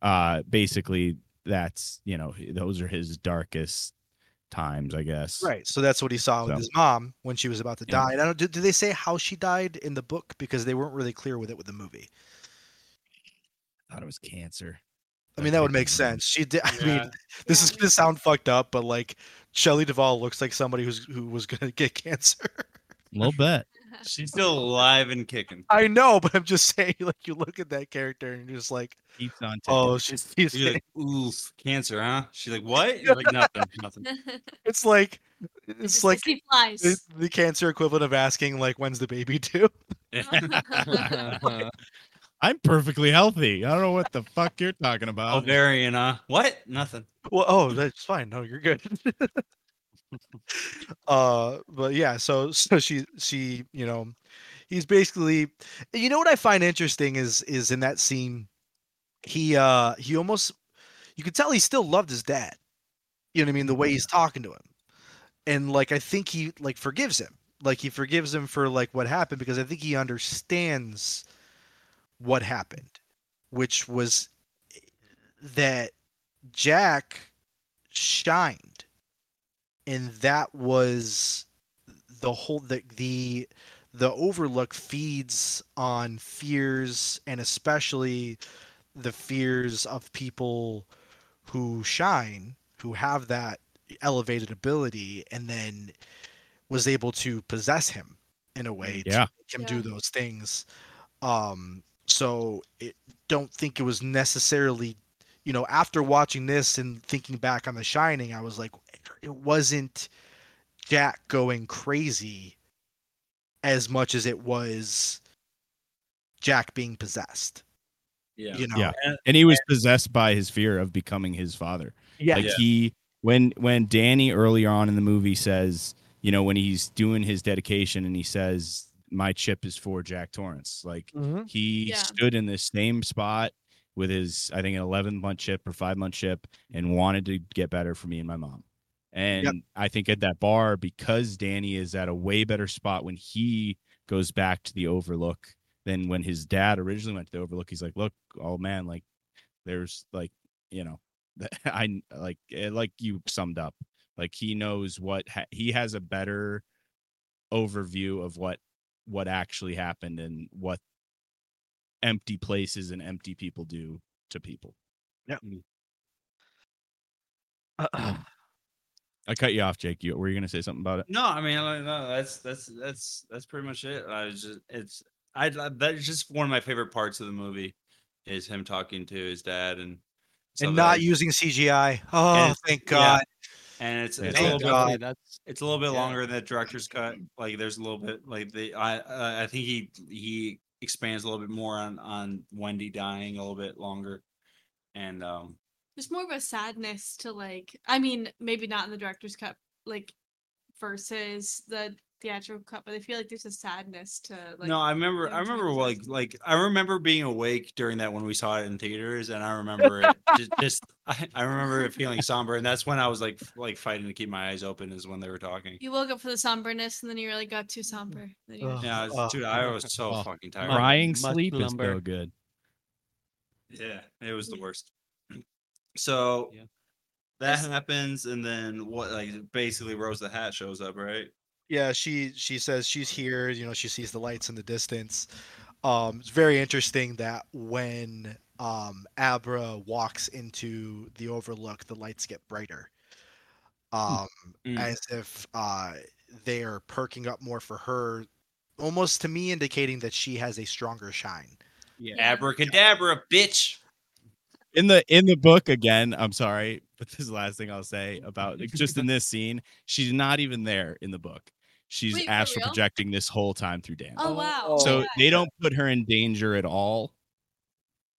uh basically that's you know, those are his darkest times, I guess.
Right. So that's what he saw with
So-
his mom when she was about to
Yeah.
die. And I don't did, did they say how she died in the book because they weren't really clear with it with the movie.
thought it was cancer.
I mean that would
Like,
make sense. She did. I
Yeah.
mean, this
Yeah,
is
me
gonna
too.
sound fucked up, but like Shelley Duvall looks like somebody who's who was gonna get cancer.
A little bit.
She's still alive and kicking.
I know, but I'm just saying, like, you look at that character and you're just like,
Keeps on ticking.
oh, she's, she's
You're
fake."
like, oof, cancer, huh? She's like, what? You're like, nothing, nothing.
it's like,
Did
it's
you
like
see flies.
the, the cancer equivalent of asking, like, when's the baby due?
I'm perfectly healthy. I don't know what the fuck you're talking about.
Ovarian, "Oh, huh? What? Nothing.
Well, oh, that's fine. No, you're good. uh, but yeah, so so she she you know, he's basically, you know what I find interesting is is in that scene, he uh he almost, you could tell he still loved his dad. You know what I mean? The way he's talking to him, and like I think he like forgives him. Like he forgives him for like what happened because I think he understands what happened, which was that Jack shined, and that was the whole the the the overlook feeds on fears and especially the fears of people who shine who have that elevated ability and then was able to possess him in a way to
Yeah.
make him
Yeah.
do those things um so it don't think it was necessarily you know, after watching this and thinking back on The Shining, I was like, it wasn't Jack going crazy as much as it was Jack being possessed.
Yeah.
You know,
Yeah. and he was possessed by his fear of becoming his father.
Yeah.
like
Yeah.
he when when Danny earlier on in the movie says, you know, when he's doing his dedication and he says, "My chip is for Jack Torrance." Like he
Yeah.
stood in this same spot with his, I think, an 11 month chip or five month chip, and wanted to get better for me and my mom. And I think at that bar, because Danny is at a way better spot when he goes back to the Overlook than when his dad originally went to the Overlook. He's like, look, oh man, like there's like, you know, I like eh, like you summed up. Like he knows what ha- he has a better overview of what what actually happened and what empty places and empty people do to people. I cut you off, Jake. You were you gonna say something about it?
No, I mean, like, no, that's that's that's that's pretty much it. I was just, it's I I- that's just one of my favorite parts of the movie is him talking to his dad and stuff
and
like
not
that.
using CGI. Oh,
And-
thank
yeah.
God.
And it's
Thank
it's a little bit
God.
That's
it's a little bit
Yeah.
longer than the director's cut. Like there's a little bit like the I I- I think he he expands a little bit more on on Wendy dying a little bit longer, and um
There's more of a sadness to like. I mean, maybe not in the director's cut, like versus the theatrical cut, but I feel like there's a sadness to like.
no I remember I
them
remember
times
like
versus-
like I remember being awake during that when we saw it in theaters, and I remember it just, just I, I remember it feeling somber, and that's when I was like f- like fighting to keep my eyes open is when they were talking.
You woke up for the somberness, and then you really got too somber. Then you-
Ugh.
Yeah, I was,
Oh,
dude, I was so
oh,
fucking tired.
Right.
Crying
Much
sleep is
lumber.
so good.
Yeah, it was the
Yeah.
worst. So
Yeah.
that
Just-
happens, and then what? Like basically, Rose the Hat shows up, right?
yeah she she says she's here you know she sees the lights in the distance um it's very interesting that when um abra walks into the overlook the lights get brighter um
Mm.
as if uh they are perking up more for her almost to me indicating that she has a stronger shine
Yeah.
Abracadabra, bitch.
in the in the book again i'm sorry but this is the last thing i'll say about like, just in this scene she's not even there in the book she's
Wait, for
astral
real?
projecting this whole time through dan
Oh wow.
so
Okay.
they don't put her in danger at all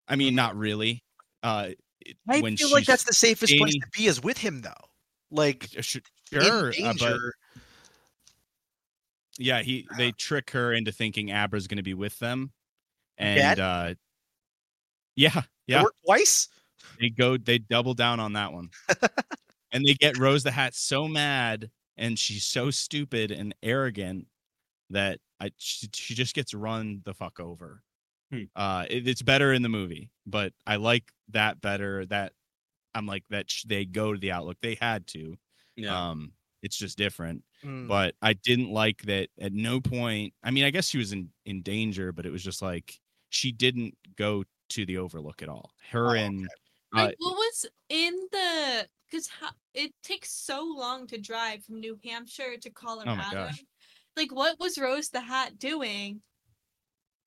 i mean not really uh it-
i
when
feel like
she's-
that's the safest place
any-
to be is with him though like
uh, sh-
in
sure uh, but
danger-
yeah he they trick her into thinking abra's going to be with them and
Again?
uh yeah
it
yeah
worked twice
they go they double down on that one and they get rose the hat so mad and she's so stupid and arrogant that i she, she just gets run the fuck over
Hmm.
uh it- it's better in the movie but i like that better that i'm like that sh- they go to the outlook they had to
Yeah. Hmm.
um it's just different
Mm.
but i didn't like that at no point i mean i guess she was in in danger but it was just like she didn't go to the overlook at all her
Oh,
and uh,
Like, what was in the? Because it takes so long to drive from New Hampshire to Colorado.
Oh gosh.
like, what was Rose the Hat doing?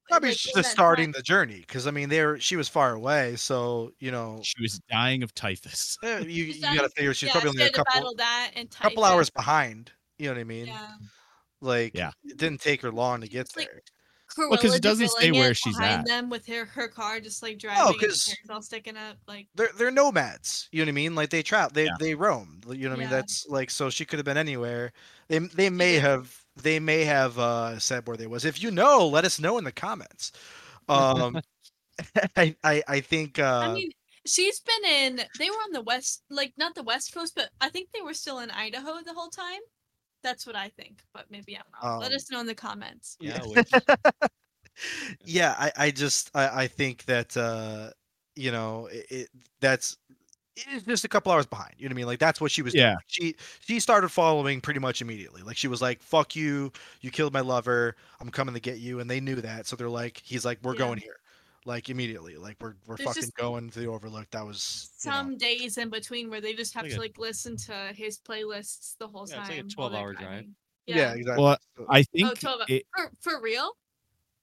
Probably
like, in that
just
time?
starting the journey because I mean there she was far away, so you know
She was dying of typhus.
eh, you, you
Just
gotta
honestly,
figure she's
yeah,
probably
she
only a
had to
couple
battle that and
couple
typhus.
hours behind. You know what I mean?
Yeah.
Like
Yeah.
it didn't take her long to get
It's
there.
like- Cruella
'cause it doesn't say
DeVille
where
it
she's
behind
at.
them with her her car just like driving. and her
Oh, 'cause-
hair's all sticking up. Like,
They're they're nomads. You know what I mean? Like they travel, they
Yeah.
they roam. You know what I mean?
Yeah.
That's like so she could have been anywhere. They they may
did.
have they may have uh, said where they was. If you know, let us know in the comments. Um, I, I I think uh,
I mean, she's been in. They were on the west, like not the west coast, but I think they were still in Idaho the whole time. That's what I think, but maybe I'm wrong. Let
Um,
us know in the comments.
Yeah,
Yeah.
which,
yeah i i just i i think that uh you know it, it that's it's just a couple hours behind you know what i mean like that's what she was doing.
Yeah.
she she started following pretty much immediately like she was like fuck you you killed my lover i'm coming to get you and they knew that so they're like he's like we're
Yeah.
going here like immediately like we're we're
There's
fucking
just
going to the overlook that was you know,
some days in between where they just have
like
to
a-
like listen to his playlists the whole
Yeah,
time.
it's
while
like a
they're
12-hour drive.
driving.
yeah.
Yeah.
exactly
Well,
So-
I think
12
it,
For, for real?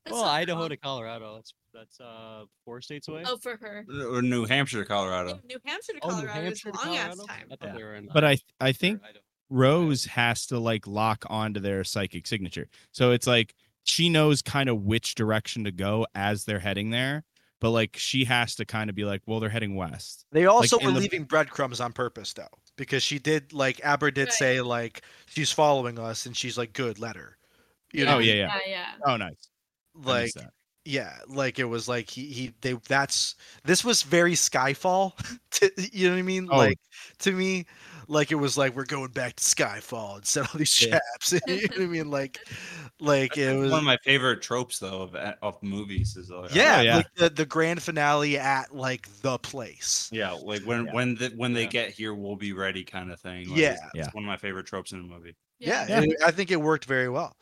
That's
well,
not
Idaho
wrong.
to Colorado. That's that's uh four states away.
Oh, for her.
Or New Hampshire, Colorado.
New New Hampshire to
Oh, New
Colorado is
Hampshire to
long ass
Colorado?
time.
I thought they were in.
but I
Idaho
th- I
or
think
Idaho.
Rose has to like lock onto their psychic signature. So it's like she knows kind of which direction to go as they're heading there, but like she has to kind of be like, well, they're heading west.
They also
in
were
the-
leaving breadcrumbs on purpose, though, because she did like Abra did
Right.
say like she's following us, and she's like, "Good, let her." You
Oh,
know,
yeah, yeah.
Yeah, yeah.
Oh, nice. I
like
missed that.
yeah, like it was like he he they that's this was very Skyfall. To, you know what I mean?
Oh.
Like to me, like it was like we're going back to Skyfall and settle these
Yeah.
chaps. you know what I mean? Like, like it was
One of my favorite tropes, though, of eh, of movies is like,
yeah,
Oh, yeah.
like the, the grand finale at like the place.
yeah, like when
Yeah.
when the, when they
Yeah.
get here, we'll be ready, kind of thing. Like,
Yeah.
it's- it's
Yeah.
one of my favorite tropes in a movie.
yeah,
Yeah.
it- i think it worked very well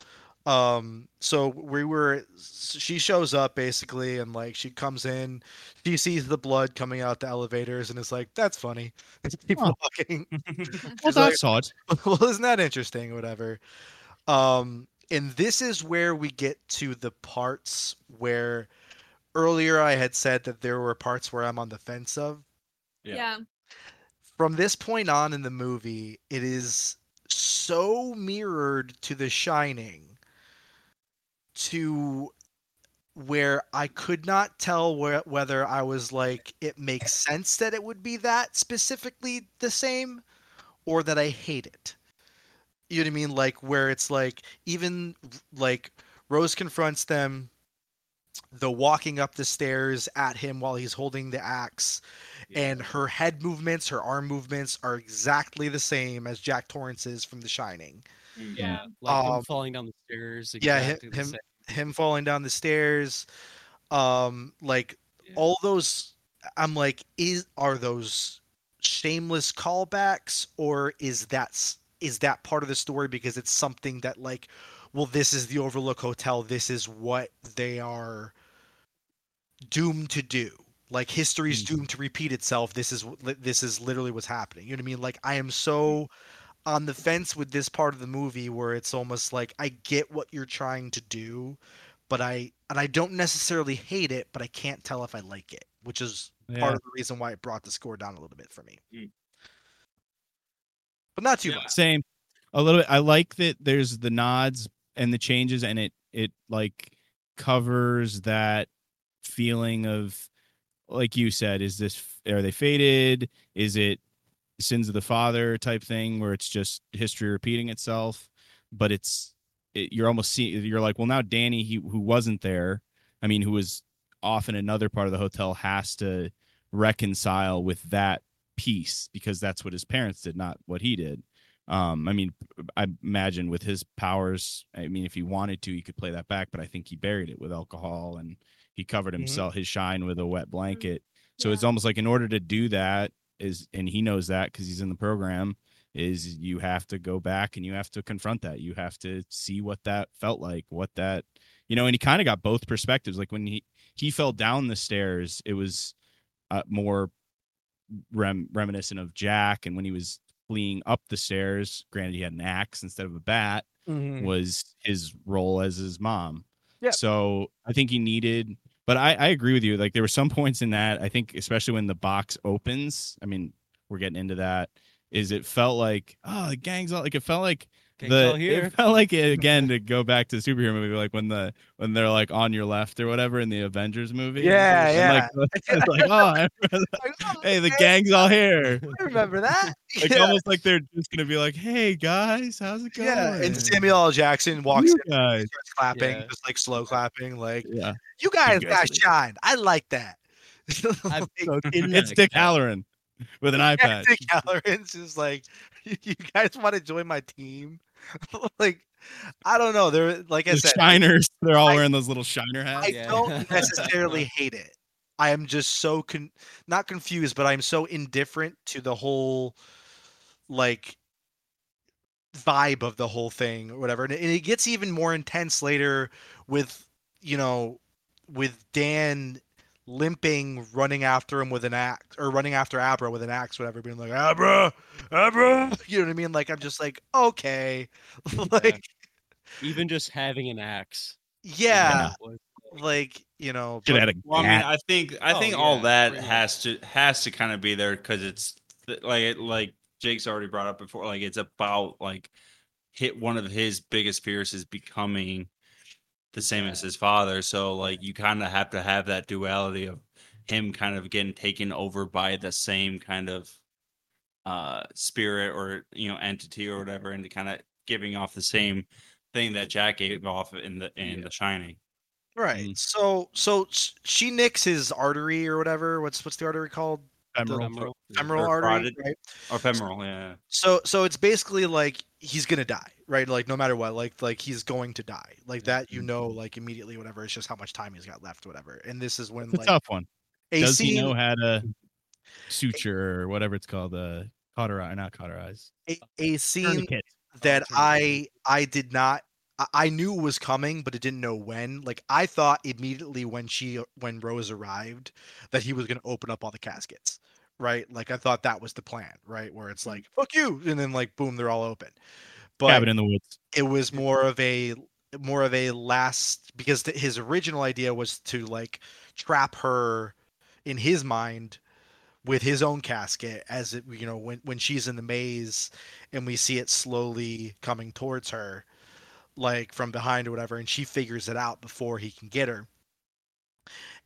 um so we were s- she shows up basically and like she comes in she sees the blood coming out the elevators and it's like that's funny and she keeps
Huh.
walking
Well,
She's like,
that's odd.
well isn't that interesting or whatever um and this is where we get to the parts where earlier i had said that there were parts where i'm on the fence of
Yeah.
Yeah.
from this point on in the movie, it is so mirrored to The Shining to where I could not tell where, whether I was like, it makes sense that it would be that specifically the same or that I hate it. You know what I mean? Like, where it's like, even like Rose confronts them, the walking up the stairs at him while he's holding the axe and her head movements, her arm movements are exactly the same as Jack Torrance's from The Shining.
Yeah.
like him
um,
falling down the stairs.
yeah, hi-
exactly the
him-
same,
Him falling down the stairs, um, like
yeah.
all those. I'm like, is are those shameless callbacks or is that s- is that part of the story because it's something that like well this is the overlook hotel this is what they are doomed to do like history's doomed to repeat itself this is wh- li- this is literally what's happening you know what i mean like i am so on the fence with this part of the movie where it's almost like i get what you're trying to do but i and i don't necessarily hate it but i can't tell if i like it which is part of the reason why it brought the score down a little bit for me
Mm.
but not too
Yeah.
much.
Same. A little bit. I like that there's the nods and the changes, and it it like covers that feeling of, like you said, is this are they faded? Is it sins of the father type thing where it's just history repeating itself? But it's it, you're almost seeing you're like, well, now Danny, he who wasn't there, I mean, who was off in another part of the hotel, has to reconcile with that piece because that's what his parents did, not what he did. Um, I mean, I imagine with his powers, I mean, if he wanted to, he could play that back, but I think he buried it with alcohol and he covered
Mhm.
himself, his shine with a wet blanket. So it's
Yeah.
almost like in order to do that is, and he knows that because he's in the program, is you have to go back and you have to confront that. You have to see what that felt like, what that, you know, and he kind of got both perspectives. Like when he, he fell down the stairs, it was uh, more rem- reminiscent of Jack. And when he was fleeing up the stairs, granted he had an axe instead of a bat, was his role as his mom.
Yeah.
So I think he needed, but I, I agree with you. Like there were some points in that, I think, especially when the box opens. I mean, we're getting into that. Is it felt like, oh, the gang's all like it felt like
Gang's
the
all here.
it felt like it again to go back to the superhero movie, like when the when they're like on your left or whatever in the Avengers movie.
Yeah,
And, Like, it's like, oh, hey, the gang's all here.
I remember that.
It's almost like oh they're just gonna be like, hey guys, how's it going?
yeah. And Samuel L. Jackson walks
You
in,
guys.
starts clapping,
Yeah.
just like slow clapping, like
Yeah.
you guys,
guys
got
are-
shine. I like that.
I've-
Like,
It's Dick Halloran with an iPad.
Dick Halloran's just like, you guys want to join my team? like, I don't know. They're like I
The
said,
shiners. They're all
I-
wearing those little shiner hats.
I
Yeah.
don't necessarily hate it. I am just so con- not confused, but I'm so indifferent to the whole like vibe of the whole thing or whatever. And it, and it gets even more intense later with you know with Dan limping running after him with an axe or running after Abra with an axe whatever being like Abra Abra you know what I mean like I'm just like okay like
Even just having an axe. you know,
yeah,
was-
like you know
Should
but-
have had a
Well, I mean,
gat.
I think I
Oh,
think all
yeah,
that
for real.
has to has to kind of be there because it's th- like it- like Jake's already brought up before. Like it's about like hit one of his biggest fears is becoming the same as his father. So like you kind of have to have that duality of him kind of getting taken over by the same kind of uh spirit or you know entity or whatever, and kind of giving off the same thing that Jack gave off in the in The Shining.
Mm-hmm.
Right. So so sh- she nicks his artery or whatever. What's what's the artery called?
Emerald.
Emerald, yeah.
Femoral
Or
artery.
carotid.
Right.
Or femoral, yeah.
So so it's basically like he's gonna die, right? Like no matter what, like like he's going to die. Like that
Mm-hmm.
you know, like immediately, whatever. It's just how much time he's got left, whatever. And this is when
It's a
like
tough one.
a
Does he
scene-
know how to suture or whatever it's called? Uh, cauterize, not cauterize.
a, a scene
Tourniquet.
that
turn it
I I did not I, I knew was coming, but I didn't know when. Like I thought immediately when she when Rose arrived that he was gonna open up all the caskets, right? Like I thought that was the plan, right? Where it's like fuck you, and then like boom, they're all open. But
Cabin in the woods.
it was more of a more of a last because th- his original idea was to like trap her in his mind with his own casket as it you know when when she's in the maze and we see it slowly coming towards her like from behind or whatever and she figures it out before he can get her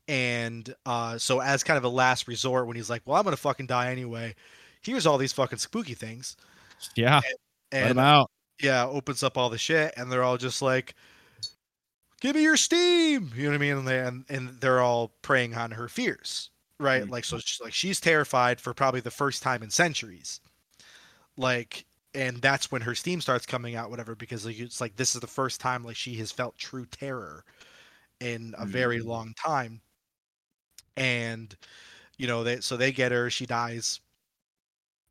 and uh so as kind of a last resort when he's like well i'm gonna fucking die anyway here's all these fucking spooky things
Yeah, let
and
him out.
yeah, opens up all the shit, and they're all just like, "Give me your steam," you know what I mean? And they, and, and they're all preying on her fears, right? Like so, she's like she's terrified for probably the first time in centuries, like, and that's when her steam starts coming out, whatever, because like, it's like this is the first time like she has felt true terror in a very long time, and you know they so they get her, she dies,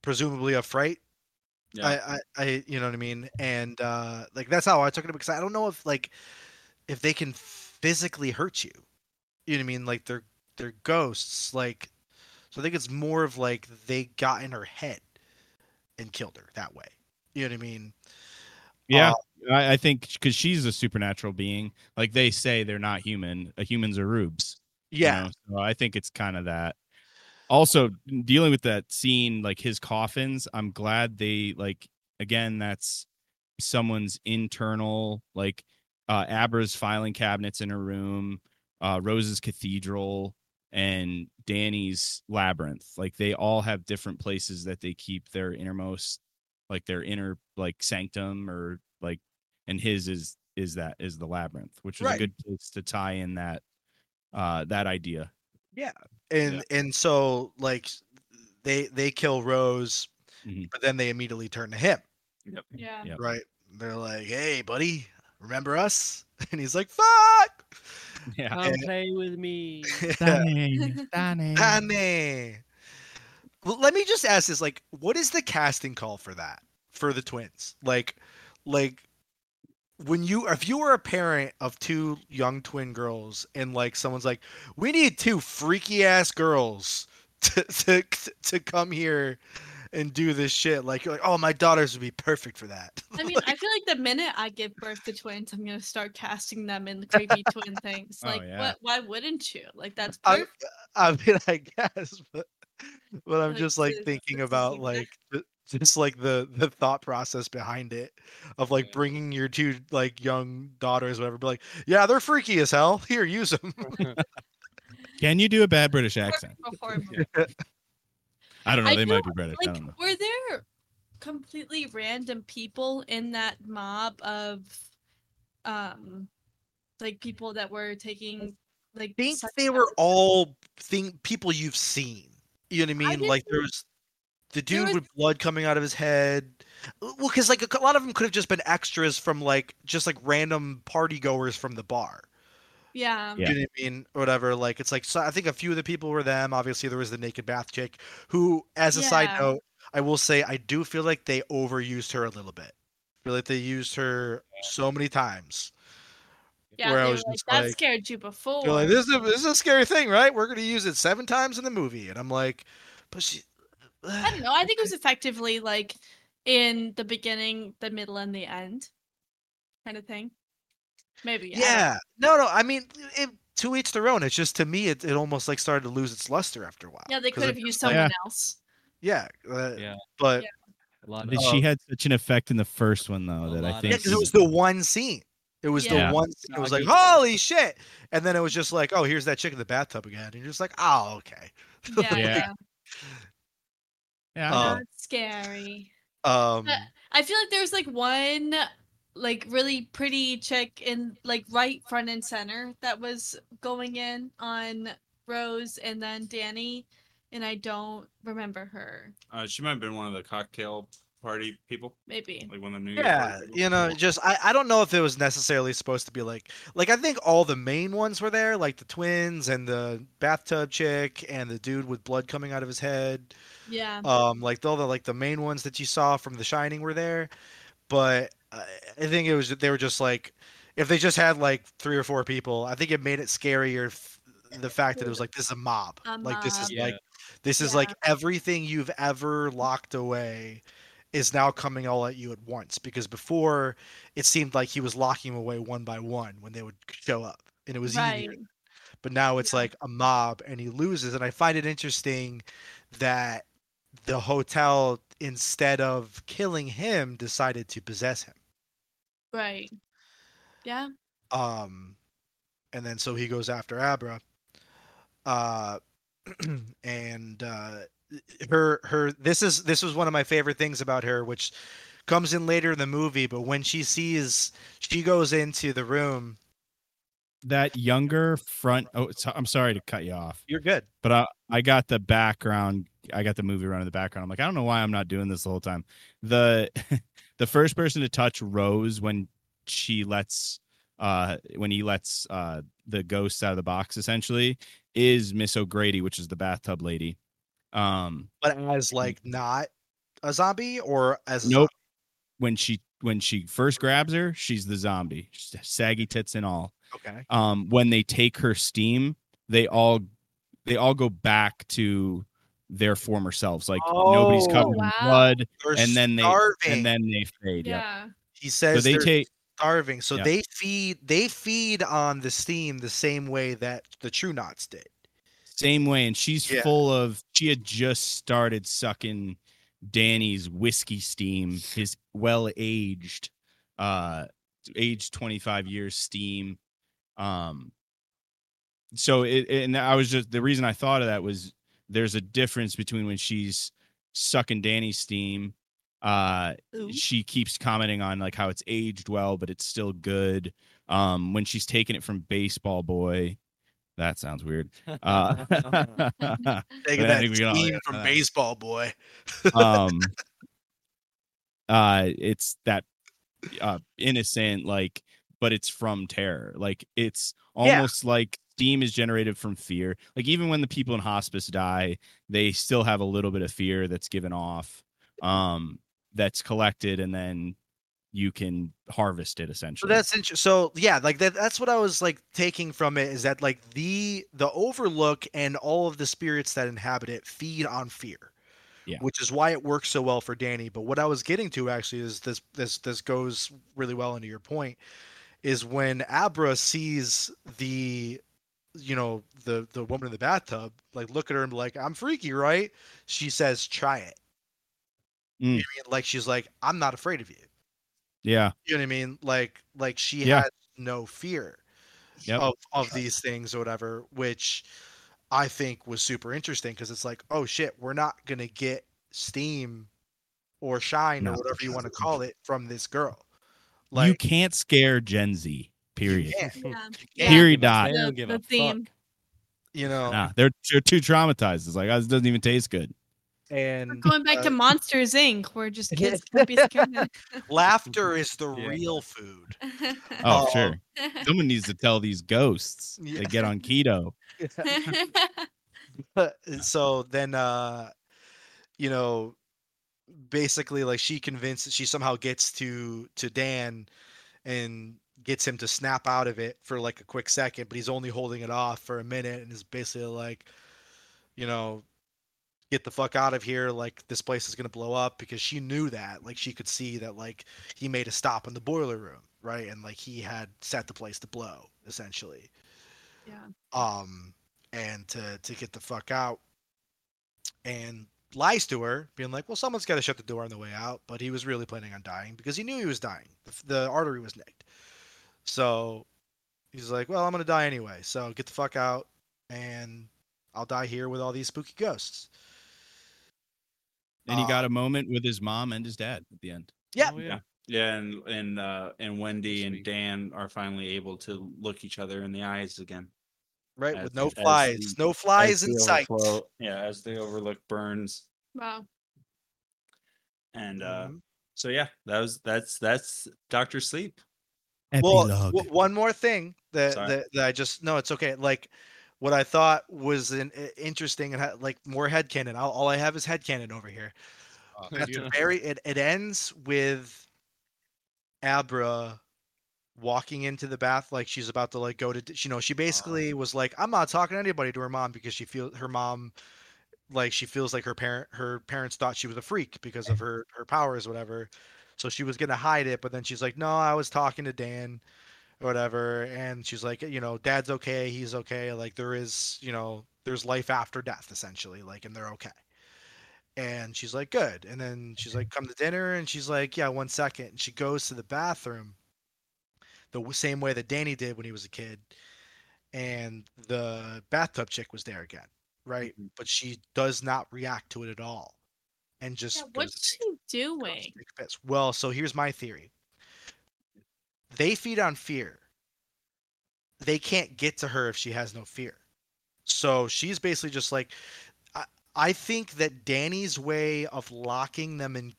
presumably of fright
Yeah.
I, I, I, you know what I mean? And uh, like that's how I took it because I don't know if like if they can physically hurt you. You know what I mean? Like they're they're ghosts. Like so, I think it's more of like they got in her head and killed her that way. You know what I mean?
Yeah,
uh,
I, I think because she's a supernatural being. Like they say, they're not human. Uh, humans are rubes. you
Yeah,
know? So I think it's kind of that. Also, dealing with that scene, like his coffins, I'm glad they like again. That's someone's internal, like uh, Abra's filing cabinets in her room, uh, Rose's cathedral, and Danny's labyrinth. Like they all have different places that they keep their innermost, like their inner like sanctum or like, and his is is that is the labyrinth, which is
Right.
a good place to tie in that uh that idea.
and and so like they they kill Rose,
Mhm.
but then they immediately turn to him.
Yeah.
Yep.
Right. They're like, hey, buddy, remember us? And he's like, fuck.
Yeah.
Come play with me.
Honey. Well, let me just ask this like, what is the casting call for that for the twins? Like, like when you if you were a parent of two young twin girls and like someone's like we need two freaky ass girls to to, to come here and do this shit like you're like oh my daughters would be perfect for that
I mean, I feel like the minute I give birth to twins, I'm gonna start casting them in the creepy twin things.
Oh,
Like,
yeah.
what? Why wouldn't you? Like, that's
I,
perfect.
I mean, I guess, but but I'm
Like,
just like
the-
thinking
the
about
scene-
like the- just like the the thought process behind it of like
Mm-hmm.
Yeah.
bringing your two like young daughters, whatever. Be like, yeah, they're freaky as hell. Here, use them.
Can you do a bad British accent?
Perfect for horror movie.
I don't know.
I
they
do,
might be British. I
Like,
don't know.
were there completely random people in that mob of, um, like people that were taking like?
think
sex
they were
classes?
all thing people you've seen. You know what I mean?
did
like there was the
There
dude
was-
with blood coming out of his head. Well, because like a, c- a lot of them could have just been extras from like just like random party goers from the bar.
Yeah.
Yeah.
You know what I mean? Or whatever. Like it's like so I think a few of the people were them. Obviously there was the naked bath chick who, as a side
Yeah.
note, I will say I do feel like they overused her a little bit. I feel like they used her so many times.
Yeah.
Where I
they were
was
like,
just
that
like-
scared you before.
They're like, this is a this is a scary thing, right? We're gonna use it seven times in the movie. And I'm like, but she
I don't know. I think it was effectively like in the beginning, the middle, and the end, kind of thing. Maybe. I don't
Yeah. No, no, I mean it, to each their own. It's just to me it, it almost like started to lose its luster after a while.
Yeah, they
'Cause
could
it-
have used someone else.
Yeah. uh,
Yeah.
But
A lot
But she had such an effect in the first one though
A
that
lot
I
of
Yeah,
think
because it
Yes.
was the one scene. It was
Yeah.
the one scene. It
No,
was
I
like,
get that.
holy shit. And then it was just like, oh, here's that chick in the bathtub again. And you're just like, oh, okay.
Yeah.
Yeah. yeah,
uh,
Not scary.
Um,
Uh, I feel like there's like one like really pretty chick in like right front and center that was going in on Rose and then Danny, and I don't remember her.
Uh, she might have been one of the cocktail party people,
Maybe.
like one of the New Year's
yeah,
party people.
you know, just I, I don't know if it was necessarily supposed to be like like I think all the main ones were there, like the twins and the bathtub chick and the dude with blood coming out of his head.
Yeah.
um like all the like the main ones that you saw from the shining were there but i I think it was that they were just like if they just had like three or four people i think it made it scarier f- the fact that it was like this is a mob
A
like this is
mob.
like this is like everything you've ever locked away is now coming all at you at once because before it seemed like he was locking 'em away one by one when they would show up and it was
Right.
easier but now it's
Yeah.
like a mob and he loses and i find it interesting that the hotel instead of killing him decided to possess him
Right. Yeah.
um and then so he goes after abra uh and uh her her this is this was one of my favorite things about her which comes in later in the movie but when she sees she goes into the room
that younger front. Oh, so, I'm sorry to cut you off,
you're good
but I I got the background. I got the movie running in the background. I'm like, I don't know why I'm not doing this the whole time. The the first person to touch Rose when she lets uh when he lets uh the ghosts out of the box essentially is Miss O'Grady, which is the bathtub lady. Um
Mm. but as like not a zombie or as a
Nope. When she when she first grabs her, she's the zombie, she's saggy tits and all.
zombie? Okay.
um when they take her steam they all they all go back to their former selves like nobody's
Oh.
covered
Wow.
in blood
They're
and then they
starving.
and then they fade yeah
Yeah.
he
so
says
they
they
take
starving. So
yeah.
they feed they feed on the steam the same way that the True Knots did.
same way and she's
Yeah.
full of she had just started sucking danny's whiskey steam his well aged uh aged 25 years steam um so it it- and i was just the reason i thought of that was there's a difference between when she's sucking danny's steam uh
Ooh.
she keeps commenting on like how it's aged well but it's still good um when she's taking it from baseball boy that sounds weird uh,
Take
"Oh, Yeah, I
that
think we all
steam
got
from
that.
baseball boy.
um, uh, it's that uh, innocent, like, but it's from terror. Like, it's
Yeah.
almost like steam is generated from fear. Like, even when the people in hospice die, they still have a little bit of fear that's given off, um, that's collected, and then you can harvest it
So
essentially.
that's interesting. So yeah, like that, that's what I was like taking from it is that like the the Overlook and all of the spirits that inhabit it feed on fear.
Yeah.
Which is why it works so well for Danny. But what I was getting to actually is this this this goes really well into your point is when Abra sees the you know the the woman in the bathtub like look at her and be like I'm freaky, right? She says try it. You know
Mm.
what I mean? Like she's like I'm not afraid of you.
yeah,
You know what I mean? Like like she
Yeah.
has no fear
Yep.
of of these things or whatever, which I think was super interesting because it's like, oh shit, we're not gonna get steam or shine or
No.
whatever you want to call it from this girl.
you
Like
can't scare Gen Z. Period.
can't,
Yeah.
Period. Dot.
They
The-
don't give
the
a fuck.
theme.
you know,
Nah, they're they're too traumatized. It's like "Oh, this doesn't even taste good.
We're
and
going back
uh,
to Monsters Inc. Where just kids can't be scared. now.
laughter is the
Yeah.
real food.
Oh,
Oh.
sure. Someone needs to tell these ghosts
Yeah.
to get on keto.
And so then uh you know basically like she convinces she somehow gets to to dan and gets him to snap out of it for like a quick second but he's only holding it off for a minute and is basically like you know get the fuck out of here like this place is going to blow up because she knew that like she could see that like he made a stop in the boiler room right and like he had set the place to blow essentially
Yeah.
um and to to get the fuck out and lies to her being like well someone's got to shut the door on the way out but he was really planning on dying because he knew he was dying the, f- the artery was nicked so he's like well i'm gonna die anyway so get the fuck out and i'll die here with all these spooky ghosts
And he
Uh,
got a moment with his mom and his dad at the end.
Yeah.
Oh, yeah.
Yeah, and and uh, and Wendy and
Sweet.
Dan are finally able to look each other in the eyes again.
right
As-
with no
as the-
flies no flies
As
in
the
sight
overflow- Yeah, as the overlook burns,
wow.
and uh,
Mhm.
so yeah, that was that's that's Doctor Sleep.
well w- one more thing that,
Sorry.
that that i just no it's okay like what i thought was an i- interesting and ha- like more headcanon all, all i have is headcanon over here at the very it, it ends with abra walking into the bath like she's about to like go to d- you know she basically was like i'm not talking to anybody to her mom because she feels her mom like she feels like her parent her parents thought she was a freak because of her her powers whatever so she was gonna hide it but then she's like no i was talking to dan or whatever and she's like you know dad's okay he's okay like there is you know there's life after death essentially like and they're okay and she's like good and then she's like come to dinner and she's like yeah one second and she goes to the bathroom the w- same way that danny did when he was a kid and the bathtub chick was there again right but she does not react to it at all and just
Yeah,
goes to
what's she
goes
doing?
to piss. Well, so here's my theory. They feed on fear. They can't get to her if she has no fear. So she's basically just like, I, I think that Danny's way of locking them in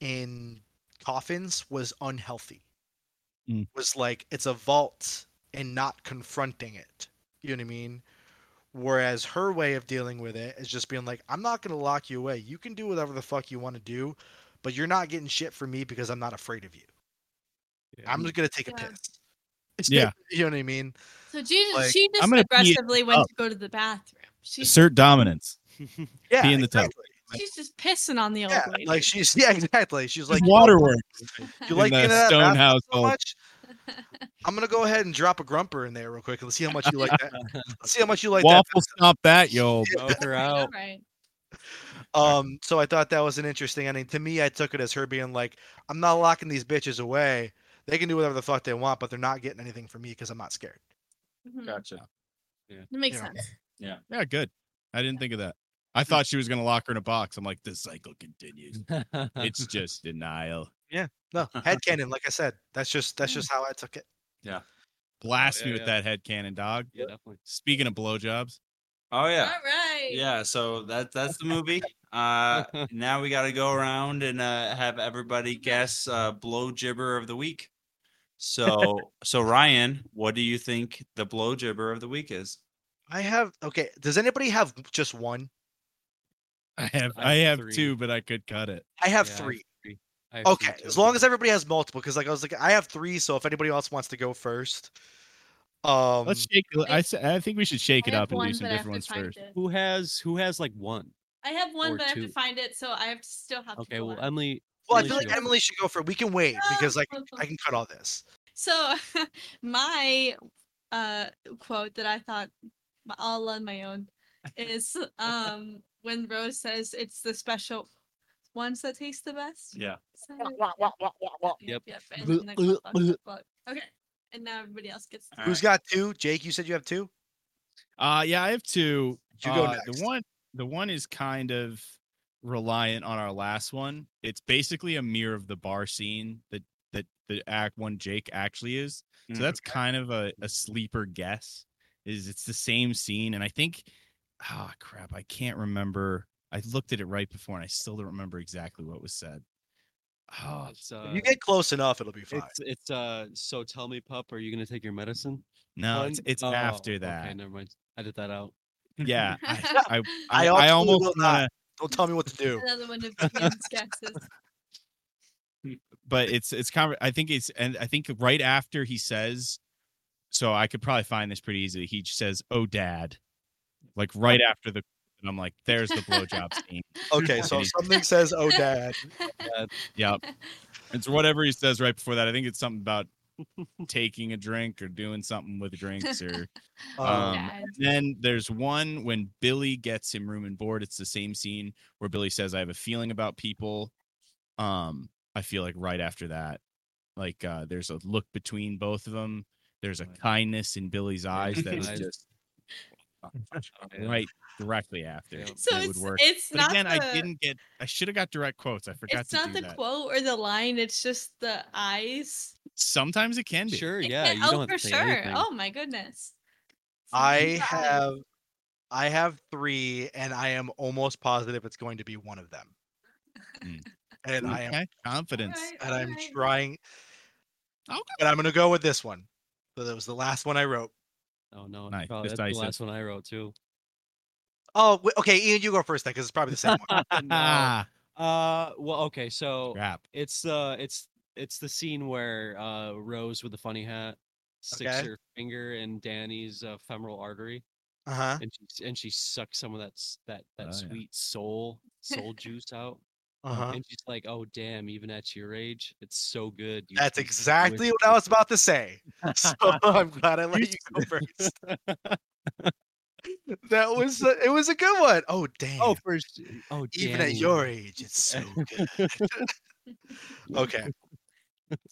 in coffins was unhealthy.
Mm.
Was like it's a vault and not confronting it. You know what I mean? Whereas her way of dealing with it is just being like, I'm not going to lock you away. You can do whatever the fuck you want to do, but you're not getting shit from me because I'm not afraid of you. I'm just going to take a
Yeah.
piss. It's-
Yeah.
You know what I mean?
So Jesus,
Like,
she just
I'm gonna pee
aggressively went
up.
to go to the bathroom. She's
Assert dominance.
Yeah.
in the tub.
exactly.
she's just pissing on the old
Yeah.
lady.
Like she's, yeah, exactly. She's like,
Waterworks
You
in
like being in
the
that bathroom
Stone
so
household.
much? I'm gonna go ahead and drop a grumper in there real quick. Let's see how much you like that. Let's see how much you like that.
Waffle stomp that, yo.
Smoke her
All
out.
right.
Um, so I thought that was an interesting ending. To me, I took it as her being like, "I'm not locking these bitches away. They can do whatever the fuck they want, but they're not getting anything from me because I'm not scared."
Mhm.
Gotcha.
It makes
Yeah.
sense.
Yeah, good. I didn't think of that. I thought she was gonna lock her in a box. I'm like, this cycle continues. It's just denial.
No, headcanon, like I said, that's just that's just how I took it.
Blast
yeah,
me with
yeah.
that head cannon, dog.
yeah, definitely.
Speaking of blowjobs,
Oh yeah.
All right.
Yeah, so that that's the movie. Uh now we gotta go around and uh have everybody guess uh blow gibber of the week. So so Ryan, what do you think the blow gibber of the week is?
I have okay. Does anybody have just one?
I have
I have
I have
three.
two, but I could cut it.
I have
Yeah, I
three.
I have three
Okay, as
too.
long as everybody has multiple, because like I was like, I have three. So if anybody else wants to go first, um,
Let's shake. it. I s- I think we should shake
I
it
have
up and do
one,
some
but I have
different ones
to find
first.
it.
who has who has like one?
I have one,
Or
but I have to
two.
find it, so I have to still have
Okay,
to.
well
pull it.
Emily.
Well, I
Emily
feel like
should go
Emily should go for. We can wait because like I can cut all this.
So my uh quote that I thought m- all on my own is um when Rose says it's the special ones that taste the best.
Yeah.
Is that it?
Yep.
Yep. and then the clock, clock, clock, clock. Okay. And now everybody else gets.
All
Who's got two? Jake, you said you have two.
Uh yeah, I have two.
You go
Uh,
next.
The one the one is kind of reliant on our last one. It's basically a mirror of the bar scene that that the act one Jake actually is.
Mm,
So that's kind of a, a sleeper guess. Is it's the same scene and I think ah crap, I can't remember. I looked at it right before and I still don't remember exactly what was said.
Oh,
Oh
it's, uh,
If you get close enough, it'll be fine.
it's it's uh. So tell me, pup, are you gonna take your medicine?
no,
One-
it's it's
oh,
after that.
Okay, never mind. Edit that out.
Yeah. I, I,
I
I,
also
I almost
will not.
wanna,
Don't tell me what to do.
Another one of Kim's guesses.
but it's it's kind of I think it's and I think right after he says, so I could probably find this pretty easily. He says, "Oh, dad," like right after the, and I'm like, "There's the blowjob scene."
Okay, so if
And he-
something says, "Oh, dad,"
Yep, it's whatever he says right before that. I think it's something about taking a drink or doing something with drinks or.
Oh,
um,
Um,
Dad.
then there's one when Billy gets him room and board. It's the same scene where Billy says, "I have a feeling about people." Um, I feel like right after that, like uh, there's a look between both of them. There's a kindness in Billy's eyes that is
Eyes.
just
Yeah.
right directly after.
Yeah.
and
So
it
it's
would work.
it's
But
not
again,
the-
I didn't get. I should have got direct quotes. I forgot
It's
to
not
do
the
that.
quote or the line. It's just the eyes.
Sometimes it can be.
Sure.
It
Yeah.
can-
You
oh,
don't have
for
to say
sure.
anything.
Oh my goodness.
I
Yeah.
have, I have three, and I am almost positive it's going to be one of them.
Mm.
And I am,
Okay, confidence.
Alright,
and I'm
alright.
trying,
Okay.
but I'm gonna go with this one. So that was the last one I wrote.
Oh no.
Nice,
probably- that's
decisive.
the last one I wrote too.
Oh, w- okay, Ian, you go first then, because it's probably the same one.
No.
Ah,
Uh. Well. Okay. So
crap.
it's uh. It's it's the scene where uh Rose with the funny hat sticks
Okay.
her finger in Danny's uh, femoral artery.
Uh huh.
and she and she sucks some of that s- that that
Oh, yeah.
sweet soul soul juice out,
Uh huh.
and she's like, "Oh damn! Even at your age, it's so good." You
That's
should do it."
exactly what I was about to say. So I'm glad I let you go first. that was a, it was a good one. Oh damn.
Oh, first. Oh,
Even
damn.
at your age, it's so good. okay.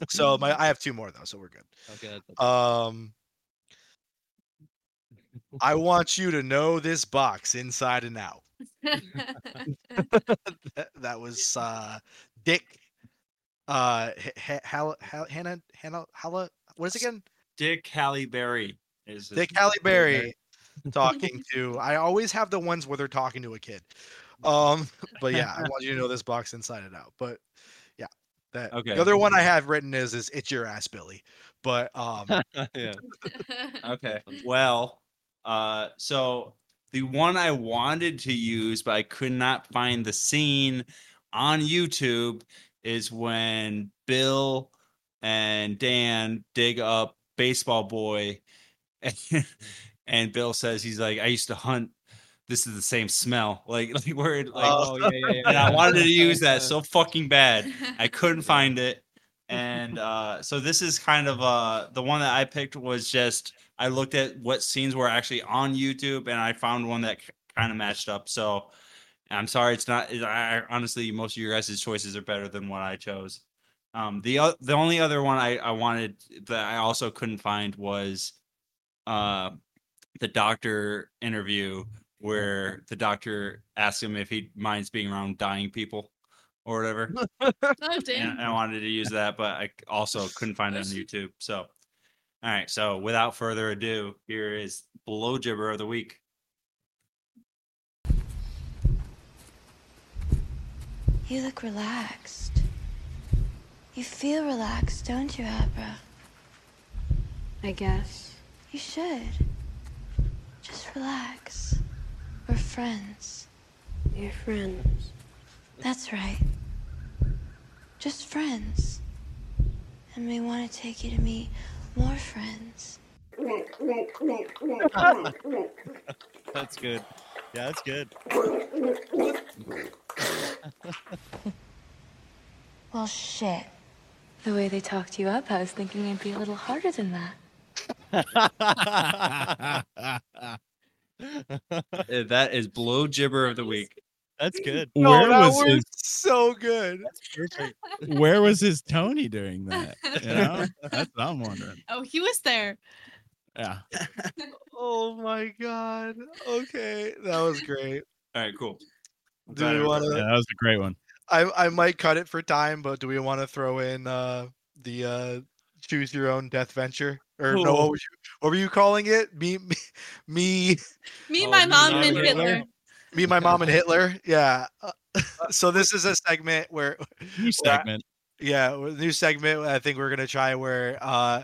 So my I have two more though, so we're good.
Okay, that- that-
Um I want you to know this box inside and out. That, that was uh Dick uh H- H- Hal- Hal- Hannah Hannah Hala what is it again?
Dick Halle Berry is his-
Dick Halle Berry talking to. I always have the ones where they're talking to a kid. Um, but yeah, I want you to know this box inside and out. But yeah, that
Okay.
the other one I have written is is it's your ass, Billy. But um,
yeah.
Okay. Well, uh, so The one I wanted to use, but I could not find the scene on YouTube, is when Bill and Dan dig up Baseball Boy. And, and Bill says, he's like, I used to hunt. This is the same smell. Like, like we're like,
oh yeah, yeah, yeah.
and I wanted to use that
Uh,
so fucking bad. I couldn't find it. And uh, so this is kind of uh, the one that I picked was just I looked at what scenes were actually on YouTube and I found one that kind of matched up. So I'm sorry, it's not. it- I, I- honestly, most of your guys' choices are better than what I chose. Um, the o- the only other one I, I wanted that I also couldn't find was uh, the doctor interview where the doctor asks him if he minds being around dying people or whatever
Oh, damn.
and I wanted to use that, but I also couldn't find it on YouTube. So, all right. So, without further ado, here is blow gibber of the week.
You look relaxed. You feel relaxed, don't you, Abra?
I guess.
You should. Just relax. We're friends.
You're friends.
That's right. Just friends. And we want to take you to meet more friends.
That's good. Yeah, that's good.
Well, shit. The way they talked you up, I was thinking it'd be a little harder than that.
Uh, That is blow gibber of the week.
that's good.
No,
Where
that
was
was
his
so good.
Where was his Tony during that? You know? That's what I'm wondering.
Oh, he was there.
Yeah.
Oh my god. Okay, that was great.
All right, cool. I'm
Do
glad
we
everybody-
want
Yeah,
to?
that was a great one.
I I might cut it for time, but do we want to throw in uh the uh choose your own death venture or no? What,
Ooh.
was you, what were you calling it? Me, me, me,
Me,
Oh,
my
me,
mom,
mom,
and
and
Hitler.
Hitler.
me, my mom, and Hitler. Yeah. Uh, so this is a segment where
New segment.
Yeah, w- new segment. I think we're gonna try where uh,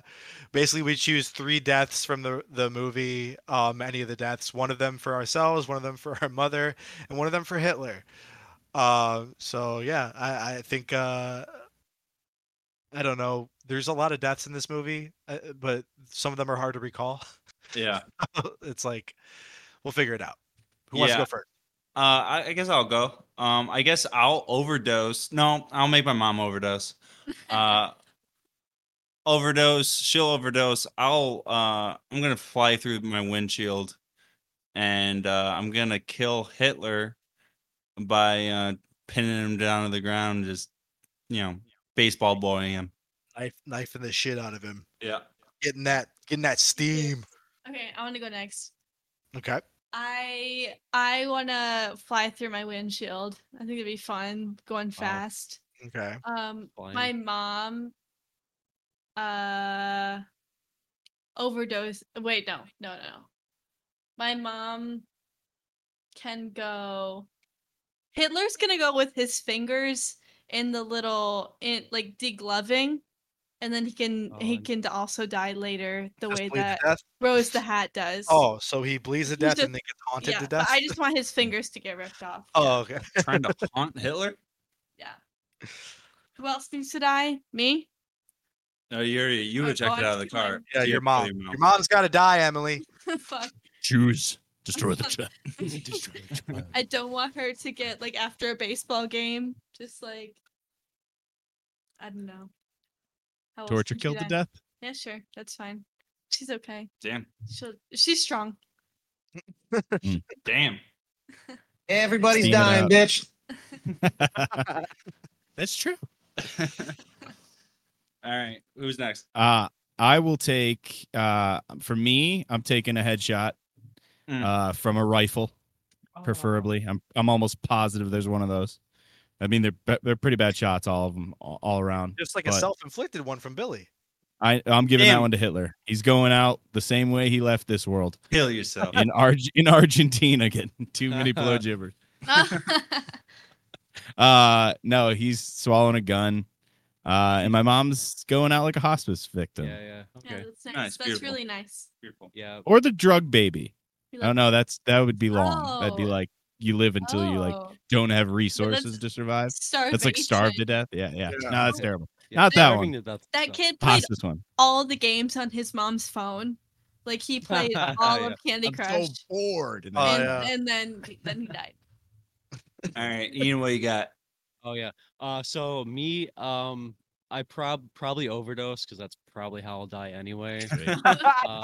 basically we choose three deaths from the the movie. Um, any of the deaths, one of them for ourselves, one of them for our mother, and one of them for Hitler. Uh, so yeah, I I think uh, I don't know. There's a lot of deaths in this movie, uh, but some of them are hard to recall.
Yeah.
it's like we'll figure it out. Who wants
Yeah.
to go first?
Uh, I, I guess I'll go. Um, I guess I'll overdose. No, I'll make my mom overdose. Uh, overdose. She'll overdose. I'll. Uh, I'm gonna fly through my windshield, and uh, I'm gonna kill Hitler by uh, pinning him down to the ground. and Just you know, baseball boying him.
Knife, knifing the shit out of him,
Yeah.
getting that, getting that steam.
Okay, I want to go next.
Okay.
I I want to fly through my windshield. I think it'd be fun going fast.
Okay.
Um,
Flying.
my mom, uh, overdose. Wait, no, no, no. no. My mom can go. Hitler's gonna go with his fingers in the little in like degloving, and then he can
Oh,
he
and-
can also die later the
Just
way
bleed to
that
death?
Rose the Hat does.
Oh, so he bleeds to
He's
death
just-
and then gets haunted to
but
death.
I just want his fingers to get ripped off.
oh, okay.
Trying to haunt Hitler.
Who else needs to die? Me?
No, you already you
Oh,
ejected
God,
out of the
come on.
car.
Yeah,
You
your
kill
mom. Your mom's got to die, Emily.
Fuck.
Choose. Destroy the child. Destroy the child.
I don't want her to get like after a baseball game, just like I don't know. How else
Torture
can she
killed to
die?
death.
Yeah, sure. That's fine. She's okay.
Damn.
She'll she's strong.
Damn.
Everybody's
Steam it
dying,
up.
bitch.
That's true.
All right. Who's next?
Uh I will take uh for me, I'm taking a headshot
Mm.
uh from a rifle,
Oh,
preferably. I'm I'm almost positive there's one of those. I mean they're be- they're pretty bad shots all of them all, all around.
Just like a
But-
self-inflicted one from Billy.
I I'm giving
Damn.
that one to Hitler. He's going out the same way he left this world
Kill yourself.
in Arg in Argentina getting too many blow gibbers. Uh no, he's swallowing a gun. Uh and my mom's going out like a hospice victim
yeah, yeah.
Yeah,
Okay.
that's nice.
Nice,
that's
beautiful.
really nice.
Beautiful.
Yeah.
or the drug baby.
Be
I don't know. That's that would be long. That'd be
Oh.
like you live until you like
Oh.
don't have resources to survive. That's like starved to
Starvation.
death. Yeah, yeah.
Yeah.
No, that's terrible.
Yeah,
Not that one.
starving to death
That
sucks.
kid played
Pasta's one.
all the games on his mom's phone. Like he played all of Candy Crush.
bored.
Oh,
and,
yeah.
and then then he died.
All right, Ian, what you got?
Oh yeah. Uh, so me, um, I prob probably overdose because that's probably how I'll die anyway. Uh,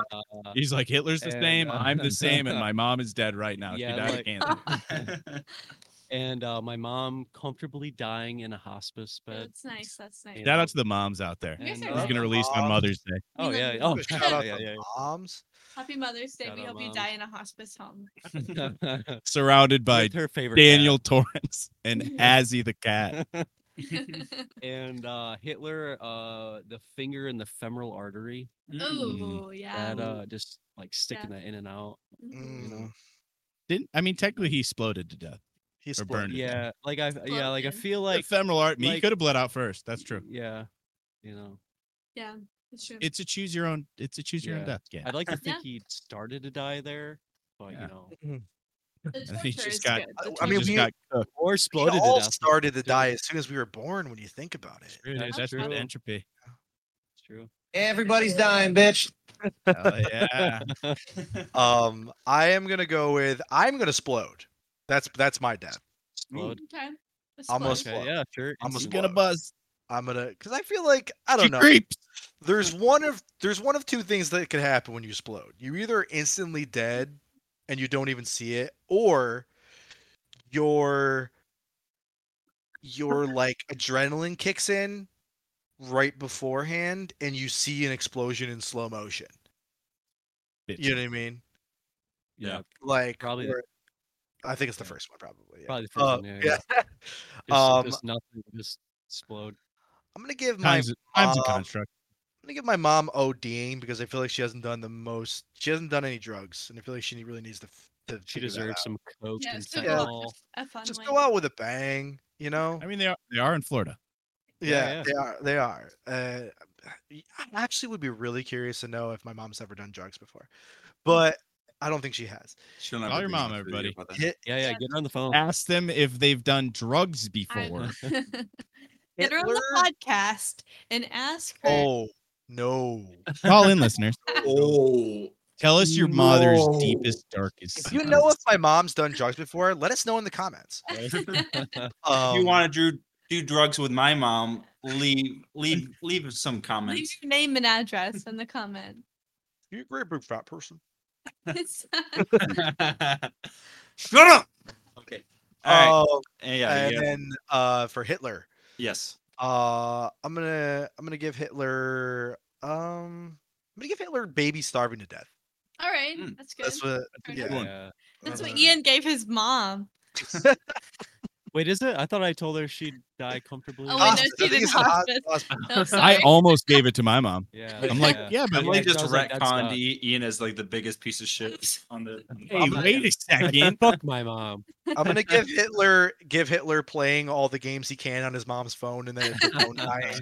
He's like Hitler's the
And,
same.
uh,
I'm the same, and my mom is dead right now.
Yeah,
she died
like-
of cancer.
and uh, my mom comfortably dying in a hospice bed. uh,
That's nice. That's nice.
Yeah.
Shout out to the moms out there.
You
Who's
guys are
gonna
welcome.
release on
Moms.
Mother's Day?
Oh
We
yeah.
love
Oh
Give a shout out
yeah, yeah,
to moms.
Happy Mother's Day.
Shout
we
out,
hope you
Mom.
die in a hospice home.
yeah.
Surrounded by
With her favorite cat.
Daniel Torrance and Azzy the cat.
and uh, Hitler, uh, the finger in the femoral artery.
Oh yeah.
That uh, just like sticking that in and out.
Mhm.
You know.
Mm,
Didn't I mean technically he exploded to death?
he's
Or
split.
burned. Yeah.
Yeah, like I yeah, like I
Explosion.
feel like
Like femoral art. he
like-
could have bled out first. That's true.
Yeah, you know,
Yeah. That's true.
It's a choose your own. It's a choose your own
Yeah.
death game.
I'd like to
Yeah.
think he started to die there, but
Yeah.
you know,
The
And he
torture
just
is
got-
good. The
I mean,
torture-
just
we-
got cooked.
or
We
exploded to
all
death.
started to
Dude.
die as soon as we were born. When you think about it,
Dude,
That's
That's
true.
the entropy.
True.
Everybody's dying, bitch.
Hell yeah.
um, I am gonna go with I'm gonna explode. That's that's my death.
Explode.
Okay. That's
Almost
close.
Okay,
blood.
yeah, sure.
I'm
it's-
a
gonna
blow.
buzz.
I'm gonna because I feel like I don't
She
know.
creeps.
There's one of there's one of two things that could happen when you explode. You either are instantly dead and you don't even see it, or your your like adrenaline kicks in right beforehand and you see an explosion in slow motion.
Bitch.
You know what I mean?
yeah,
Yeah.
Like
Probably the-
where- I think it's the
yeah.
first one, probably. Yeah.
probably the first
Uh,
one. Yeah,
yeah.
Just,
Um,
just nothing, just explode.
I'm gonna give my
Time's, time's a
mom-
construct.
I'm gonna give my mom ODing because I feel like she hasn't done the most. She hasn't done any drugs, and I feel like she really needs to. f- to
She
figure that
deserves
out.
some coke
Yeah,
and
so
Yeah.
go
fentanyl.
out. A fun
Just
way.
go out with a bang, you know.
I mean, they are they are in Florida.
yeah,
yeah,
they are. They are. Uh, I actually would be really curious to know if my mom's ever done drugs before, but I don't think she has.
She'll
Call your
be
mom,
able to figure
everybody.
about that.
Hit,
Yeah, yeah,
Yeah.
get her on the phone.
Ask them if they've done drugs
I-
before.
Get her on
Hitler?
the podcast and ask her.
oh no!
Call in, listeners.
Oh,
Tell us your mother's
No.
deepest, darkest.
If you know if my mom's done drugs before, let us know in the comments. Um,
you want to do do drugs with my mom? Leave leave leave some
Leave
comments.
your name and address in the comment.
You're a great big fat person.
It's-
Shut up. Okay. All right.
Um,
yeah.
and
yeah.
then uh, for Hitler,
Yes.
Uh, I'm gonna I'm gonna give Hitler um I'm gonna give Hitler baby starving to death.
All right,
Mm,
that's
Hmm.
good.
That's what
Fair
yeah.
enough.
Yeah.
That's
uh,
what Ian gave his mom.
Wait, is it? I thought I told her she'd die comfortably.
Oh, wait,
hospice.
no, she
yeah.
I think
did
it's a hos-
hospice.
hospice.
No,
I
sorry.
almost gave it to my mom.
yeah.
I'm like, yeah,
I
but
like,
like just
I was like, that's
retconned E,
not-
Ian as like the biggest piece of shit on the. on the
hey,
podcast.
wait a second.
fuck my mom.
I'm gonna give Hitler give Hitler playing all the games he can on his mom's phone and then his phone dying,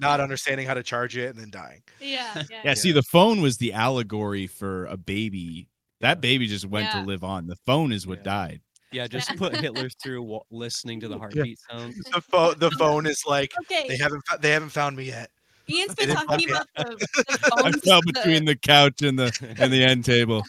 not understanding how to charge it and then dying.
Yeah, yeah.
Yeah, see, the phone was the allegory for a baby. That baby just went
Yeah.
to live on. The phone is what
Yeah.
died.
Yeah, just put Hitler through wa- listening to the heartbeat sounds.
The phone the phone is like they
Okay,
haven't fo- they haven't found me yet.
Ian's been
They didn't
talking
fuck
about the, the
I
bones
fell
of the-
between the couch and the and the end table,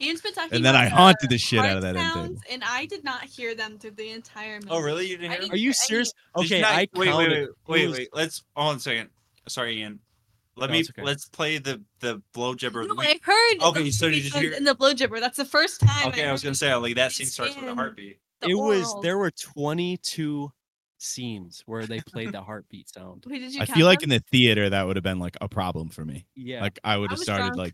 Ian's been talking
and then
about
I
the
haunted the shit out
heart
of that end table.
sounds, and I did not hear them through the entire. Movie.
Oh really? You didn't
I
hear?
didn't
Are you
hear any-
serious?
Did you
Okay,
not-
I
wait, wait,
counted.
wait, wait,
Who's-
wait. Let's hold on a second. Sorry, Ian. Let
No,
me
it's okay.
let's play the the blow jibber. of the
No,
week.
I heard.
Okay,
the
so did you
sounds
hear-
in the blow jibber? That's the first time.
Okay, I was gonna say like that scene starts with a
Skin.
heartbeat.
It was
there.
there were 22 scenes where they played the heartbeat sound.
Wait, did you
I
count
feel like in
them?
the theater that would have been like a problem for me.
Yeah.
Like I would
I
have
was
started
drunk.
like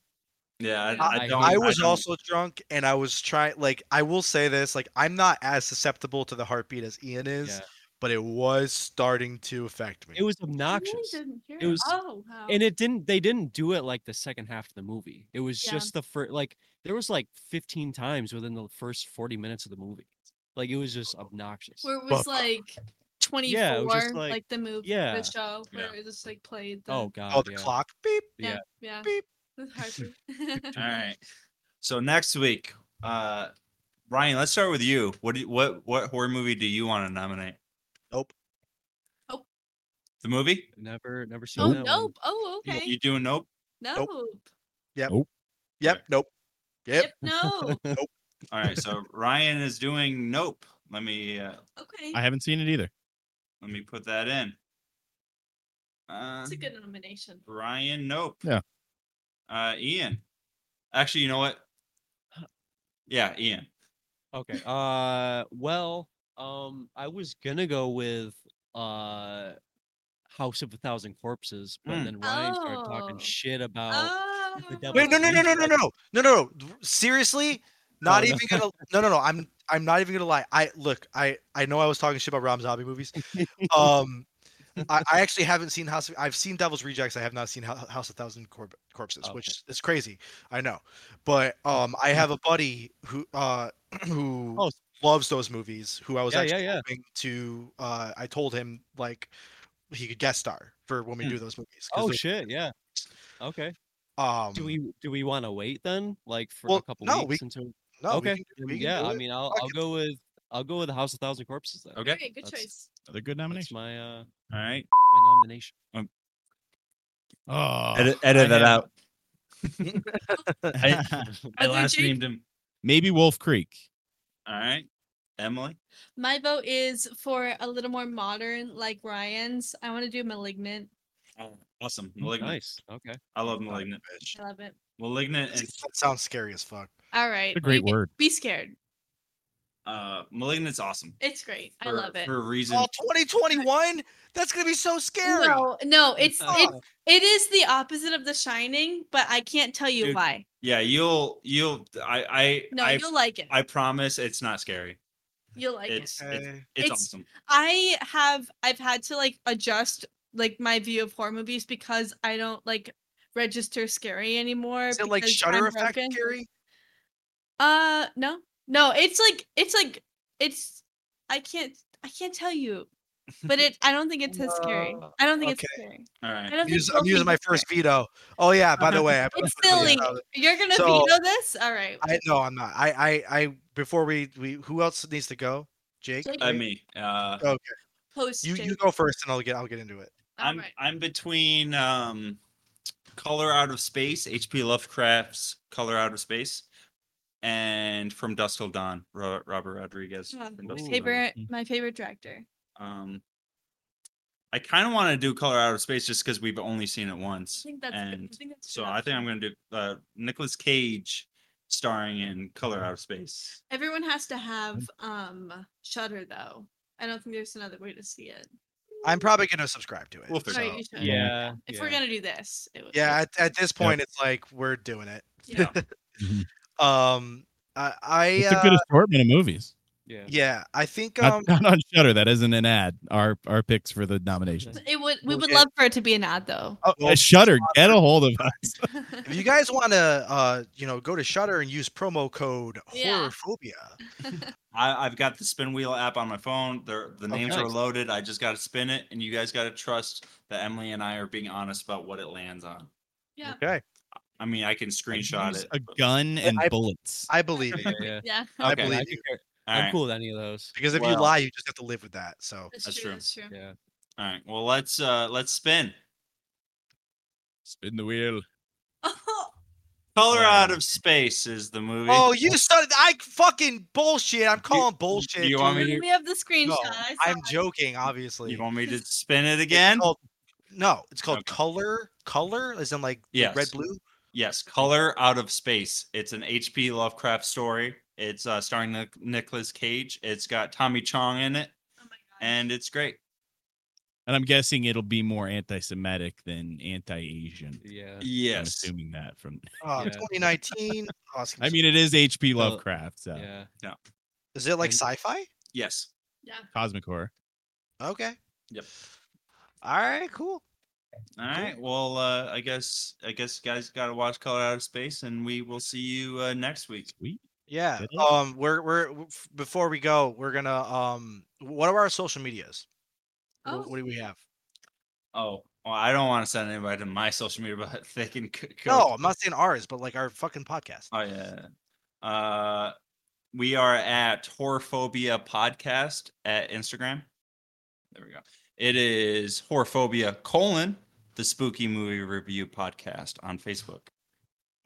Yeah, I,
I-
I, don't.
I was
don't-
also drunk and I was trying like I will say this, like I'm not as susceptible to the heartbeat as Ian is,
Yeah.
but it was starting to affect me.
It was
I really
obnoxious.
didn't hear
It was-
Oh, wow.
And it didn't they didn't do it like the second half of the movie. It was
Yeah.
just the first like there was like 15 times within the first 40 minutes of the movie. Like it was just obnoxious.
Oh, Where it was
Fuck.
like 24,
Yeah, it was just
like,
like-
the movie,
yeah.
the show, where
Yeah.
it just like played. The,
Oh
oh
god.
the
yeah.
clock beep
yeah, yeah.
beep.
With Harper.
All right. So next week, uh, Ryan, let's start with you. What do you, what what horror movie do you want to nominate?
Nope.
Nope.
The movie?
Never, never seen
Oh
that one.
nope. Oh
You-
okay.
You doing nope?
nope.
Yep. Nope. Yep.
Yep. No.
All right. So Ryan is doing nope. Let me uh,
Okay.
I haven't seen it either.
let me put that in. Uh,
That's a good nomination.
Ryan, nope.
Yeah.
Uh, Ian. Actually, you know what? Yeah, Ian.
Okay. Uh well, um I was gonna go with uh House of a Thousand Corpses, but
Hmm.
Mm.
then Ryan started talking
Oh.
shit about
Oh.
the devil-
Wait, no, no, no, no, no, no, no, no, no. no. Seriously, not
Oh, no.
even gonna. No, no, no. I'm, I'm not even gonna lie. I look, I, I know I was talking shit about Rob Zombie movies. Um, I, I actually haven't seen House. Of, I've seen Devil's Rejects. I have not seen Hou- House of Thousand Corp- Corpses,
Oh, Okay.
which is crazy. I know, but um, I have a buddy who, uh, who
Oh.
loves those movies. Who I was
Yeah,
actually
yeah, yeah.
hoping to. Uh, I told him like he could guest star for when we
Hmm.
do those movies. 'cause
Oh
they're-
shit, yeah. Okay.
Um,
Do we do we want to wait then, like for
Well,
a couple
no, we
weeks until?
No, we
okay.
can do-
then
we can
yeah,
do
I
it.
mean, I'll
Fuck
I'll
it.
go with I'll go with House of Thousand Corpses then.
Okay.
Okay, good
That's-
choice.
Another good
That's
nomination.
my uh
All right.
my nomination.
Oh,
edit
I
edit that
have-
out. I, I
Other
last
Jake-
named him.
Maybe Wolf Creek.
All right. Emily.
My vote is for a little more modern, like Ryan's. I want to do Malignant.
Oh, awesome.
Mm-hmm.
Malignant.
Nice. Okay.
I
Oh,
love Malignant.
I love it.
Malignant and
That sounds scary as fuck.
All right.
a great
be-
word.
Be scared.
uh Malignant's awesome.
It's great. I
For-
love it.
For a reason.
Oh, 2021? That's gonna be so scary.
No, no, it's it,
Fuck.
it is the opposite of The Shining, but I can't tell you
Dude,
why.
Yeah, you'll you'll I I
No,
I,
you'll like it.
I promise it's not scary.
you'll like it.
It's it's,
Okay.
it's
It's-
awesome.
I have I've had to like adjust like my view of horror movies because I don't like register scary anymore.
Is it like
because
Shutter
I'm
Effect
broken.
scary?
Uh no. No, it's like it's like it's I can't I can't tell you. But it I don't think it's as scary.
No.
I don't think
Okay.
it's scary.
All
I
right.
don't
I'm
think
using,
you'll
I'm
think
using my
it's
first
scary.
veto. Oh yeah, by the way, I put
It's
a veto
silly.
out.
You're gonna
So-
veto this? All right.
I no, I'm not. I I I before we we who else needs to go? Jake.
Jake.
I
right?
mean, uh
Okay.
Post
You you
Jake.
go first, and I'll get I'll get into it.
All
I'm
right.
I'm between um Color Out of Space, HP Lovecraft's Color Out of Space, and From Dusk Till Dawn, Ro- Robert Rodriguez.
Yeah,
from
My
Dusk Till Dawn.
favorite my favorite director.
Um I kind of want to do Color Out of Space just because we've only seen it
I
once.
think that's good.
and
I think that's a
So
good
I think I'm
option.
gonna do uh Nicolas Cage starring in Color Out of Space.
Everyone has to have
Mm-hmm.
um Shutter though. I don't think there's another way to see it.
I'm probably gonna subscribe to it.
We'll figure
Right,
So,
you should.
Yeah.
If
yeah.
we're gonna do this, it would
yeah, at, at this point, it's like we're doing it.
yeah.
Um, I I
It's a
uh,
good assortment of movies.
Yeah.
yeah, I think um
Not, not on Shutter. That isn't an ad. Our our picks for the nominations.
it would. We
We'll
would
get-
love for it to be an ad though.
oh, well,
Uh, Shutter, get a hold of us.
if you guys want to uh you know go to shutter and use promo code
Yeah.
horrorphobia
I, I've got the spin wheel app on my phone. They're, the names are
nice.
loaded. I just got to spin it, and you guys got to trust that Emily and I are being honest about what it lands on.
Yeah.
Okay.
I mean, I can screenshot
Use
it.
A
but-
gun and
I-
bullets.
i believe
Yeah.
it
yeah.
yeah,
i
Okay.
believe
I
you
could care-
All
I'm
right.
cool with any of those.
because if you
Well-
lie you just have to live with that so
that's,
That's
true,
true.
That's true.
Yeah.
All right. Well, let's uh let's spin.
Spin the wheel.
Color out of space is the movie.
oh you started i fucking bullshit i'm calling bullshit
you want
dude.
me-
we have the screenshot.
No,
I saw
i'm
it.
joking obviously
you want me to spin it
It's
again?
called- no it's called
Okay.
color color as in like the red
Yes.
blue
Yes, Color Out of Space. It's an H.P. Lovecraft story. It's uh, starring Nic- Nicolas Cage. It's got Tommy Chong in it,
Oh my God.
and it's great.
And I'm guessing it'll be more anti-Semitic than anti-Asian.
Yeah.
I'm
Yes.
assuming that from.
uh,
Yeah.
2019 Oh, it's-
I mean, it is H.P.
Well,
Lovecraft, so
Yeah.
is it like sci-fi
Yes.
cosmic horror.
okay
Yep.
all right cool
All right. Well, uh, I guess I guess you guys got to watch Color Out of Space, and we will see you uh, next week.
Sweet.
Yeah.
Good luck.
Um we're we're w- f- before we go, we're going to um what are our social medias? Wh-
Oh.
What, do we have?
Oh, Well, I don't want to send anybody to my social media, but they can. c- go
No, I'm not saying ours, but like our fucking podcast.
Oh yeah. Uh, we are at Horophobia Podcast at Instagram. There we go. It is Horophobia colon the Spooky Movie Review Podcast on Facebook.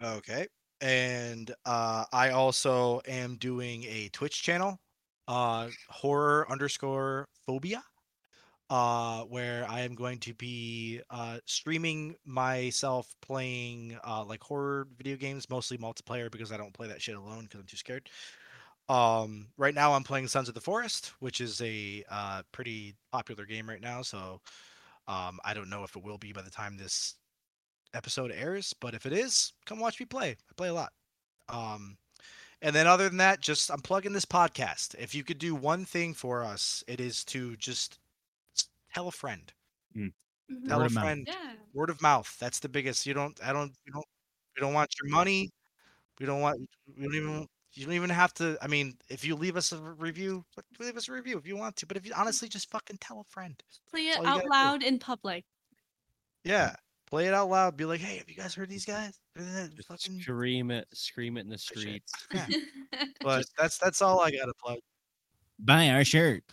Okay. And uh, I also am doing a Twitch channel, uh, horror underscore phobia, uh, where I am going to be uh, streaming myself playing uh, like horror video games, mostly multiplayer because I don't play that shit alone because I'm too scared. Um, right now, I'm playing Sons of the Forest, which is a uh, pretty popular game right now. So um, I don't know if it will be by the time this episode airs, but if it is, come watch me play. I play a lot. Um, and then other than that, just I'm plugging this podcast. If you could do one thing for us, it is to just s- tell a friend. Tell
Mm. Word
a
of mouth.
friend.
Yeah.
Word of mouth. That's the biggest. You don't. I don't. You don't. We don't want your money. We don't want. We don't even. You don't even have to. I mean, if you leave us a r- review, but leave us a review if you want to. But if you honestly just fucking tell a friend.
Play it
all you gotta
out
do.
loud in public.
Yeah. Play it out loud. Be like, hey, have you guys heard these guys?
Just
Fucking
scream it, scream it in the streets.
Yeah. But that's that's all I gotta plug.
Buy our shirt.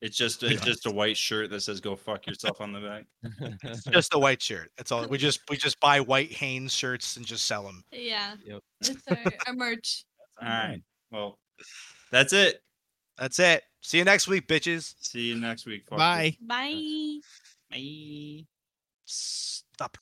It's just it's just a white shirt that says "Go fuck yourself" on the back.
Just the white shirt. That's all. We just we just buy white Hanes shirts and just sell them.
yeah.
Yep.
That's our, our merch.
All right. Well, that's it.
That's it. See you next week, bitches.
See you next week. fuckers.
Bye.
Bye.
Bye.
Stop.